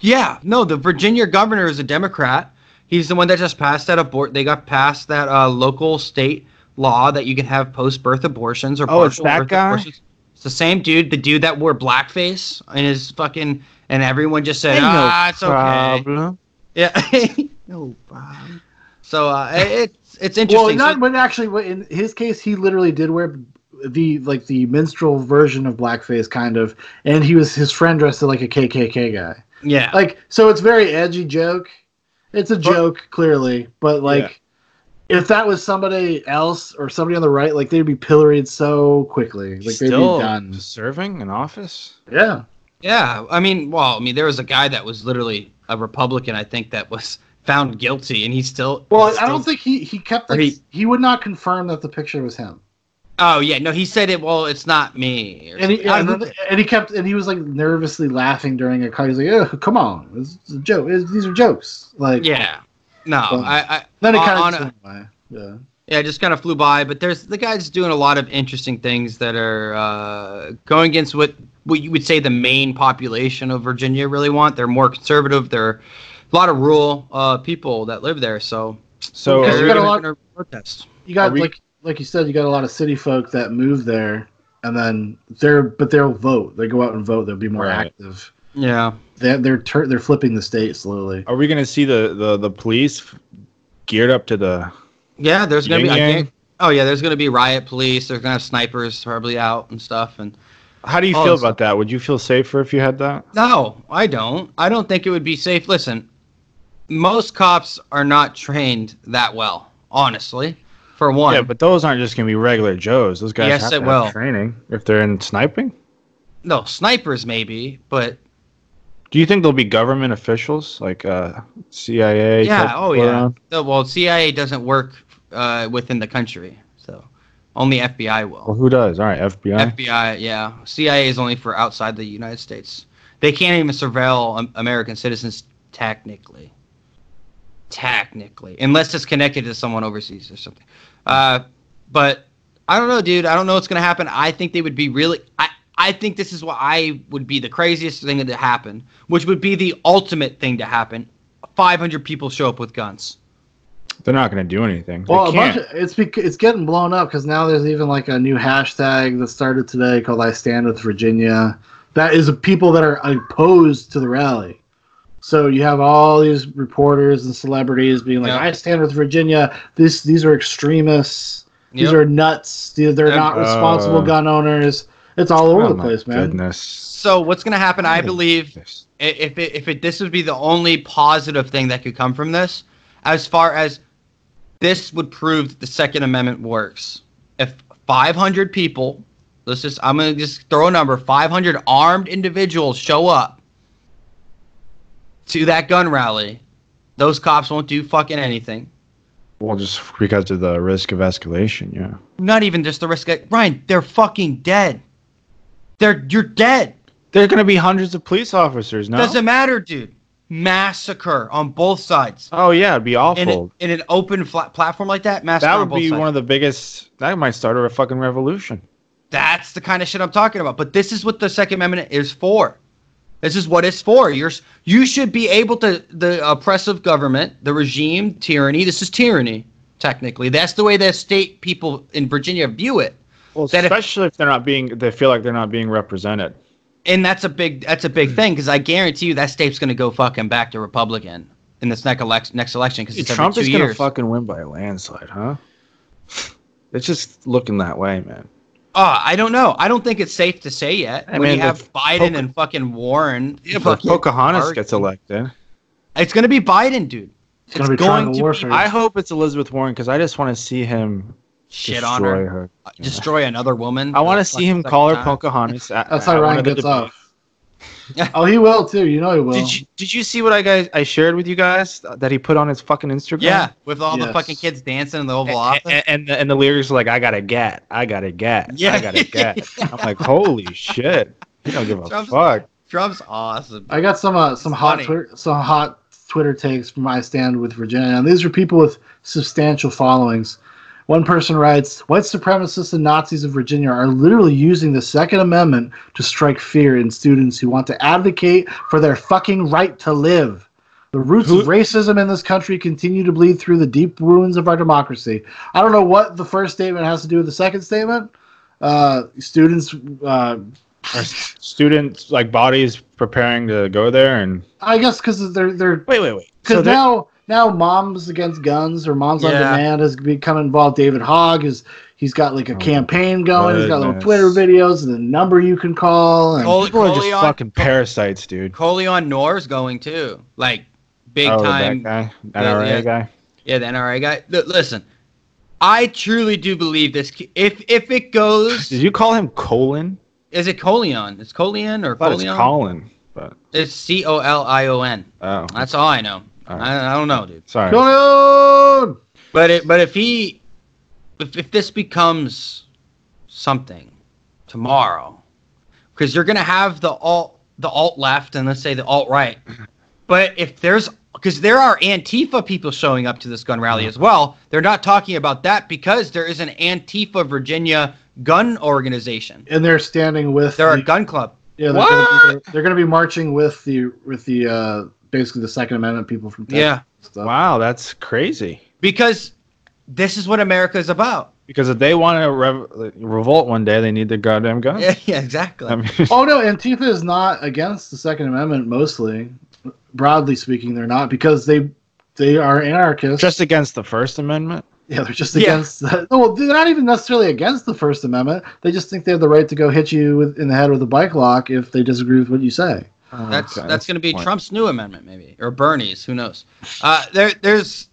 yeah, no, the Virginia governor is a Democrat. He's the one that just passed that abort. They got passed that uh, local state law that you can have post-birth abortions or
Oh, it's
partial
that
birth
guy?
abortions. It's the same dude, the dude that wore blackface and his fucking, and everyone just said,
Ain't no
ah, it's okay.
Problem.
Yeah. (laughs) no problem. So uh, it- it's it's
Well,
interesting.
not
So-
but actually, what- in his case, he literally did wear the like the minstrel version of blackface, kind of, and he was his friend dressed like a KKK guy.
yeah.
Like, so it's very edgy joke. It's a joke, clearly, but like, if that was somebody else or somebody on the right, like they'd be pilloried so quickly, like they'd be
Still
done.
serving in office.
Yeah,
Yeah, I mean, well, I mean, there was a guy that was literally a Republican, I think, that was (laughs) found guilty, and he still.
well, I
still-
don't think he he kept
Or
that.
he-
He, would not confirm that the picture was him,
Oh yeah, no, he said it. Well, it's not me. or
and he
something.
and, then- and he kept and he was like nervously laughing during a call. He's like, "Oh, come on, it's, it's a joke. It's- these are jokes." Like,
yeah, no,
Um,
I, I,
Then it
on-
kind
on
of
a-
yeah.
yeah, it just kind of flew by. But there's the guy's doing a lot of interesting things that are uh, going against what what you would say the main population of Virginia really want. They're more conservative. They're a lot of rural uh, people that live there, so
So
Because
they're
you got a
gonna
lot-
gonna protest.
you got
Are we-
like like you said, you got a lot of city folk that move there, and then they're but they'll vote. They go out and vote. They'll be more
Right.
active.
Yeah.
They're they're, tur they're flipping the state slowly.
are we going to see the, the the police geared up to the
Yeah, there's gonna
Yin
be. I
yang.
think, oh yeah, there's gonna be riot police. They're gonna have snipers probably out and stuff. And
How do you
Oh,
feel
it's-
about that? Would you feel safer if you had that?
no, I don't. I don't think it would be safe. Listen, most cops are not trained that well, honestly. For one,
Yeah, but those aren't just going to be regular Joes. Those guys
Yes,
have
it
to have
will.
training if they're in sniping.
no snipers maybe, but
Do you think there'll be government officials like uh, CIA?
yeah,
type
oh
people
yeah.
around?
No, well, CIA doesn't work uh, within the country, so only FBI will.
Well, who does? All right, FBI.
FBI, yeah. CIA is only for outside the United States. They can't even surveil um, American citizens technically. Technically, unless it's connected to someone overseas or something. Uh, but I don't know, dude. I don't know what's gonna happen. I think they would be really. I I think this is what I would be the craziest thing to happen, which would be the ultimate thing to happen. Five hundred people show up with guns.
they're not going to do anything.
Well,
they
a
can't.
bunch of, it's bec- it's getting blown up because now there's even like a new hashtag that started today called "I Stand with Virginia." That is people that are opposed to the rally. So you have all these reporters and celebrities being like,
Yeah.
"I stand with Virginia." This these are extremists. These
Yep.
are nuts. These- They're
Yep.
not responsible
Uh,
gun owners. It's all over
Oh,
the
my
place, man.
Goodness.
So what's gonna happen? I
Yeah.
believe I- if it, if it this would be the only positive thing that could come from this, as far as this would prove that the Second Amendment works. If 500 people, let's just I'm gonna just throw a number, 500 armed individuals show up to that gun rally, those cops won't do fucking anything.
Well, just because of the risk of escalation. Yeah.
Not even just the risk. Of, Ryan, they're fucking dead. They're you're dead.
There's going to be hundreds of police officers now.
Doesn't matter, dude. Massacre on both sides.
oh yeah, it'd be
in,
awful.
a- in an open fla- platform like that, mass
that would be one of the biggest. That might start a fucking revolution.
That's the kind of shit I'm talking about. But this is what the Second Amendment is for. This is what it's for. You're s- you should be able to the oppressive government, the regime, tyranny. This is tyranny, technically. That's the way the state people in Virginia view it,
Well,
That if-
especially if, they're not being, they feel like they're not being represented.
and that's a big that's a
Hmm.
big thing because I guarantee you that state's gonna go fucking back to Republican in this next election next election because it's
Trump
every
is
two
gonna
years.
fucking win by a landslide, huh? It's just looking that way, man.
Uh, I don't know. I don't think it's safe to say yet.
I
when
mean,
you have
if
Biden
Poca-
and fucking Warren,
If
fucking
Pocahontas
arguing-
gets elected,
It's gonna be Biden, dude.
It's gonna be tribal warfare.
I hope it's Elizabeth Warren because I just want to see him
Shit
destroy
on her.
her.
Destroy another woman.
I want to
That's
see him
fucking
call her
time.
Pocahontas.
(laughs)
at-
That's
at
how
one
Ryan
of the
gets
debates.
off. oh, he will too. You know he will.
Did you did you see what I guys I shared with you guys that he put on his fucking Instagram?
Yeah, with all the
Yes.
fucking kids dancing in the Oval
And,
Office.
and, and, the, and the lyrics are like, I gotta get, I gotta get,
Yeah.
I gotta (laughs) get. I'm like, holy shit. You don't give a
Trump's-
fuck.
Trump's awesome.
I got some uh, some
It's
hot
funny.
twi- some hot Twitter takes from I Stand with Virginia, and these are people with substantial followings. One person writes, "White supremacists and Nazis of Virginia are literally using the Second Amendment to strike fear in students who want to advocate for their fucking right to live." The roots of racism in this country continue to bleed through the deep wounds of our democracy. I don't know what the first statement has to do with the second statement. Uh, students uh,
Are students like bodies preparing to go there and
I guess because they're they're
wait, wait, wait.
because
So now
now now moms against guns or moms on
Yeah.
demand has become involved. David Hogg is he's got like a
Oh,
campaign going. He's got little
goodness.
Twitter videos and a number you can call. And
Cole-
people are just
Coleon-
fucking parasites, dude.
Coleon Nor's going too. Like big
oh,
time.
that guy, that
Yeah,
NRA
yeah.
guy.
Yeah, the NRA guy. Look, listen, I truly do believe this. ki- If if it
(laughs)
goes,
Did you call him Colin?
is it Coleon? It's Coleon or
I thought it's
Coleon?
Colin, but
It's C O L I O N.
oh,
That's all I know.
All right.
I, I don't know, dude.
sorry.
Coleon!
But it, but if he, if, if this becomes something tomorrow, because you're gonna have the alt the alt left and let's say the alt right. But if there's because there are Antifa people showing up to this gun rally as well. They're not talking about that because there is an Antifa Virginia gun organization.
and they're standing with
They're a
the-
gun club.
yeah, they're, Gonna be, they're gonna be marching with the with the uh, basically the Second Amendment people from Texas
Yeah.
and stuff.
Wow, that's crazy.
Because this is what America is about.
Because if they want to rev- revolt one day, they need their goddamn guns.
Yeah, (laughs) yeah
(laughs)
exactly.
I mean,
Oh no, Antifa is not against the Second Amendment mostly. Broadly speaking, they're not because they they are anarchists.
just against the First Amendment.
Yeah, they're just
Yeah.
against the. Well, they're not even necessarily against the First Amendment. They just think they have the right to go hit you with, in the head with a bike lock if they disagree with what you say.
That's
Oh, Okay,
that's going to be
the point.
Trump's new amendment, maybe, or Bernie's. Who knows? Uh, there, there's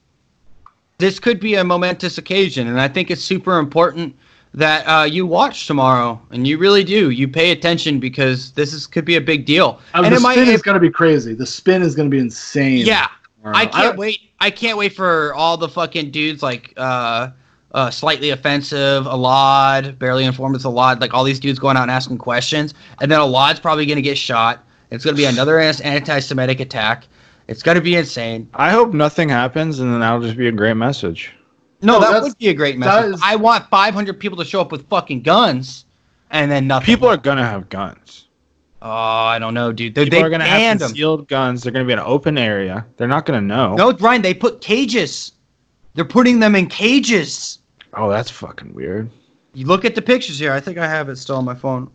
this could be a momentous occasion, and I think it's super important that uh, you watch tomorrow, and you really do. You pay attention because this is could be a big deal,
I mean,
and
the
it might.
spin is
It,
going to be crazy. The spin is going to be insane.
yeah,
tomorrow.
I can't
don't-
wait. I can't wait for all the fucking dudes like uh, uh, slightly offensive, Alad, barely informed. It's Alad. Like all these dudes going out and asking questions, and then Alad's probably gonna get shot. It's gonna be another an- anti-Semitic attack. It's gonna be insane.
I hope nothing happens, and then that'll just be a great message.
No,
No,
that
that's-
would be a great
that
message.
is-
I want 500 people to show up with fucking guns, and then nothing.
People are gonna have guns.
Oh, I don't know, dude. They,
People
they
are gonna have
banned them.
concealed guns. They're gonna be in an open area. They're not gonna know.
No, Ryan. They put cages. They're putting them in cages.
Oh, that's fucking weird.
you look at the pictures here. I think I have it still on my phone.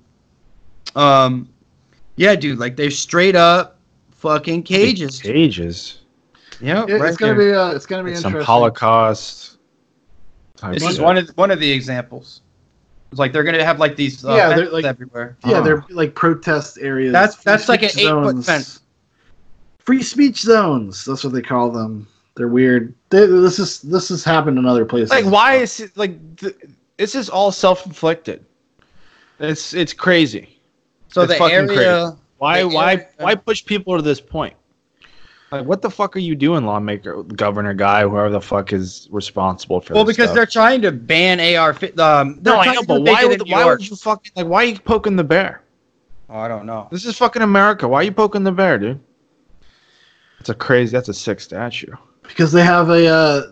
Um, yeah, dude, like they're straight up fucking cages.
Cages.
Yeah,
it- it's
right.
going to be. Uh, it's going to be
It's some
interesting.
Holocaust. type
This is
shit.
one of one of the examples. It's like they're gonna have like these uh,
Yeah, they're,
fences
like-
everywhere.
Yeah,
Oh.
they're like protest areas.
That's-
free
that's like an
speech
eight-foot
zones.
fence.
Free speech zones. That's what they call them. They're weird. They, this is this has happened in other places.
like why is it like th- this is all self-inflicted it's it's crazy
So
It's
the
fucking
area,
crazy. why
The
why
area-
why push people to this point like what the fuck are you doing lawmaker governor guy whoever the fuck is responsible for
well,
this
because
stuff?
they're trying to ban AR. fi- Um, they're
no i
trying
know
to
but
do what
why
they did
would
in New
why
York.
would you fucking like why are you poking the bear
Oh, I don't know.
this is fucking america why are you poking the bear dude that's a crazy that's a sick statue
because they have a uh,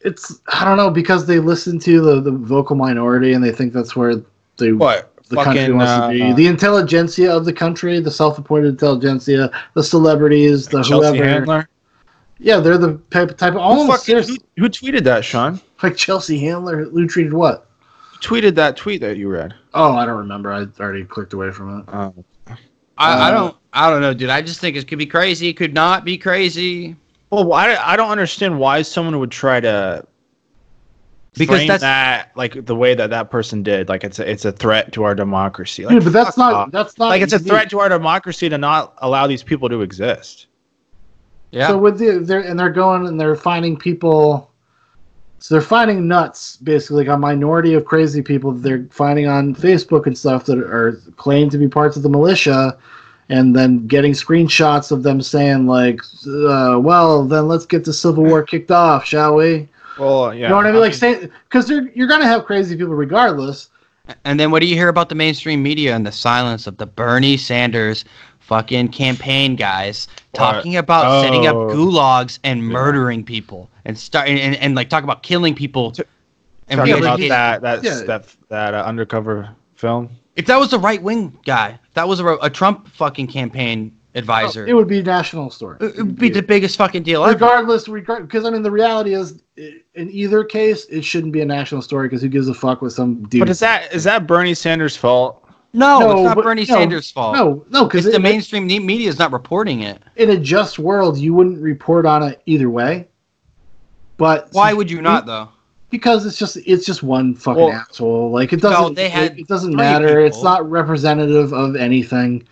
it's i don't know because they listen to the, the vocal minority and they think that's where they
what
the country wants
uh,
to be the intelligentsia of the country the self-appointed intelligentsia the celebrities the
uh, Chelsea
whoever
Handler.
yeah they're the type, type of
Who,
almost
fucking,
seriously
who, who tweeted that, Sean?
like chelsea handler who treated what
Who tweeted that tweet that you read?
oh i don't remember i already clicked away from it
Um, Uh,
I, I don't. I don't know, dude. I just think it could be crazy. It could not be crazy.
Well, why I don't understand why someone would try to
Because
frame
that's-
that like the way that that person did. Like it's a, it's a threat to our democracy. Like,
Dude, but that's
fuck
not
off.
that's not
like it's a
unique.
threat to our democracy to not allow these people to exist.
Yeah.
So with the they're and they're going and they're finding people. So they're finding nuts, basically, like a minority of crazy people that they're finding on Facebook and stuff that are claimed to be parts of the militia, and then getting screenshots of them saying like, uh, "Well, then let's get the Civil War kicked off, shall we?"
Well, yeah.
You know what I mean? Like, say because you're gonna have crazy people regardless.
And then what do you hear about the mainstream media and the silence of the Bernie Sanders fucking campaign guys talking about
Oh.
setting up gulags and murdering people and start and, and, and, like talk about killing people and
talking
really
about
get-
that that
Yeah.
that that uh, undercover film.
If that was a right wing guy, if that was a, a Trump fucking campaign advisor,
It would be a national story.
it would be the biggest fucking deal ever.
regardless regard because i mean the reality is i- in either case it shouldn't be a national story because who gives a fuck with some dude
But is that is that Bernie Sanders' fault?
No,
No,
it's not
but-
Bernie
no,
Sanders' fault.
no no
it's
because
the mainstream ne- media is not reporting it.
in a just world you wouldn't report on it either way but
Why would you not though?
because it's just it's just one fucking
Well-
asshole like it doesn't
they had
it, it doesn't
three
matter it's
people.
not representative of anything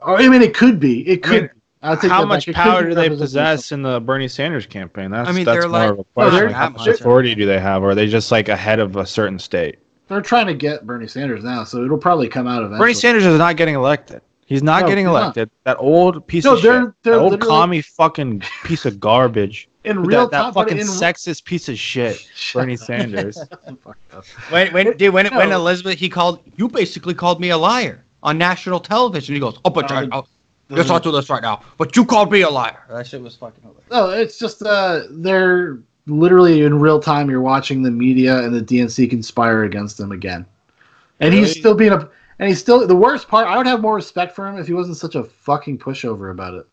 or i mean it could be it could
mean,
be. I'll take
How
that back.
much
It could
power
be
do they
representative of
possess in the Bernie Sanders campaign? That's
I mean,
that's
they're
more
like-
of a
Oh, they're
question.
not
How
that
much
much.
authority do they have, or are they just like ahead of a certain state?
they're trying to get bernie sanders now so it'll probably come out eventually
Bernie Sanders is not getting elected. He's not
No,
getting
he's not.
elected. That old piece
No,
of
they're-
shit.
they're
that old
literally-
commie fucking piece
(laughs)
of garbage.
in real
that, that
time but
fucking
in-
sexist piece of shit,
Shut
Bernie
up.
Sanders.
Fuck up.
When when dude, when, when
No.
Elizabeth he called you basically called me a liar on national television. He goes, "Oh, but
No,
I- I'll- let's not do this right now." But you called me a liar. That shit was fucking hilarious.
No, it's just uh, they're literally in real time. You're watching the media and the DNC conspire against him again, and he's
Really?
still being a. And he's still the worst part. I would have more respect for him if he wasn't such a fucking pushover about it.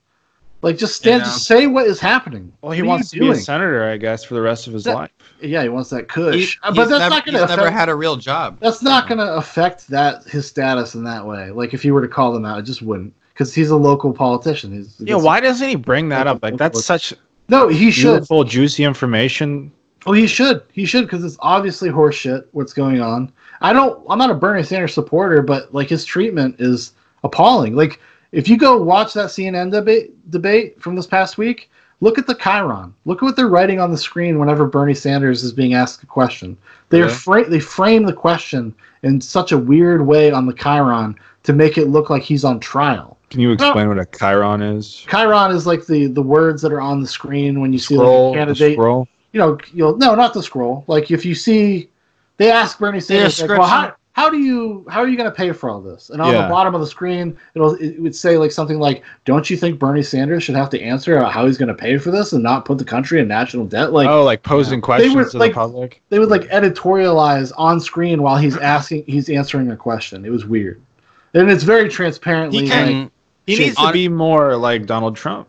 Like, just stand,
Yeah.
just say what is happening.
(laughs) well, he
What are
wants to
you
be a
doing?
senator, I guess, for the rest of his
That-
life.
Yeah, he wants that cush,
He's-
Uh, but
he's
that's
never,
not gonna
he's never
affect.
had a real job.
that's not gonna affect that his status in that way. Like, if you were to call them out, it just wouldn't, because he's a local politician. He's
Yeah, why doesn't he bring that up? Like that's such
No, he should.
beautiful, juicy information.
Oh, he should. He should because it's obviously horseshit what's going on. I don't. I'm not a Bernie Sanders supporter, but like his treatment is appalling. Like if you go watch that CNN debate debate from this past week, look at the Chiron. Look at what they're writing on the screen whenever Bernie Sanders is being asked a question. They are
Yeah.
fra- they frame the question in such a weird way on the Chiron to make it look like he's on trial.
Can you explain what a chiron is?
Chiron is like the the words that are on the screen when you see
Scroll,
like, a
the
candidate
scroll.
you know, you'll no, not the scroll. Like if you see, they ask Bernie Sanders, like, well, how,
description.
how do you how are you going to pay for all this? And on the
Yeah.
bottom of the screen, it'll it would say like something like, don't you think Bernie Sanders should have to answer about how he's going to pay for this and not put the country in national debt? Like
oh, like posing questions
were,
to
like-
the public.
they would like editorialize on screen while he's asking, he's answering a question. It was weird, and it's very transparently.
He
like,
can
He
Shit.
needs to
Hon-
be more like Donald Trump.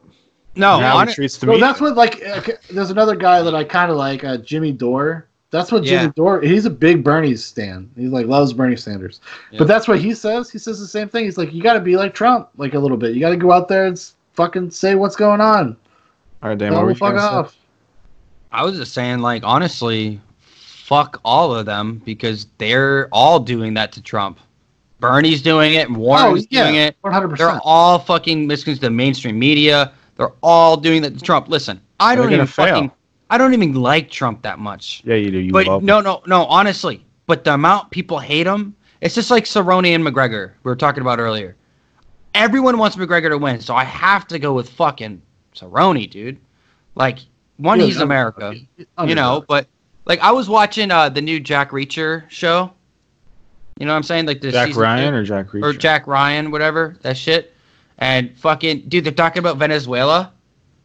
no.
and how
hon-
he treats the
Well,
media.
that's what like uh, c- there's another guy that I kind of like, uh, Jimmy Dore. That's what Jimmy
Yeah.
Dore. He's a big Bernie stan. He like loves Bernie Sanders.
Yeah.
But that's what he says. He says the same thing. He's like, you got to be like Trump, like a little bit. You got to go out there and s- fucking say what's going on.
All right, damn, what
Tell them
were you
to fuck
gonna say?
off.
I was just saying, like honestly, fuck all of them because they're all doing that to Trump. Bernie's doing it. Warren's
Oh,
doing it.
one hundred
They're
percent.
all fucking misconstrued the mainstream media. They're all doing that to Trump. Listen,
They're
I don't
gonna
even
fail.
fucking I don't even like Trump that much.
Yeah, you do. You
but
love
no, no, no, honestly. But the amount people hate him, it's just like Cerrone and McGregor we were talking about earlier. Everyone wants McGregor to win, so I have to go with fucking Cerrone, dude. Like one, he's America
Oh,
you know but like i was watching uh the new jack reacher show you know what i'm saying like the
Jack
season
Ryan
two-
or Jack Reacher.
or jack ryan whatever that shit and fucking dude they're talking about venezuela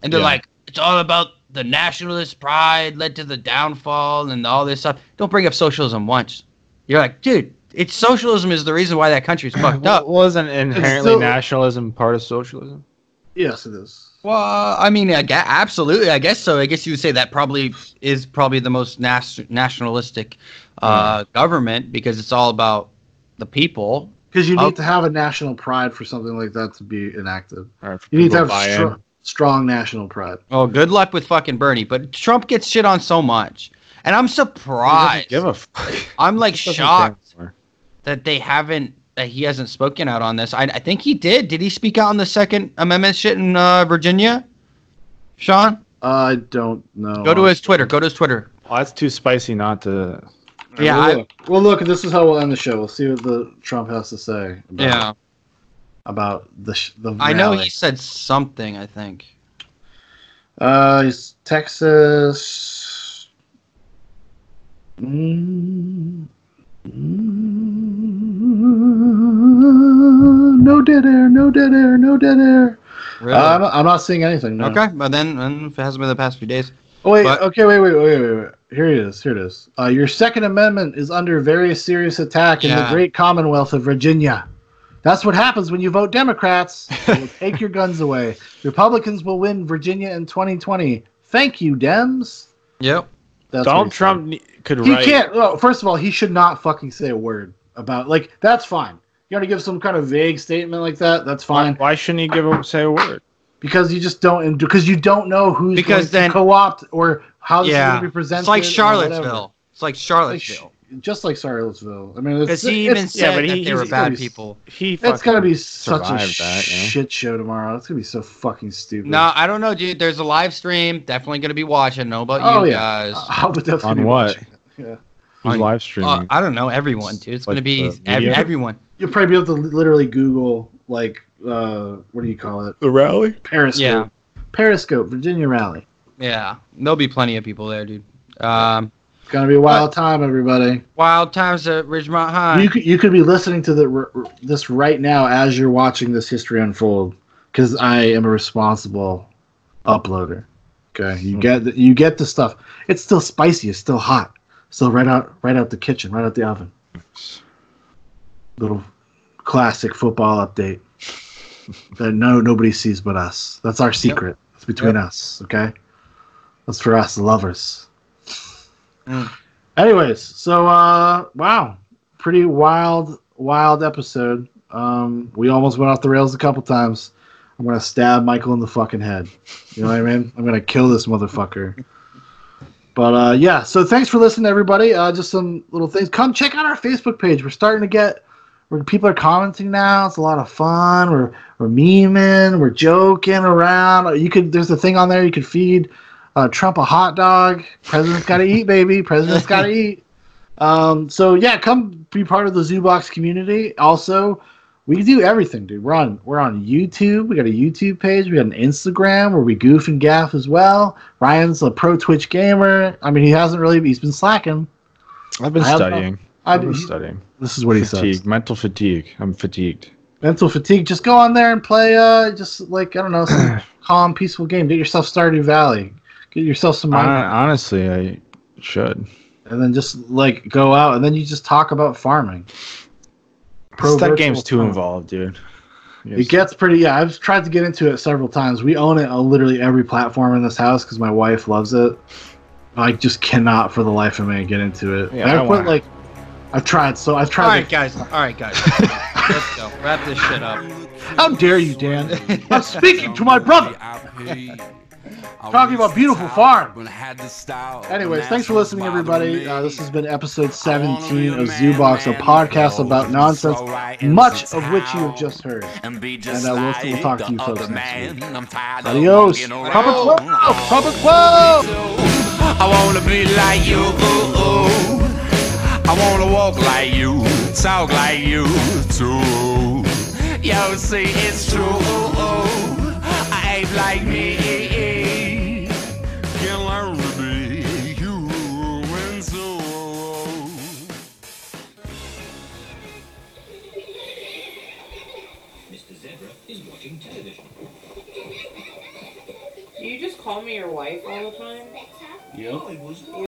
and they're
Yeah.
like it's all about the nationalist pride led to the downfall and all this stuff don't bring up socialism once you're like dude it's socialism is the reason why that (laughs) country's fucked
Well,
up
wasn't inherently
still-
nationalism part of socialism?
yes, it is.
well i mean I gue- absolutely i guess so i guess you would say that probably is probably the most nas- nationalistic uh, government because it's all about the people.
Because you need
Oh.
to have a national pride for something like that to be enacted.
All right, for
You need
people
to
buy
have
in.
str- strong national pride.
Oh, good luck with fucking Bernie. But Trump gets shit on so much, and I'm
He doesn't
surprised.
Give a fuck. (laughs)
I'm like
He doesn't
shocked
care.
that they haven't that he hasn't spoken out on this. I, I think he did. Did he speak out on the Second Amendment shit in uh, Virginia? Sean,
I don't know.
go to his Twitter. Go to his Twitter.
Well, that's too spicy not to.
Yeah,
Well,
I-
look, well, look, this is how we'll end the show. We'll see what the Trump has to say. about it.
Yeah.
about the sh- the.
I know
rally.
he said something. I think.
Uh, he's Texas. Mm. Mm. No dead air, no dead air, no dead air.
Really?
Uh, I'm, not, I'm not seeing anything. No.
Okay, but then, then if it hasn't been the past few days,
Oh, wait,
But-
okay, wait, wait, wait, wait, wait. Here it is. Here it is. Uh, your Second Amendment is under very serious attack in the
Yeah.
great Commonwealth of Virginia. That's what happens when you vote Democrats. They
(laughs)
will take your guns away. Republicans will win Virginia in 2020. Thank you, Dems.
yep.
That's what he
Donald
said.
Trump ne- could
He
write.
can't. Well, first of all, he should not fucking say a word about. Like that's fine. You want to give some kind of vague statement like that? That's
Why,
fine
why shouldn't he give him say a word?
because you just don't because you don't know who's
Because
going
then-
to co-opt or how this is
Yeah.
going to be presented.
It's
or
like
whatever.
Charlottesville. It's like
Like, sh-
Charlottesville.
just like Charlottesville. I mean, it's,
Because he even
it's,
said
yeah, but he-
that they were
he's-
bad
he's-
people.
He
it's gonna
fucking
be such a
survived that, you know?
shit show tomorrow. It's gonna be so fucking stupid.
No, I don't know, dude. There's a live stream. Definitely gonna be watching. Know about
Oh,
you
yeah.
guys?
Uh, I'll definitely
On
be
what?
watching it. Yeah,
Who's
on-
live
Uh,
streaming.
I don't know. Everyone, dude. It's
Like
gonna be
uh,
the
ev-
media?
everyone.
you'll probably be able to literally Google like uh, what do you call it?
the rally?
Periscope.
Yeah.
Periscope, Virginia rally.
Yeah, there'll be plenty of people there, dude. Um,
It's gonna be a wild time, everybody.
wild times at Ridgemont High.
You could, you could be listening to the, r- r- this right now as you're watching this history unfold because I am a responsible uploader. Okay, you get the, you get the stuff. It's still spicy. It's still hot. Still right out right out the kitchen, right out the oven. Little classic football update that no nobody sees but us. That's our secret. It's between us. Okay, that's for us lovers.
Mm.
Anyways, so uh, wow, pretty wild, wild episode. Um, we almost went off the rails a couple times. I'm gonna stab Michael in the fucking head. You know what I mean? I'm gonna kill this motherfucker. But uh, yeah, so thanks for listening, everybody. Uh, just some little things. Come check out our Facebook page. We're starting to get where people are commenting now. It's a lot of fun. We're we're memeing. We're joking around. You could there's a thing on there you could feed uh, Trump a hot dog. President's got to eat, baby. President's got to eat. Um, so yeah, come be part of the ZooBox community. Also, we do everything, dude. We're on we're on YouTube. We got a YouTube page. We got an Instagram where we goof and gaff as well. Ryan's a pro Twitch gamer. I mean, he hasn't really. He's been slacking.
I've been
I have not-
studying.
I,
I've been
he-
studying.
this is what he
fatigue.
says.
Mental fatigue. I'm fatigued.
mental fatigue, just go on there and play. Uh, just like I don't know, (clears throat) some calm, peaceful game. Get yourself Stardew Valley. Get yourself some Minecraft,
Hon- honestly, I should.
and then just like go out, and then you just talk about farming. Pro
It's- that
virtual
game's too
farm.
involved, dude.
It gets pretty. Yeah, I've tried to get into it several times. We own it on literally every platform in this house because my wife loves it. I just cannot, for the life of me, get into it.
Yeah,
And
I
I put
wanna-
like, I've tried. So I've
All
tried.
right,
to-
guys. All right, guys. (laughs) Let's go. Wrap this shit up.
How dare you, Dan? I'm speaking to my brother.
Talking about beautiful farm.
Anyways, thanks for listening, everybody. Uh, this has been episode 17 of Zoobox, a podcast about nonsense, much of which you have just heard.
And
And, uh,
I
we'll-
will
we'll
talk to you folks next
week.
I'm tired
Adios.
of walking
Papa
around.
Quo- Papa Quo!
I wanna be like you. I wanna walk like you, talk like you too. Yo, see, it's true. I ain't like me. Can learn to be you and so.
You just call me your wife all the time?